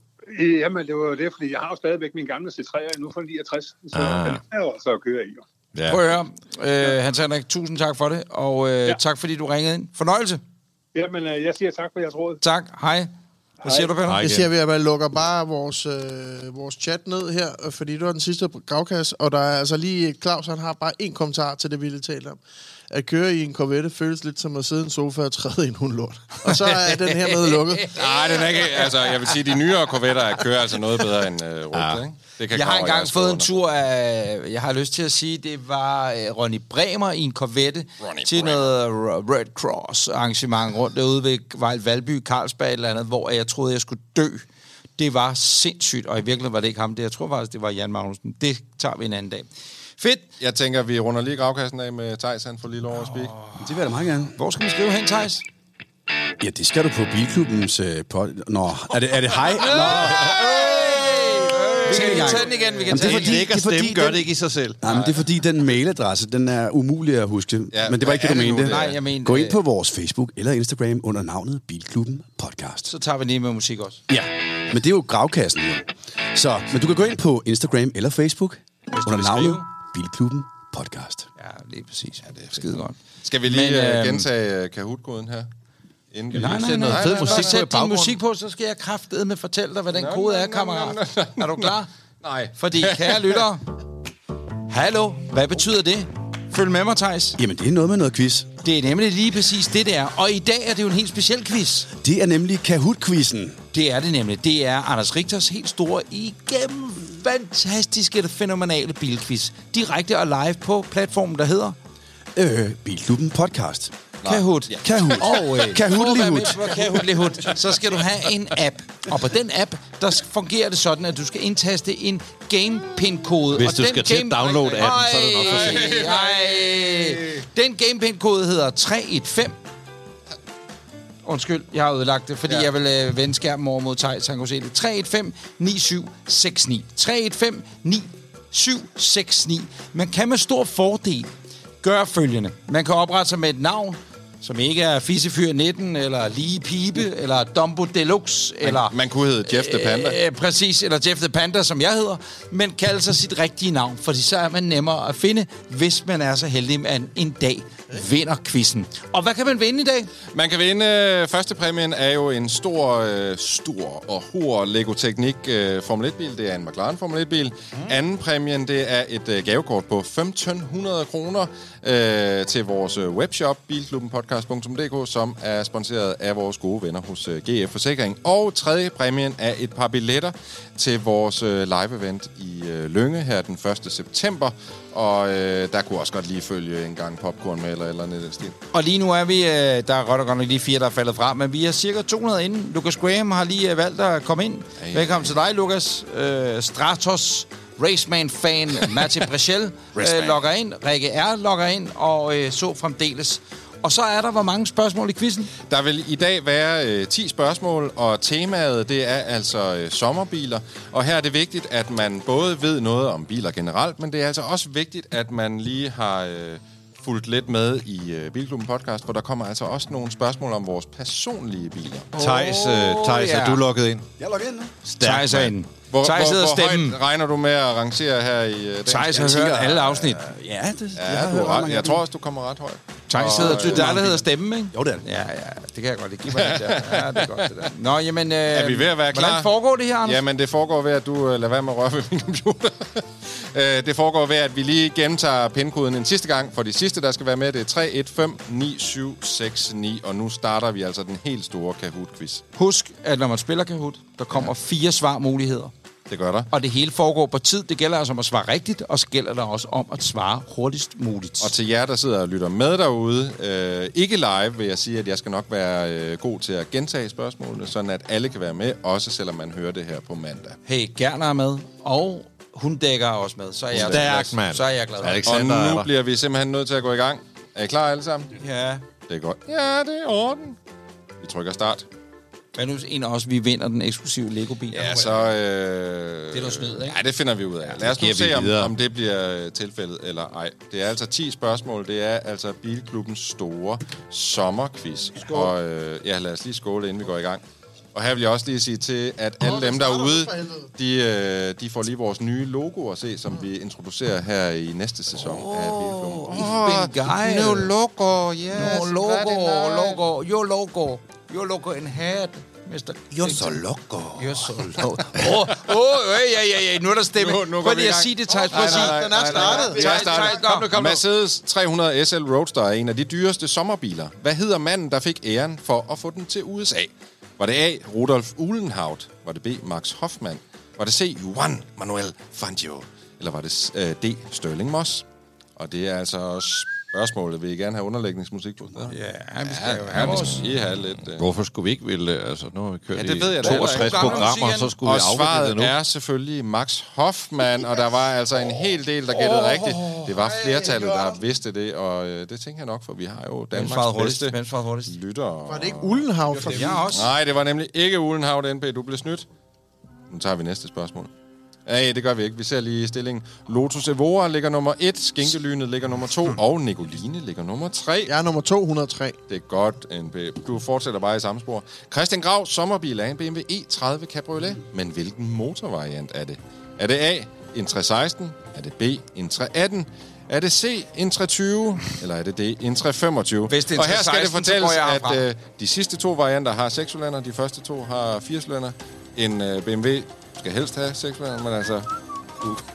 Speaker 8: Jamen, det var jo det, fordi jeg har jo stadigvæk min gamle C3'er nu fra 69, så
Speaker 4: Ah.
Speaker 8: den er jo altså at køre i. jo.
Speaker 4: Ja.
Speaker 2: Prøv at høre. Øh, Hans Henrik, tusind tak for det, og øh, ja. tak fordi du ringede ind. Fornøjelse.
Speaker 8: Jamen, øh, jeg siger tak for jeres råd.
Speaker 2: Tak. Hej. Hvad siger du, Peter?
Speaker 4: Hej
Speaker 3: Jeg
Speaker 4: igen.
Speaker 3: siger, at jeg lukker bare vores, øh, vores chat ned her, øh, fordi det var den sidste gravkasse, og der er altså lige, Claus han har bare en kommentar til det, vi lige talte om. At køre i en Corvette føles lidt som at sidde i en sofa og træde i en hundlort. Og så er den her med lukket.
Speaker 5: Nej, den er ikke... Altså, jeg vil sige, de nyere Corvetter er- kører altså noget bedre end øh, Rote, ja. ikke? Det kan
Speaker 2: Jeg har
Speaker 5: Corolla
Speaker 2: engang
Speaker 5: skrive
Speaker 2: fået en
Speaker 5: under.
Speaker 2: tur af, jeg har lyst til at sige, det var øh, Ronny Bremer i en Corvette
Speaker 5: Ronny
Speaker 2: til
Speaker 5: Bremer.
Speaker 2: noget R- Red Cross arrangement rundt derude ved Vejl Valby, Carlsberg et eller andet, hvor jeg troede, jeg skulle dø. Det var sindssygt, og i virkeligheden var det ikke ham. Det, jeg tror faktisk, det var Jan Magnussen. Det tager vi en anden dag. Fedt.
Speaker 5: Jeg tænker, vi runder lige gravkassen af med Thijs, han får lige lov at speak.
Speaker 1: Det vil jeg da meget gerne.
Speaker 2: Hvor skal vi skrive hen, Thijs?
Speaker 1: Ja, det skal du på Bilklubbens... Øh, pod... Nå, er det, er det hej? Nå.
Speaker 2: Vi
Speaker 1: Tænk
Speaker 2: kan
Speaker 1: engang.
Speaker 2: tage den igen, vi kan
Speaker 1: Jamen,
Speaker 2: tage
Speaker 1: det er
Speaker 2: den
Speaker 1: fordi-
Speaker 2: igen.
Speaker 1: det er fordi, den-
Speaker 4: ikke i sig selv.
Speaker 1: Nej, men det er fordi, den mailadresse, den er umulig at huske. Ja, men det var
Speaker 5: hvad
Speaker 1: ikke det, du
Speaker 5: er det nu,
Speaker 1: mente.
Speaker 5: det er?
Speaker 2: Nej, jeg mente,
Speaker 1: Gå ind
Speaker 2: øh,
Speaker 1: på vores Facebook eller Instagram under navnet Bilklubben Podcast.
Speaker 2: Så tager vi lige med musik også.
Speaker 1: Ja, men det er jo gravkassen jo. Så, men du kan gå ind på Instagram eller Facebook
Speaker 2: du
Speaker 1: under
Speaker 2: vil
Speaker 1: navnet
Speaker 2: skrive.
Speaker 1: Bilklubben Podcast.
Speaker 2: Ja, lige præcis. Ja, det er skide godt.
Speaker 5: Skal vi lige
Speaker 2: Men,
Speaker 5: men,
Speaker 2: øhm,
Speaker 5: øh, gentage øh, Kahoot-koden her? Inden vi
Speaker 2: Nej, nej, nej.
Speaker 4: noget
Speaker 2: nej,
Speaker 4: fed
Speaker 2: nej,
Speaker 4: musik
Speaker 2: nej.
Speaker 4: på i
Speaker 2: Sæt din
Speaker 4: baggrunden.
Speaker 2: musik på, så skal jeg kraftedeme fortælle dig, hvad den
Speaker 5: Nå,
Speaker 2: kode
Speaker 5: nå,
Speaker 2: er,
Speaker 5: nå, nå,
Speaker 2: kammerat.
Speaker 5: nå, nå,
Speaker 2: Er du klar?
Speaker 5: Nej.
Speaker 2: Fordi, kære lyttere... Hallo, hvad betyder det? Følg med mig, Thijs.
Speaker 1: Jamen, det er noget med noget quiz.
Speaker 2: Det er nemlig lige præcis det, der. Og i dag er det jo en helt speciel quiz.
Speaker 1: Det er nemlig Kahoot-quizzen.
Speaker 2: Det er det nemlig. Det er Anders Richters helt store, igennem fantastiske, fænomenale bilquiz. Direkte og live på platformen, der hedder
Speaker 1: Øh, Bilklubben podcast.
Speaker 2: Kahoot. Ja.
Speaker 1: Kahoot.
Speaker 2: Og øh,
Speaker 1: Kahoot
Speaker 2: for at være
Speaker 1: Lihoot.
Speaker 2: med på Kahoot Lihoot, så skal du have en app. Og på den app, der s- fungerer det sådan, at du skal indtaste en GamePin-kode.
Speaker 4: Hvis
Speaker 2: og
Speaker 4: du
Speaker 2: den
Speaker 4: skal til at downloade appen, så er det nok for sent.
Speaker 2: Ej, ej. Den GamePin-kode hedder 315. Undskyld, jeg har ødelagt det, fordi ja. jeg vil øh, vende skærmen over mod Thijs, så han kunne se det. 315-9769. 315-9769. Man kan med stor fordel gøre følgende. Man kan oprette sig med et navn, som ikke er Fissefyr 19, eller Lige Pibe, eller Dumbo Deluxe, eller...
Speaker 5: Man kunne hedde Jeff the Panda.
Speaker 2: Øh, præcis, eller Jeff the Panda, som jeg hedder, men kalde sig sit rigtige navn, fordi så er man nemmere at finde, hvis man er så heldig, at man en dag vinder quizzen. Og hvad kan man vinde i dag?
Speaker 5: Man kan vinde. øh, Første præmien er jo en stor, øh, stor og hur Lego Teknik øh, Formel 1-bil. Det er en McLaren Formel 1-bil.
Speaker 2: Mhm.
Speaker 5: Anden præmien, det er et øh, gavekort på 1.500 kroner øh, til vores øh, webshop, bilklubbenpodcast.dk, som er sponsoreret af vores gode venner hos øh, GF Forsikring. Og tredje præmien er et par billetter til vores øh, live-event i øh, Lønge her den 1. september. Og øh, der kunne også godt lige følge en gang popcorn med eller et eller andet i den stil.
Speaker 2: Og lige nu er vi, øh, der er godt og godt nok lige fire, der er faldet fra, men vi er cirka 200 inde. Lukas Graham har lige øh, valgt at komme ind. Ej, Velkommen til dig, Lukas. Øh, Stratos Raceman-fan Matti Brechel øh, logger ind. Rikke R. logger ind, og øh, så fremdeles. Og så er der hvor mange spørgsmål i quizzen?
Speaker 5: Der vil i dag være øh, 10 spørgsmål, og temaet det er altså øh, sommerbiler. Og her er det vigtigt, at man både ved noget om biler generelt, men det er altså også vigtigt, at man lige har øh, fulgt lidt med i øh, Bilklubben podcast, for der kommer altså også nogle spørgsmål om vores personlige biler.
Speaker 4: Thijs, øh, Thijs
Speaker 2: ja.
Speaker 4: er du lukket ind?
Speaker 1: Jeg logger ind nu.
Speaker 2: Thijs er inde. Thijs hedder stemmen.
Speaker 5: højt regner du med at rangere her i øh, dagens-
Speaker 2: Thijs har
Speaker 5: Jeg
Speaker 2: hørt
Speaker 5: tænker,
Speaker 2: alle afsnit.
Speaker 1: Ja, det jeg har
Speaker 5: Ja, du
Speaker 1: hørt
Speaker 5: er ret.
Speaker 1: mange
Speaker 5: Jeg
Speaker 1: af
Speaker 5: tror
Speaker 1: dem.
Speaker 5: også, du kommer ret højt.
Speaker 2: Thijs
Speaker 5: Og,
Speaker 2: hedder,
Speaker 5: øh,
Speaker 2: du, det er der hedder stemme, ikke?
Speaker 1: Jo, det er det.
Speaker 2: Ja, ja, det kan jeg godt. Det giver mig lidt der. Ja, det er godt, det der. Nå, jamen... Øh,
Speaker 5: Er vi ved at være klar?
Speaker 2: Hvordan foregår det her, Anders?
Speaker 5: Jamen, det foregår ved, at du øh, lader være med at røre ved min computer. Øh, det foregår ved, at vi lige gentager pindkoden en sidste gang, for de sidste, der skal være med, det er 3159769, og nu starter vi altså den helt store Kahoot-quiz.
Speaker 2: Husk, at når man spiller Kahoot, der kommer ja. fire svarmuligheder.
Speaker 5: Det gør der.
Speaker 2: Og det hele foregår på tid. Det gælder altså om at svare rigtigt, og så gælder det også om at svare hurtigst muligt.
Speaker 5: Og til jer, der sidder og lytter med derude, øh, ikke live, vil jeg sige, at jeg skal nok være øh, god til at gentage spørgsmålene, sådan at alle kan være med, også selvom man hører det her på mandag.
Speaker 2: Hey, Gerner er med, og hun dækker er også med. Så er jeg
Speaker 4: Stærk, mand.
Speaker 2: Så er jeg glad.
Speaker 5: Og
Speaker 4: Alexander er
Speaker 5: nu
Speaker 4: der.
Speaker 5: bliver vi simpelthen nødt til at gå i gang. Er I klar alle sammen?
Speaker 2: Ja.
Speaker 5: Det er godt. Ja, det er orden. Vi trykker start.
Speaker 2: Men nu en også, vi vinder den eksklusive Lego-bil.
Speaker 5: Ja, så... Øh...
Speaker 2: Det er noget snyd, ikke?
Speaker 5: Ja, det finder vi ud af. Lad os nu
Speaker 4: giver vi
Speaker 5: se, om,
Speaker 4: videre.
Speaker 5: om det bliver øh, tilfældet eller ej. Det er altså 10 spørgsmål. Det er altså Bilklubbens store sommerquiz. Skål. Og øh, ja, lad os lige skåle, inden vi går i gang. Og her vil jeg også lige sige til, at alle dem derude, de, øh, de får lige vores nye logo at se, som vi introducerer her i næste sæson oh, af Bilklubben.
Speaker 2: Ich bin geil.
Speaker 5: New logo, yes.
Speaker 2: No logo, logo, your logo, your logo in head, Mr. You're so loco. You're so loco. Åh, oh, oh, hey, hey, hey, hey, nu er der stemme.
Speaker 5: Nu- nu går
Speaker 2: Prøv
Speaker 5: vi
Speaker 2: lige
Speaker 5: i
Speaker 2: at
Speaker 5: gang.
Speaker 2: sige det, Thijs. Prøv
Speaker 5: Nej,
Speaker 2: at sige.
Speaker 5: nej, nej, nej, nej, nej.
Speaker 2: Thijs,
Speaker 5: Vi har
Speaker 2: Thijs,
Speaker 5: startet.
Speaker 2: kom nu, kom nu.
Speaker 5: Mercedes 300 SL Roadster er en af de dyreste sommerbiler. Hvad hedder manden, der fik æren for at få den til USA? Var det A. Rudolf Uhlenhaut? Var det B. Max Hoffmann? Var det C. Juan Manuel Fangio? Eller var det s- øh, D. Sterling Moss? Og det er altså spørgsmålet. Vil I gerne have underlægningsmusik på? Ja,
Speaker 2: Ja, vi skal jo
Speaker 5: ja,
Speaker 2: have
Speaker 5: vi
Speaker 2: vores.
Speaker 5: skal lige have lidt... Øh.
Speaker 4: Hvorfor skulle vi ikke ville... Altså, nu har vi kørt
Speaker 5: Ja, det ved jeg da
Speaker 4: i
Speaker 5: heller ikke.
Speaker 4: 62
Speaker 2: Gamle
Speaker 4: programmer,
Speaker 2: musik,
Speaker 4: så skulle
Speaker 5: Og
Speaker 4: vi afvikle det
Speaker 5: svaret
Speaker 4: nu.
Speaker 5: er selvfølgelig Max Hoffmann, og der var altså en hel del, der gættede oh, rigtigt. Det var flertallet, der vidste det, og øh, det tænker jeg nok, for vi har jo
Speaker 2: Hvem svarede
Speaker 5: Danmarks
Speaker 2: hurtigst?
Speaker 5: bedste
Speaker 2: Hvem svarede hurtigst?
Speaker 5: lyttere.
Speaker 3: Var det ikke Ullenhav? For
Speaker 2: Jeg også.
Speaker 5: Nej, det var nemlig ikke Ulenhavn NP, du blev snydt. Nu tager vi næste spørgsmål. Nej, det gør vi ikke. Vi ser lige stillingen. Lotus Evora ligger nummer 1, Skinkelynet ligger nummer 2, og Nicoline ligger nummer 3.
Speaker 3: Jeg er nummer 203.
Speaker 5: Det er godt, NB. Du fortsætter bare i samme spor. Christian Grav, sommerbil er en BMW E30 E Cabriolet. Men hvilken motorvariant er det? Er det A, en 316? Er det B, en 318? Er det C, en 320? Eller er det D, en 325?
Speaker 2: Hvis det er en
Speaker 5: Og her skal
Speaker 2: 316,
Speaker 5: det
Speaker 2: så
Speaker 5: fortælles,
Speaker 2: går jeg herfra.
Speaker 5: at øh, de sidste to varianter har 6 de første to har 4 En øh, BMW skal helst have 6 men altså...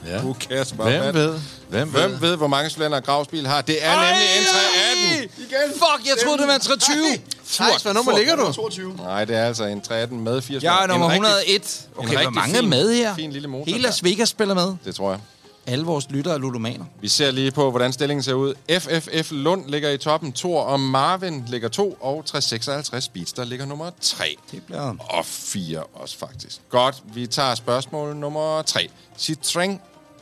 Speaker 4: Ja.
Speaker 5: Uh, Kasper,
Speaker 4: Hvem
Speaker 5: mand.
Speaker 4: ved? Hvem ved?
Speaker 5: Hvem ved, hvor mange cylinder Gravs bil har? Det er nemlig en 318.
Speaker 2: Igen. Fuck, jeg troede, det var en 320.
Speaker 3: Thijs, hvad nummer ligger du?
Speaker 1: 22.
Speaker 5: Nej, det er altså en 318 med 80
Speaker 2: Jeg er
Speaker 5: En
Speaker 2: nummer
Speaker 5: rigtig-
Speaker 2: 101. Okay, hvor
Speaker 5: rigtig
Speaker 2: mange er
Speaker 5: fin-
Speaker 2: med her?
Speaker 5: fin lille motor
Speaker 2: Hele
Speaker 5: der.
Speaker 2: Las Vegas spiller med.
Speaker 5: Det tror jeg.
Speaker 2: Alle vores lyttere er ludomaner.
Speaker 5: Vi ser lige på, hvordan stillingen ser ud. FFF Lund ligger i toppen, Thor og Marvin ligger to, og 356 Speedster ligger nummer 3.
Speaker 2: Det bliver...
Speaker 5: Og 4 også, faktisk. Godt, vi tager spørgsmål nummer 3. Citroën,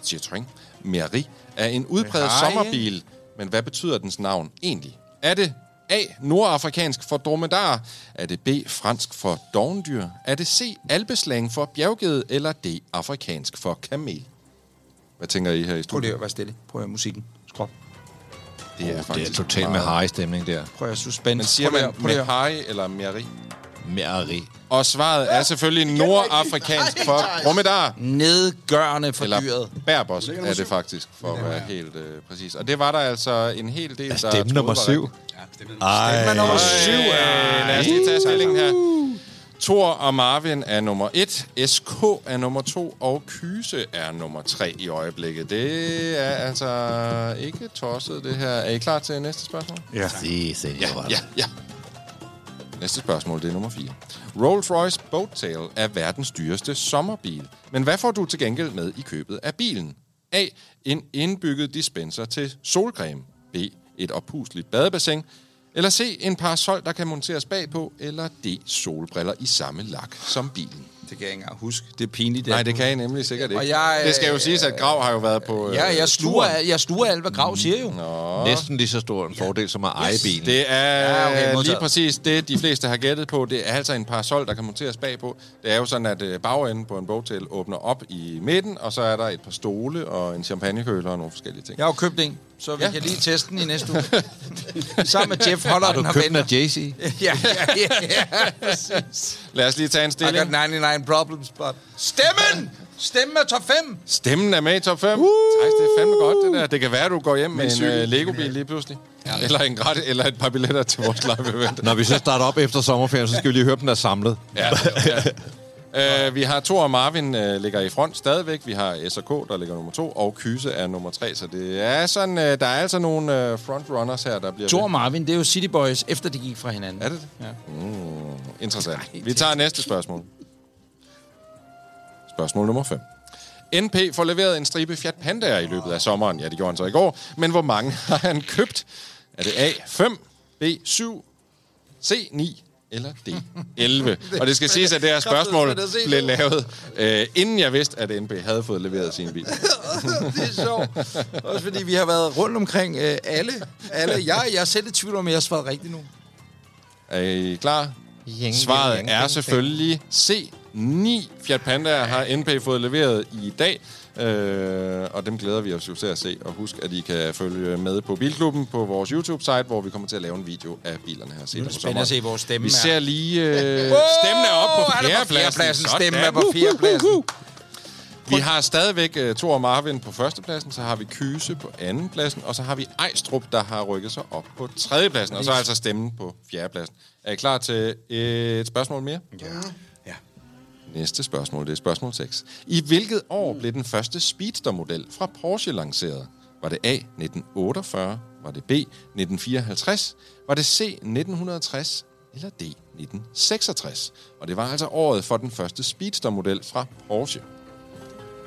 Speaker 5: Citroën Meri er en udpræget
Speaker 2: Ferrari,
Speaker 5: sommerbil, men hvad betyder dens navn egentlig? Er det A. Nordafrikansk for dromedar? Er det B. Fransk for dovendyr? Er det C. Alpeslang for bjerggede? Eller D. Afrikansk for kamel? Hvad tænker I her i
Speaker 2: Prøv lige
Speaker 5: studiet?
Speaker 2: at være stille. Prøv at høre musikken. Skrop.
Speaker 5: Det er
Speaker 4: Det er
Speaker 5: faktisk
Speaker 4: totalt med Harry-stemning der.
Speaker 2: Prøv at høre suspense.
Speaker 5: Men siger
Speaker 2: Prøv lige
Speaker 5: man
Speaker 2: at- prøv lige at-
Speaker 5: Mehari eller Meri?
Speaker 4: Mæri.
Speaker 5: Og svaret er selvfølgelig nordafrikansk for dromedar.
Speaker 2: Nedgørende for
Speaker 5: Eller
Speaker 2: dyret.
Speaker 5: bærbosk er det faktisk, for at være helt øh, præcis. Og det var der altså en hel del, der...
Speaker 4: Stemme nummer syv.
Speaker 2: Men nummer
Speaker 5: Syv
Speaker 2: syv er...
Speaker 5: er... Lad os lige tage stillingen her. Thor og Marvin er nummer 1, SK er nummer 2, og Kyse er nummer 3 i øjeblikket. Det er altså ikke tosset, det her. Er I klar til næste spørgsmål?
Speaker 4: Ja. Si, senor.
Speaker 5: Ja, ja. Næste spørgsmål, det er nummer 4. Rolls-Royce Boattail er verdens dyreste sommerbil. Men hvad får du til gengæld med i købet af bilen? A. En indbygget dispenser til solcreme. B. Et oppusteligt badebassin. Eller C. En parasol, der kan monteres bagpå. Eller D. Solbriller i samme lak som bilen.
Speaker 2: Det kan jeg ikke engang huske. Det er pinligt.
Speaker 5: Nej, det kan jeg nemlig sikkert ikke.
Speaker 2: Og jeg, øh,
Speaker 5: det skal jo siges, at Grav har jo været på... øh, Mm.
Speaker 2: Ja, jeg sluger, jeg sluger alt, hvad Grav siger jo.
Speaker 4: Næsten lige så stor en fordel som at eje bilen.
Speaker 5: Det er
Speaker 2: Ja, okay,
Speaker 5: ja, okay, Øh, lige
Speaker 2: modtaget.
Speaker 5: præcis det, de fleste har gættet på. Det er altså en parasol, der kan monteres bagpå. Det er jo sådan, at øh, bagenden på en bogtail åbner op i midten, og så er der et par stole og en champagnekøler og nogle forskellige
Speaker 2: Jeg
Speaker 5: ting. Ja.
Speaker 2: har jo købt en, så vi ja. kan lige teste den i næste uge. Sammen med Jeff holder den her
Speaker 4: Købten
Speaker 2: venner.
Speaker 4: af Jay-Z.
Speaker 2: ja, ja, ja, ja, præcis.
Speaker 5: Lad os lige tage en
Speaker 2: I got
Speaker 5: stilling.
Speaker 2: 99 problems, but... Stemmen! Stemmen er top 5!
Speaker 5: Stemmen er med i top 5. Uh! Tak, det er fandme godt, det der. Det kan være, du går hjem med, en øh, Lego-bil lige pludselig. Ja. Eller, en gratis, eller et par billetter til vores live-event.
Speaker 4: Når vi så starter op efter sommerferien, så skal vi lige høre, om den er samlet.
Speaker 5: Ja, ja. Øh, vi har Thor og Marvin øh, ligger i front stadigvæk. Vi har S&K, der ligger nummer to, og Kyse er nummer tre. Så det er sådan, øh, der er altså nogle øh, frontrunners her, der bliver
Speaker 2: Thor og Marvin, det er jo City Boys, efter de gik fra hinanden.
Speaker 5: Er det det?
Speaker 2: Ja.
Speaker 5: ved. interessant. Vi tager næste spørgsmål. Spørgsmål nummer 5. NP får leveret en stribe Fiat Pandaer i løbet af sommeren. Ja, det gjorde han så i går. Men hvor mange har han købt? Er det A5, B7, C9 eller D11? Og det skal siges, at det her spørgsmål
Speaker 2: spændende at se nu.
Speaker 5: blev lavet, øh, inden jeg vidste, at NP havde fået leveret sin bil.
Speaker 2: det er sjovt. Også fordi vi har været rundt omkring øh, alle. alle. Jeg, jeg er selv i tvivl om, at jeg har svaret rigtigt nu.
Speaker 5: Er I klar? Svaret er selvfølgelig C9. Fiat Panda har NP fået leveret i dag, øh, og dem glæder vi os jo til at se. Og husk, at I kan følge med på Bilklubben på vores YouTube-site, hvor vi kommer til at lave en video af bilerne her senere på
Speaker 2: spændende
Speaker 5: sommeren.
Speaker 2: at se, hvor stemmen
Speaker 5: Vi
Speaker 2: er.
Speaker 5: ser lige... Øh, stemmen er oppe på
Speaker 2: han er på
Speaker 5: fjerdepladsen.
Speaker 2: fjerdepladsen. Stemmen er
Speaker 5: Sådan.
Speaker 2: på fjerdepladsen.
Speaker 5: Vi har stadigvæk uh, Thor og Marvin på førstepladsen, så har vi Kyse på andenpladsen, og så har vi Ejstrup, der har rykket sig op på tredjepladsen, og så er altså stemmen på fjerdepladsen. Er I klar til et spørgsmål mere? Ja.
Speaker 1: Ja.
Speaker 5: Næste spørgsmål, det er spørgsmål 6. I hvilket år blev den første Speedster-model fra Porsche lanceret? Var det A. 1948? Var det B. 1954? Var det C. 1960? Eller D. 1966? Og det var altså året for den første Speedster-model fra Porsche.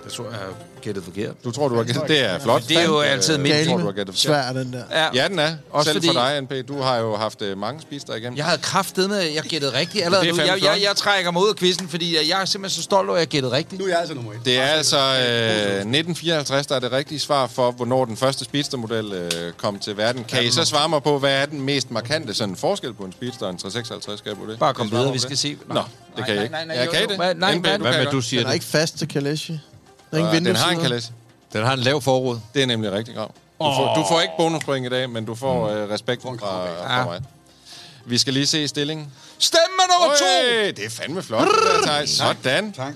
Speaker 2: Jeg tror, jeg har gættet forkert.
Speaker 5: Du tror, du har gættet. Det er flot.
Speaker 2: det er jo
Speaker 5: Fandme,
Speaker 2: altid
Speaker 5: øh,
Speaker 2: min
Speaker 5: tror, du har
Speaker 3: Galme.
Speaker 5: gættet forkert.
Speaker 3: Svær, den der.
Speaker 2: Ja.
Speaker 5: Ja, den er.
Speaker 2: Også
Speaker 5: Også Selv
Speaker 2: fordi-
Speaker 5: for dig, NP. Du har jo haft øh, mange spister igennem.
Speaker 2: Jeg havde kraftet med, jeg gættede rigtigt allerede
Speaker 5: Det er
Speaker 2: nu.
Speaker 5: fandme
Speaker 2: Jeg, jeg,
Speaker 5: flot.
Speaker 2: jeg trækker mig ud af quizzen, fordi jeg jeg er simpelthen så stolt over, at jeg gættede rigtigt.
Speaker 1: Nu er jeg altså nummer 1.
Speaker 5: Det er altså øh, 1954, der er det rigtige svar for, hvornår den første Speedster-model øh, kom til verden. Kan I så svare mig på, hvad er den mest markante sådan forskel på en Speedster og en 356? Skal jeg på det?
Speaker 2: Bare
Speaker 5: Kan
Speaker 2: kom
Speaker 5: I svare
Speaker 2: videre,
Speaker 5: mig
Speaker 2: vi
Speaker 5: på
Speaker 2: skal
Speaker 5: det?
Speaker 2: se.
Speaker 5: Nå, det kan jeg ikke.
Speaker 2: Nej, nej, nej,
Speaker 5: Jeg
Speaker 2: jo,
Speaker 5: kan
Speaker 2: jo.
Speaker 5: det.
Speaker 2: Hvad- nej,
Speaker 5: NB,
Speaker 2: hvad-
Speaker 5: du
Speaker 4: Hvad
Speaker 5: kan
Speaker 4: med, du
Speaker 5: godt.
Speaker 4: siger
Speaker 3: Den er
Speaker 4: det?
Speaker 3: ikke fast til Kaleshi. Der er ingen
Speaker 5: Den har en
Speaker 3: vinduesider.
Speaker 5: kalesje.
Speaker 4: Den har en lav forråd.
Speaker 5: Det er nemlig rigtig grav. Du får, du får ikke bonuspoint i dag, men du får
Speaker 4: Mm.
Speaker 5: øh, respekt fra, fra mig. Vi skal lige se stillingen.
Speaker 2: Stemme nummer to!
Speaker 5: Øj, det er fandme flot, det der, Thijs. Sådan.
Speaker 1: Tak.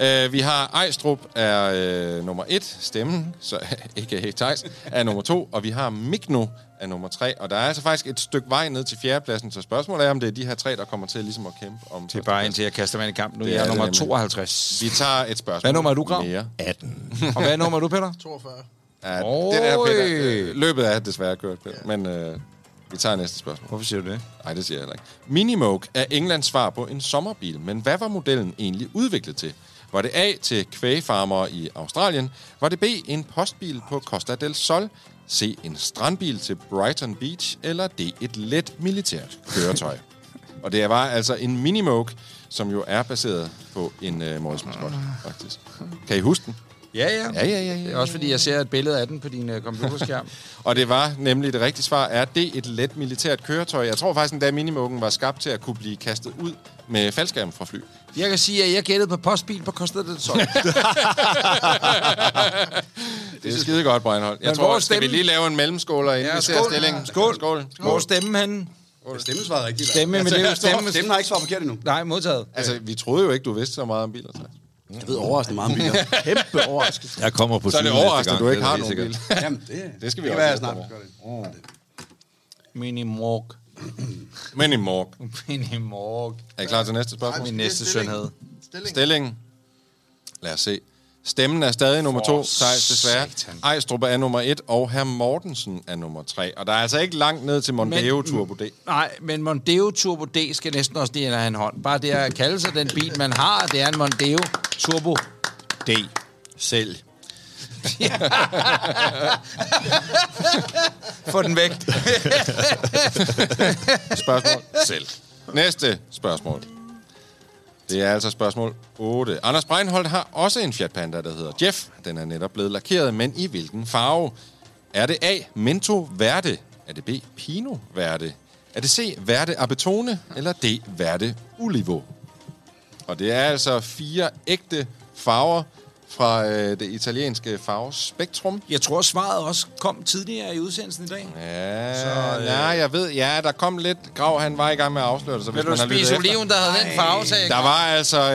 Speaker 5: Øh, vi har Ejstrup er øh, nummer et, stemmen, så ikke Thijs, er nummer to, og vi har Migno er nummer tre. Og der er altså faktisk et stykke vej ned til fjerdepladsen, så spørgsmålet er, om det er de her tre, der kommer til ligesom at kæmpe om
Speaker 2: Det er bare indtil jeg kaster mig ind i kampen nu.
Speaker 5: Det
Speaker 2: Jeg
Speaker 5: er
Speaker 2: er
Speaker 5: det
Speaker 2: nummer
Speaker 5: nemlig.
Speaker 2: 52.
Speaker 5: Vi tager et spørgsmål.
Speaker 2: Hvad nummer er du, Grav?
Speaker 5: Mere.
Speaker 2: 18. Og hvad nummer er du, Peter?
Speaker 3: 42.
Speaker 5: Ja, det der, Peter,
Speaker 2: Oj.
Speaker 5: øh, løbet er desværre kørt, Peter. Men øh, vi tager næste spørgsmål.
Speaker 2: Hvorfor siger du det?
Speaker 5: Nej, det siger jeg heller ikke. Minimoke er Englands svar på en sommerbil, men hvad var modellen egentlig udviklet til? Var det A til kvægfarmere i Australien? Var det B en postbil på Costa del Sol? C en strandbil til Brighton Beach? Eller D et let militært køretøj? Og det var altså en Minimoke, som jo er baseret på en øh, Morris-maskot, faktisk. Kan I huske den?
Speaker 2: Ja, ja.
Speaker 5: Ja, ja, ja, ja.
Speaker 2: Det er også fordi, jeg ser et billede af den på din uh, computerskærm.
Speaker 5: Og det var nemlig det rigtige svar, er det et let militært køretøj. Jeg tror faktisk, at minimoken var skabt til at kunne blive kastet ud med faldskærm fra fly.
Speaker 2: jeg kan sige, at jeg gættede på postbil på Costa del Sol.
Speaker 5: Det er skide godt, Breinholt. Jeg
Speaker 2: Men
Speaker 5: tror,
Speaker 2: hvor er
Speaker 5: at skal vi
Speaker 2: stemmen?
Speaker 5: lige lave en mellemskåler, inden ja, vi ser
Speaker 2: skål.
Speaker 5: stillingen.
Speaker 2: Skål.
Speaker 5: Skål.
Speaker 2: Hvor stemme henne?
Speaker 1: Stemmen svarede rigtigt. Altså,
Speaker 2: Stemme med det. Stemme,
Speaker 1: Stemmen har ikke svaret forkert endnu.
Speaker 2: Nej, modtaget.
Speaker 5: Altså, vi troede jo ikke, du vidste så meget om biler. Thijs.
Speaker 1: Jeg ved overraskende meget om biler.
Speaker 3: Kæmpe overraskelse.
Speaker 4: Jeg kommer på
Speaker 5: Så er det
Speaker 4: syvende næste
Speaker 5: overraskende,
Speaker 4: gang,
Speaker 5: at du ikke har
Speaker 4: det er
Speaker 5: nogen
Speaker 4: helt sikkert.
Speaker 5: bil.
Speaker 1: Jamen, det,
Speaker 5: Det skal vi
Speaker 1: kan
Speaker 5: også
Speaker 1: være,
Speaker 5: have
Speaker 1: jeg snart
Speaker 5: på.
Speaker 1: gør det.
Speaker 2: Minimorg.
Speaker 5: Minimorg.
Speaker 2: Minimorg.
Speaker 5: Er I klar til næste spørgsmål?
Speaker 2: Min næste skønhed.
Speaker 3: Stilling.
Speaker 5: Stillingen. Lad os se. Stemmen er stadig nummer to, Thijs desværre.
Speaker 2: satan.
Speaker 5: Ejstrup er nummer et, og herr Mortensen er nummer tre. Og der er altså ikke langt ned til Mondeo Turbo D.
Speaker 2: Nej, men Mondeo Turbo D skal næsten også lige have en hånd. Bare det at kalde sig den bil, man har, det er en Mondeo Turbo D.
Speaker 4: Selv.
Speaker 2: Få den væk.
Speaker 5: spørgsmål selv. Næste spørgsmål. Det er altså spørgsmål 8. Anders Breinholt har også en Fiat Panda, der hedder Jeff. Den er netop blevet lakeret, men i hvilken farve? Er det A. Mento Verde? Er det B. Pino Verde? Er det C. Verde Abetone? Eller D. Verde Ulivo? Og det er altså fire ægte farver fra øh, det italienske farvespektrum.
Speaker 2: Jeg tror, svaret også kom tidligere i udsendelsen i dag.
Speaker 5: Ja, så, øh... nej, jeg ved, ja, der kom lidt grav, han var i gang med at afsløre det, så hvis
Speaker 2: Vil du
Speaker 5: man har lyttet
Speaker 2: spise
Speaker 5: efter...
Speaker 2: oliven, der havde den farve, sagde
Speaker 5: Der var altså øh,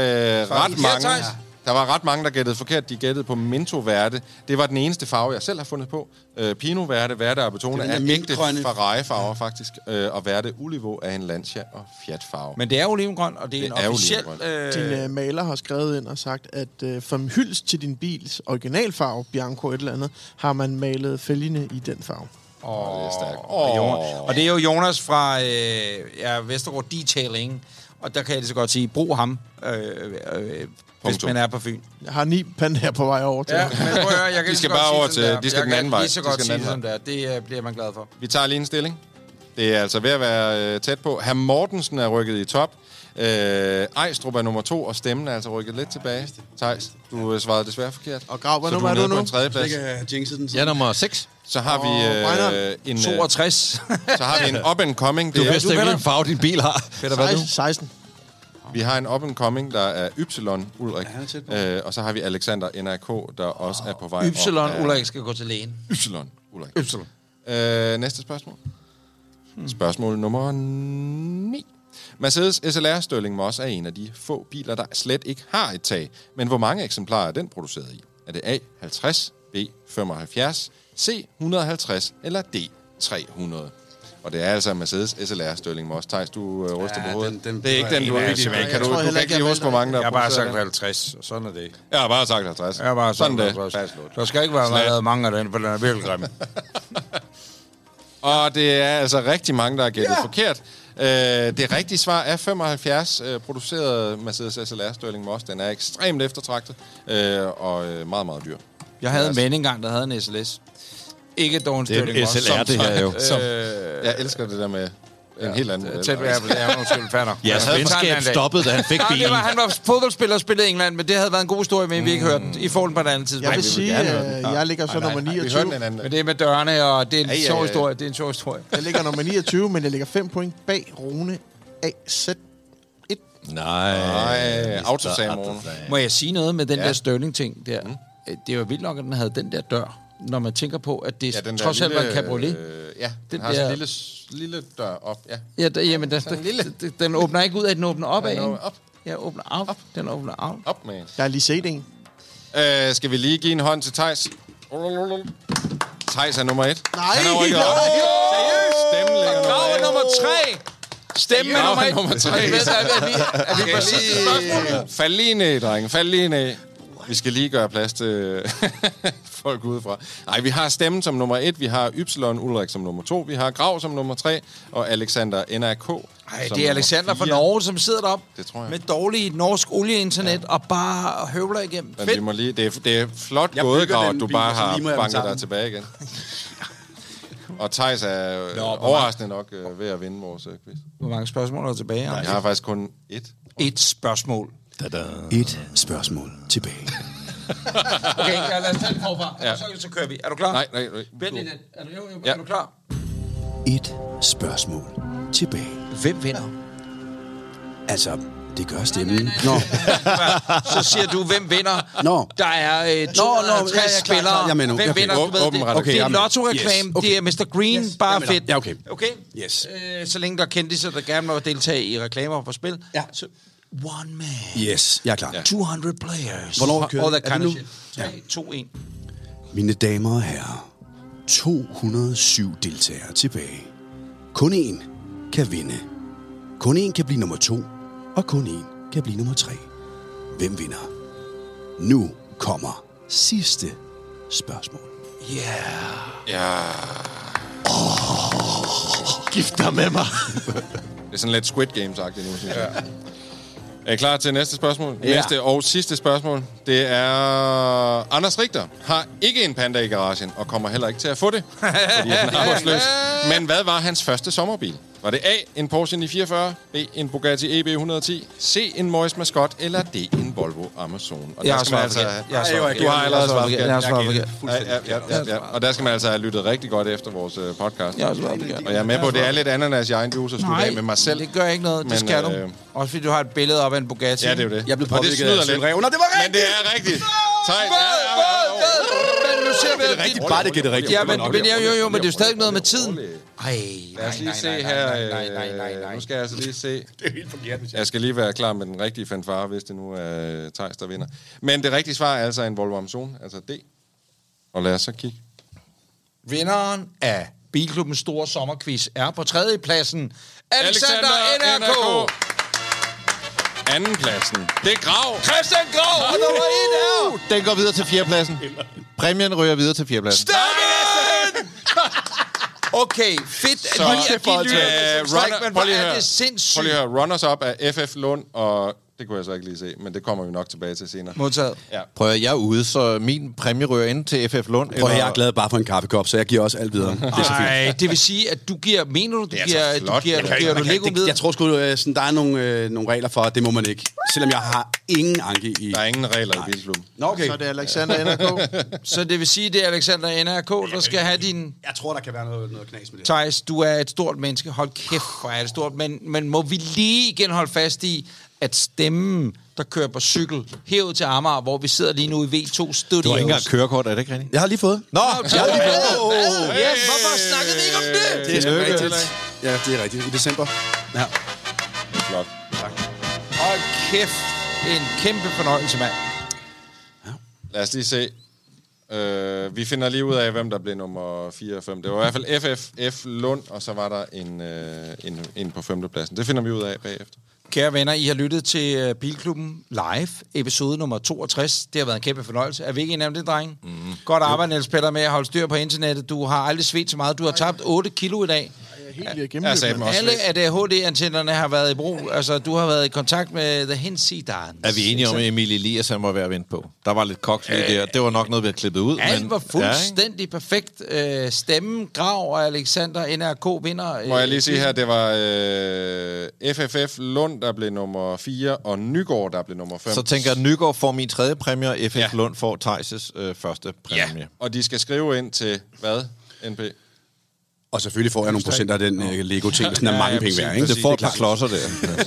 Speaker 5: ret
Speaker 2: Ikea,
Speaker 5: mange...
Speaker 2: Theis?
Speaker 5: Der var ret mange, der gættede forkert. De gættede på Minto Verde. Det var den eneste farve, jeg selv har fundet på. Øh, Pino Verde, Verde Abetone
Speaker 1: Det
Speaker 5: er,
Speaker 1: er den der
Speaker 5: ægte
Speaker 1: mintgrønne.
Speaker 5: Ferrari-farver, faktisk. Øh, og Verde Ulivo er en Lancia og Fiat-farve. Men
Speaker 2: Men det er olivengrøn, og det er
Speaker 5: Det
Speaker 2: det
Speaker 5: er
Speaker 2: en officiel...
Speaker 5: olivengrøn.
Speaker 2: Øh,
Speaker 3: Din øh, maler har skrevet ind og sagt, at øh, som hyldst til din bils originalfarve, Bianco et eller andet, har man malet fælgene i den farve.
Speaker 5: det er stærkt.
Speaker 2: og,
Speaker 5: Åh,
Speaker 2: Jonas. og det er jo Jonas fra øh, ja, Vestergaard Detailing, og der kan jeg lige så godt sige, brug ham, øh, øh, hvis
Speaker 5: Punktum.
Speaker 2: man er på Fyn.
Speaker 3: Jeg har ni pandaer på vej over til.
Speaker 2: Ja,
Speaker 3: Ja.
Speaker 2: men prøv at høre, jeg kan lige
Speaker 5: skal
Speaker 2: så godt
Speaker 5: bare
Speaker 2: sige
Speaker 5: over
Speaker 2: det,
Speaker 5: til-
Speaker 2: som
Speaker 5: de
Speaker 2: det er.
Speaker 5: skal
Speaker 2: Jeg
Speaker 5: den
Speaker 2: kan
Speaker 5: anden vej.
Speaker 2: Lige så
Speaker 5: De skal
Speaker 2: godt
Speaker 5: den
Speaker 2: sige det,
Speaker 5: anden
Speaker 2: som det er. Det øh, bliver man glad for.
Speaker 5: Vi tager lige en stilling. Det er altså ved at være øh, tæt på. Herr Mortensen er rykket i top. Øh, Ejstrup er nummer to, og stemmen er altså rykket lidt tilbage. Thijs, du øh, svarede desværre forkert.
Speaker 3: Og Grav, hvad
Speaker 5: Så
Speaker 3: nummer er
Speaker 5: nede
Speaker 3: du
Speaker 5: på
Speaker 3: nu?
Speaker 5: en tredjeplads.
Speaker 1: Jeg kan jinxe den.
Speaker 4: Jeg er nummer 6.
Speaker 5: Så har vi
Speaker 3: Åh,
Speaker 5: øh,
Speaker 3: Reinhardt.
Speaker 5: en... øh,
Speaker 2: 62.
Speaker 5: Så har vi en up and coming.
Speaker 4: Du
Speaker 5: Det er,
Speaker 4: vidste ikke, hvilken farve din bil har.
Speaker 2: Peter, hvad er du?
Speaker 3: 16.
Speaker 5: vi har en up and coming, der er Ypsilon Ulrik.
Speaker 1: han er tæt på.
Speaker 5: øh, og så har vi Alexander NRK, der også er på vej.
Speaker 2: Ypsilon
Speaker 5: op ad-
Speaker 2: Ulrik skal gå til lægen.
Speaker 5: Ypsilon Ulrik.
Speaker 2: Ypsilon.
Speaker 5: Øh, næste spørgsmål. Spørgsmål nummer 9. Mercedes SLR Stirling Moss er en af de få biler, der slet ikke har et tag. Men hvor mange eksemplarer er den produceret i? Er det A. 50, B. 75, C. 150 eller D. 300? Og det er altså Mercedes SLR Stirling Moss. Thijs, du øh, ryster
Speaker 1: Ja,
Speaker 5: på hovedet.
Speaker 1: den- den-
Speaker 5: det er ikke den, du
Speaker 1: Ja,
Speaker 5: er ikke i.
Speaker 1: simpelthen.
Speaker 5: Kan du,
Speaker 3: Jeg tror
Speaker 5: du
Speaker 3: heller ikke,
Speaker 5: kan ikke lige
Speaker 3: jeg
Speaker 5: huske, hvor
Speaker 3: valgte
Speaker 5: mange der
Speaker 2: Jeg
Speaker 5: er
Speaker 2: har bare
Speaker 5: produceret
Speaker 2: sagt
Speaker 5: den.
Speaker 2: 50, og sådan er det.
Speaker 5: Jeg har bare sagt 50.
Speaker 2: Jeg har bare sagt
Speaker 5: sådan det.
Speaker 2: 50.
Speaker 5: Fast
Speaker 2: Der skal ikke være lavet mange af den, for den er virkelig grim.
Speaker 5: Og det er altså rigtig mange, der har gættet ja. forkert. Øh, det rigtige svar er 75, øh, produceret Mercedes SLR Stirling Moss. Den er ekstremt eftertragtet øh, og øh, meget, meget dyr. altså.
Speaker 2: Jeg havde en ven engang, der havde en SLS. Ikke dog en
Speaker 4: Det
Speaker 2: Stirling
Speaker 4: er en
Speaker 2: Moss.
Speaker 4: SLR, det her jo.
Speaker 2: Som,
Speaker 5: Øh, Jeg elsker det der med en helt anden altså.
Speaker 2: øh,
Speaker 5: model.
Speaker 2: tæt ved Apple, det er undskyld, fatter.
Speaker 4: Jeres venskab stoppede, da han fik
Speaker 2: Nej, det var,
Speaker 4: bilen.
Speaker 2: han var fodboldspiller og spillede i England, men det havde været en god historie, men vi ikke hørt den. I får den på et andet tidspunkt.
Speaker 3: Jeg vil
Speaker 2: Vi
Speaker 3: sige,
Speaker 2: gerne høre den.
Speaker 3: øh, jeg ligger så nummer
Speaker 5: Vi hørte den
Speaker 3: 29.
Speaker 5: anden.
Speaker 2: Men det er med dørene, og det er en
Speaker 5: Ja, ja,
Speaker 2: sjov
Speaker 5: ja.
Speaker 2: historie. Det er en sjov historie.
Speaker 3: Jeg ligger nummer 29, men jeg ligger 5 point bag Rune AZ.
Speaker 4: Nej.
Speaker 5: Nej, autosamoren.
Speaker 2: Må jeg sige noget med den
Speaker 5: Ja.
Speaker 2: ja. der Stirling-ting der? Mm. Det var vildt nok, at den havde den der dør, når man tænker på, at det
Speaker 5: Ja,
Speaker 2: ja,
Speaker 5: den der
Speaker 2: trods alt var en
Speaker 5: lille,
Speaker 2: cabriolet.
Speaker 5: Øh, ja, den, den
Speaker 2: Den
Speaker 5: har sådan en
Speaker 2: der-
Speaker 5: lille, s- lille dør op. Ja.
Speaker 2: Ja, der, jamen, den, den, den åbner ikke ud af, den åbner op af.
Speaker 5: Den
Speaker 2: ikke?
Speaker 5: op.
Speaker 2: Jeg åbner af. Den åbner af.
Speaker 5: Op med.
Speaker 3: Jeg har lige set en.
Speaker 5: Øh, skal vi lige give en hånd til Tejs? Tejs er nummer et.
Speaker 3: Nej!
Speaker 5: Han er rykket op. Stemmen ligger
Speaker 2: Grav er nummer tre. Stemme er
Speaker 5: Grav
Speaker 2: nummer
Speaker 5: er
Speaker 2: et.
Speaker 5: nummer tre.
Speaker 2: Hvad er det, er vi, er vi på sidste spørgsmål?
Speaker 5: nummer Fald lige ned, drenge. Fald lige ned. Vi skal lige gøre plads til folk udefra. Nej, vi har stemmen som nummer et, vi har Ypsilon Ulrik som nummer to, vi har Grav som nummer tre, og Alexander NAK.
Speaker 2: Ej,
Speaker 5: som
Speaker 2: det er
Speaker 5: nummer
Speaker 2: Alexander fra
Speaker 5: fire.
Speaker 2: Norge, som sidder deroppe
Speaker 5: Det tror jeg.
Speaker 2: med dårligt norsk olieinternet ja. og bare høvler igennem.
Speaker 5: Men vi
Speaker 2: Fedt.
Speaker 5: må lige, det, er, det er flot
Speaker 1: Jeg
Speaker 5: gået,
Speaker 1: bygger
Speaker 5: Grav,
Speaker 1: den
Speaker 5: at du
Speaker 1: bil,
Speaker 5: bare
Speaker 1: og så
Speaker 5: har
Speaker 1: limer jeg den
Speaker 5: banket
Speaker 1: sammen.
Speaker 5: dig tilbage igen. Og Thijs er øh,
Speaker 2: hvor
Speaker 5: overraskende nok øh, ved at vinde vores øh, quiz.
Speaker 2: Hvor mange spørgsmål er der tilbage?
Speaker 5: Jeg
Speaker 2: Anders?
Speaker 5: har faktisk kun et.
Speaker 2: Et spørgsmål.
Speaker 1: Et spørgsmål tilbage.
Speaker 2: Okay, ja, lad os tage den forfra, ja.
Speaker 5: Ja.
Speaker 2: så, så kører vi. Er du klar?
Speaker 5: Nej, nej, nej.
Speaker 2: Vent lidt. Er du, jo, jo,
Speaker 5: Ja.
Speaker 2: er du klar?
Speaker 1: Et spørgsmål tilbage.
Speaker 2: Hvem vinder?
Speaker 1: Altså, det gør stemmen. Nå,
Speaker 2: Så siger du, hvem vinder?
Speaker 1: Nå.
Speaker 2: Der er øh, 250 nå, nå, ja, ja, klar,
Speaker 1: klar,
Speaker 2: spillere.
Speaker 1: klar, jeg er med nu.
Speaker 2: Hvem
Speaker 1: Jeg er med.
Speaker 2: vinder? Du ved,
Speaker 5: Åben
Speaker 2: det,
Speaker 5: ret.
Speaker 2: okay, det er en
Speaker 1: jeg er med.
Speaker 2: lotto-reklame.
Speaker 1: Yes,
Speaker 2: Okay.
Speaker 1: okay.
Speaker 2: Det er Mr. Green. Yes, bare
Speaker 1: jeg er med
Speaker 2: fedt.
Speaker 1: dig. Ja, okay.
Speaker 2: okay?
Speaker 1: Yes.
Speaker 2: Øh, så længe der er kendtiser, der gerne må deltage i reklamer på spil.
Speaker 1: Ja.
Speaker 2: Så, one man.
Speaker 1: yes, jeg er klar.
Speaker 2: 200 players.
Speaker 1: Hvornår kører
Speaker 2: All
Speaker 1: den?
Speaker 2: that
Speaker 1: Er
Speaker 2: kind
Speaker 1: det
Speaker 2: of
Speaker 1: nu?
Speaker 2: shit. 3, 2, 1.
Speaker 1: Mine damer og herrer, 207 deltagere tilbage. Kun én kan vinde. Kun én kan blive nummer to, og kun én kan blive nummer tre. Hvem vinder? Nu kommer sidste spørgsmål.
Speaker 5: Ja,
Speaker 3: Gift dig med mig.
Speaker 5: det er sådan lidt Squid Games-agtigt nu, synes jeg. Er I klar til næste spørgsmål? Ja. Næste og sidste spørgsmål. Det er... Anders Richter har ikke en panda i garagen, og kommer heller ikke til at få det, fordi den er arbejdsløs. Men hvad var hans første sommerbil? Var det A, en Porsche 944, B, en Bugatti EB 110, C, en Morris Mascot, eller D, en Volvo Amazon? Og
Speaker 2: Jeg
Speaker 5: der
Speaker 2: har
Speaker 5: skal man
Speaker 2: svaret
Speaker 5: altså...
Speaker 2: forkert. Jeg har svaret
Speaker 5: Du har
Speaker 2: forkert.
Speaker 5: allerede svaret forkert.
Speaker 2: Jeg har svaret
Speaker 5: Jeg
Speaker 2: forkert.
Speaker 5: kan- Ja, ja, ja, ja. Og der skal man altså have lyttet rigtig godt efter vores øh, podcast.
Speaker 2: Jeg har svaret forkert.
Speaker 5: Og jeg er med på, at det er lidt ananas i egen juice at slutte
Speaker 2: Nej,
Speaker 5: af med mig selv.
Speaker 2: det gør ikke noget. Det
Speaker 5: Men,
Speaker 2: skal
Speaker 5: øh,
Speaker 2: du. Også fordi du har et billede op af en Bugatti.
Speaker 5: Ja, det er jo det.
Speaker 1: Jeg blev
Speaker 5: Og
Speaker 1: påvirket
Speaker 5: snyder
Speaker 1: af
Speaker 5: lidt.
Speaker 1: Sølvreven. Nå, det var
Speaker 5: Men det er rigtigt. Tegn. Ja,
Speaker 2: Hvad?
Speaker 5: ja,
Speaker 2: Hvad?
Speaker 5: ja.
Speaker 2: Hvad? Men nu ser vi, at
Speaker 1: rigtigt. Bare det gætter rigtigt.
Speaker 2: Ja, men, men jo, jo, jo, men det er jo stadig noget med tiden. Ej, nej,
Speaker 5: Lad os lige
Speaker 2: nej,
Speaker 5: se
Speaker 2: nej,
Speaker 5: her.
Speaker 2: nej, nej, nej, nej,
Speaker 5: øh,
Speaker 2: nej.
Speaker 5: Nu skal jeg altså lige se. Det er helt forkert. Jeg skal lige være klar med den rigtige fanfare, hvis det nu er Thijs, der vinder. Men det rigtige svar er altså en Volvo Amazon, altså D. Og lad os så kigge.
Speaker 2: Vinderen af Bilklubbens store sommerquiz er på tredjepladsen. Alexander, Alexander NRK. NRK.
Speaker 5: Andenpladsen. Det er Grav.
Speaker 2: Christian Grov, og nummer et er...
Speaker 4: Den går videre til fjerdepladsen. Præmien ryger videre til fjerdepladsen.
Speaker 2: Stærken! Okay, fedt, at
Speaker 5: Så,
Speaker 2: vi er de
Speaker 5: øh,
Speaker 2: lyder.
Speaker 5: runner-
Speaker 2: men
Speaker 5: prøv
Speaker 2: hvor
Speaker 5: lige at
Speaker 2: er
Speaker 5: høre.
Speaker 2: det
Speaker 5: Prøv
Speaker 2: sindssygt.
Speaker 5: lige at høre. Runners up af FF Lund, og det kunne jeg så ikke lige se, men det kommer vi nok tilbage til senere.
Speaker 2: Modtaget.
Speaker 4: Prøv at høre, jeg er ude, så min præmie ryger ind til FF Lund.
Speaker 1: Prøv at, jeg er glad bare for en kaffekop, så jeg giver også alt videre. Det er så fint.
Speaker 2: Nej, det vil sige, at du giver... Mener du, du
Speaker 5: altså
Speaker 2: giver... Du
Speaker 5: flot.
Speaker 2: giver, du
Speaker 5: Man kan
Speaker 2: giver du
Speaker 1: Man kan
Speaker 2: Lego
Speaker 1: ikke-
Speaker 2: med?
Speaker 1: Jeg tror sgu, øh, sådan, der er nogle, øh, nogle regler for, at det må man ikke. Selvom jeg har ingen anke i...
Speaker 5: Der er ingen regler i bilklubben.
Speaker 1: Nå, okay.
Speaker 3: Så er det Alexander NRK.
Speaker 2: Så det vil sige, det er Alexander NRK, der skal have din...
Speaker 1: Jeg tror, der kan være noget, noget knas med det.
Speaker 2: Thijs, du er et stort menneske. Hold kæft, hvor er det stort. Men, men må vi lige igen holde fast i, at stemmen, der kører på cykel herud til Amager, hvor vi sidder lige nu i V2 Studios.
Speaker 4: Du har ikke engang kørekort, er det ikke rigtigt?
Speaker 1: Jeg har lige fået.
Speaker 4: Nå,
Speaker 2: Jeg har lige været.
Speaker 1: Åh, åh, åh.
Speaker 2: Ja, hvorfor snakkede vi ikke om det?
Speaker 1: øh, Det er
Speaker 4: Tillykke.
Speaker 1: rigtigt. Ja, det er rigtigt. I december. Ja.
Speaker 5: Flot.
Speaker 2: Hold kæft, en kæmpe fornøjelse, mand.
Speaker 5: Lad os lige se. Øh, vi finder lige ud af, hvem der blev nummer 4 og 5. Det var i hvert fald FF, F. Lund, og så var der en, øh, en, en på femtepladsen. Det finder vi ud af bagefter.
Speaker 2: Kære venner, I har lyttet til øh, Bilklubben live, episode nummer 62. Det har været en kæmpe fornøjelse. Er vi ikke enige om det, drenge? Mm. Godt arbejde, Niels Petter, med at holde styr på internettet. Du har aldrig svedt så meget. Du har tabt 8 kilo i dag.
Speaker 3: Jeg er helt lige
Speaker 5: Jeg sagde dem
Speaker 3: gennemløbet.
Speaker 5: også
Speaker 2: Alle
Speaker 5: lidt.
Speaker 2: ADHD-antennerne har været i brug. Altså, du har været i kontakt med The Hensidans.
Speaker 4: Er vi enige om, at Emilie Elias han må være vendt på? Der var lidt koks lige der. Det var nok noget, vi havde klippet ud.
Speaker 2: Alt
Speaker 4: men-
Speaker 2: var
Speaker 4: Ja, ikke?
Speaker 2: fuldstændig perfekt. Øh, stemmen, Grav og Alexander NRK vinder. øh,
Speaker 5: Må jeg lige sige her, det var øh, FFF Lund, der blev nummer 4, og Nygaard, der blev nummer 5.
Speaker 4: Så tænker jeg, at Nygaard får min tredje præmie, og FF Lund får Thijs' øh, første præmie.
Speaker 5: ja. Og de skal skrive ind til, hvad, NP?
Speaker 1: Og selvfølgelig får jeg nogle procenter af den øh, Lego-ting, sådan er mange penge værd, ikke?
Speaker 4: Det får et par klodser der.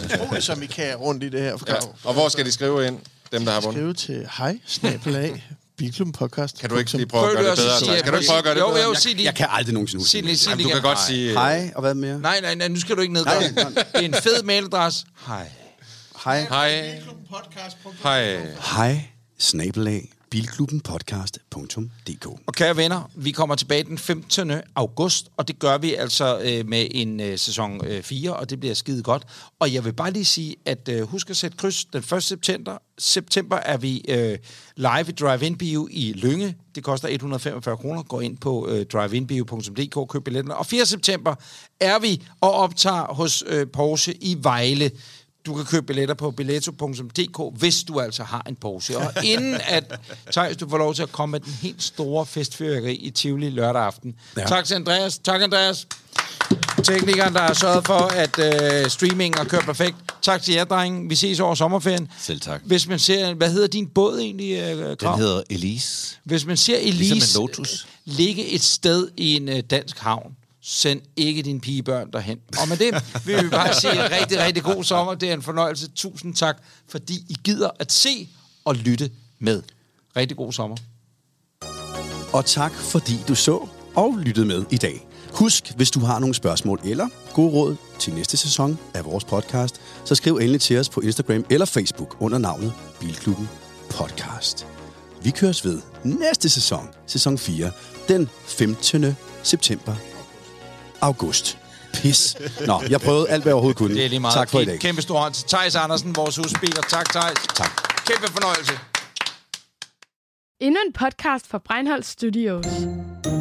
Speaker 3: Utroligt, som I kan rundt i det her. For
Speaker 5: Ja. Og hvor skal de skrive ind, dem der har vundet?
Speaker 3: Skrive til hej, snabel af, Bilklubben Podcast.
Speaker 5: Kan du ikke lige prøve
Speaker 2: Prøv
Speaker 5: at
Speaker 2: du
Speaker 5: gøre det
Speaker 2: også at
Speaker 5: bedre?
Speaker 2: sige...
Speaker 5: Thijs? Kan du ikke prøve at gøre det
Speaker 2: jo,
Speaker 5: bedre?
Speaker 2: Jo, sig lige.
Speaker 1: Jeg kan aldrig nogensinde huske
Speaker 2: Sig lige,
Speaker 1: det.
Speaker 2: sig
Speaker 5: Jamen,
Speaker 2: lige
Speaker 5: du kan
Speaker 2: igen.
Speaker 5: godt sige...
Speaker 1: Hej, og hvad mere?
Speaker 2: Nej, nej, nej, nu skal du ikke ned.
Speaker 1: Nej,
Speaker 2: der.
Speaker 1: nej.
Speaker 2: Det er en fed mailadresse. Hej.
Speaker 1: Hej.
Speaker 4: Hej. Hej.
Speaker 1: Hej. Snabelag. Bilklubbenpodcast.dk
Speaker 2: Og kære venner, vi kommer tilbage den 15. august, og det gør vi altså øh, med en øh, sæson øh, 4, og det bliver skide godt. Og jeg vil bare lige sige, at øh, husk at sætte kryds den 1. september. September er vi øh, live i Drive-In-Bio i Lønge. Det koster 145 kroner. Gå ind på øh, driveinbio.dk og køb billetterne. Og 4. september er vi og optager hos øh, Porsche i Vejle. Du kan købe billetter på billetto.dk, hvis du altså har en Porsche. Og inden at, Thijs, du får lov til at komme med den helt store festfyrkeri i Tivoli lørdag aften. Ja. Tak til Andreas. Tak, Andreas. Teknikeren, der har sørget for, at øh, streamingen har kørt perfekt. Tak til jer, drenge. Vi ses over sommerferien.
Speaker 4: Selv tak.
Speaker 2: Hvis man ser... Hvad hedder din båd egentlig, øh, Krav?
Speaker 4: Den hedder Elise.
Speaker 2: Hvis man ser Elise
Speaker 4: Ligesom en lotus.
Speaker 2: øh, ligge et sted i en øh, dansk havn, send ikke dine pigebørn derhen. Og med det vil vi bare sige en rigtig, rigtig god sommer. Det er en fornøjelse. Tusind tak, fordi I gider at se og lytte med. Rigtig god sommer.
Speaker 1: Og tak fordi du så og lyttede med i dag. Husk, hvis du har nogle spørgsmål eller gode råd til næste sæson af vores podcast, så skriv endelig til os på Instagram eller Facebook under navnet Bilklubben Podcast. Vi køres ved næste sæson, sæson 4, den 15. september august. Pis. Nå, jeg prøvede alt, hvad jeg overhovedet kunne.
Speaker 2: Det er lige meget.
Speaker 1: Tak for i dag.
Speaker 2: Kæmpe stor hånd til Thijs Andersen, vores husspiker. Tak, Thijs.
Speaker 1: Tak.
Speaker 2: Kæmpe fornøjelse.
Speaker 9: Endnu en podcast fra Breinholt Studios.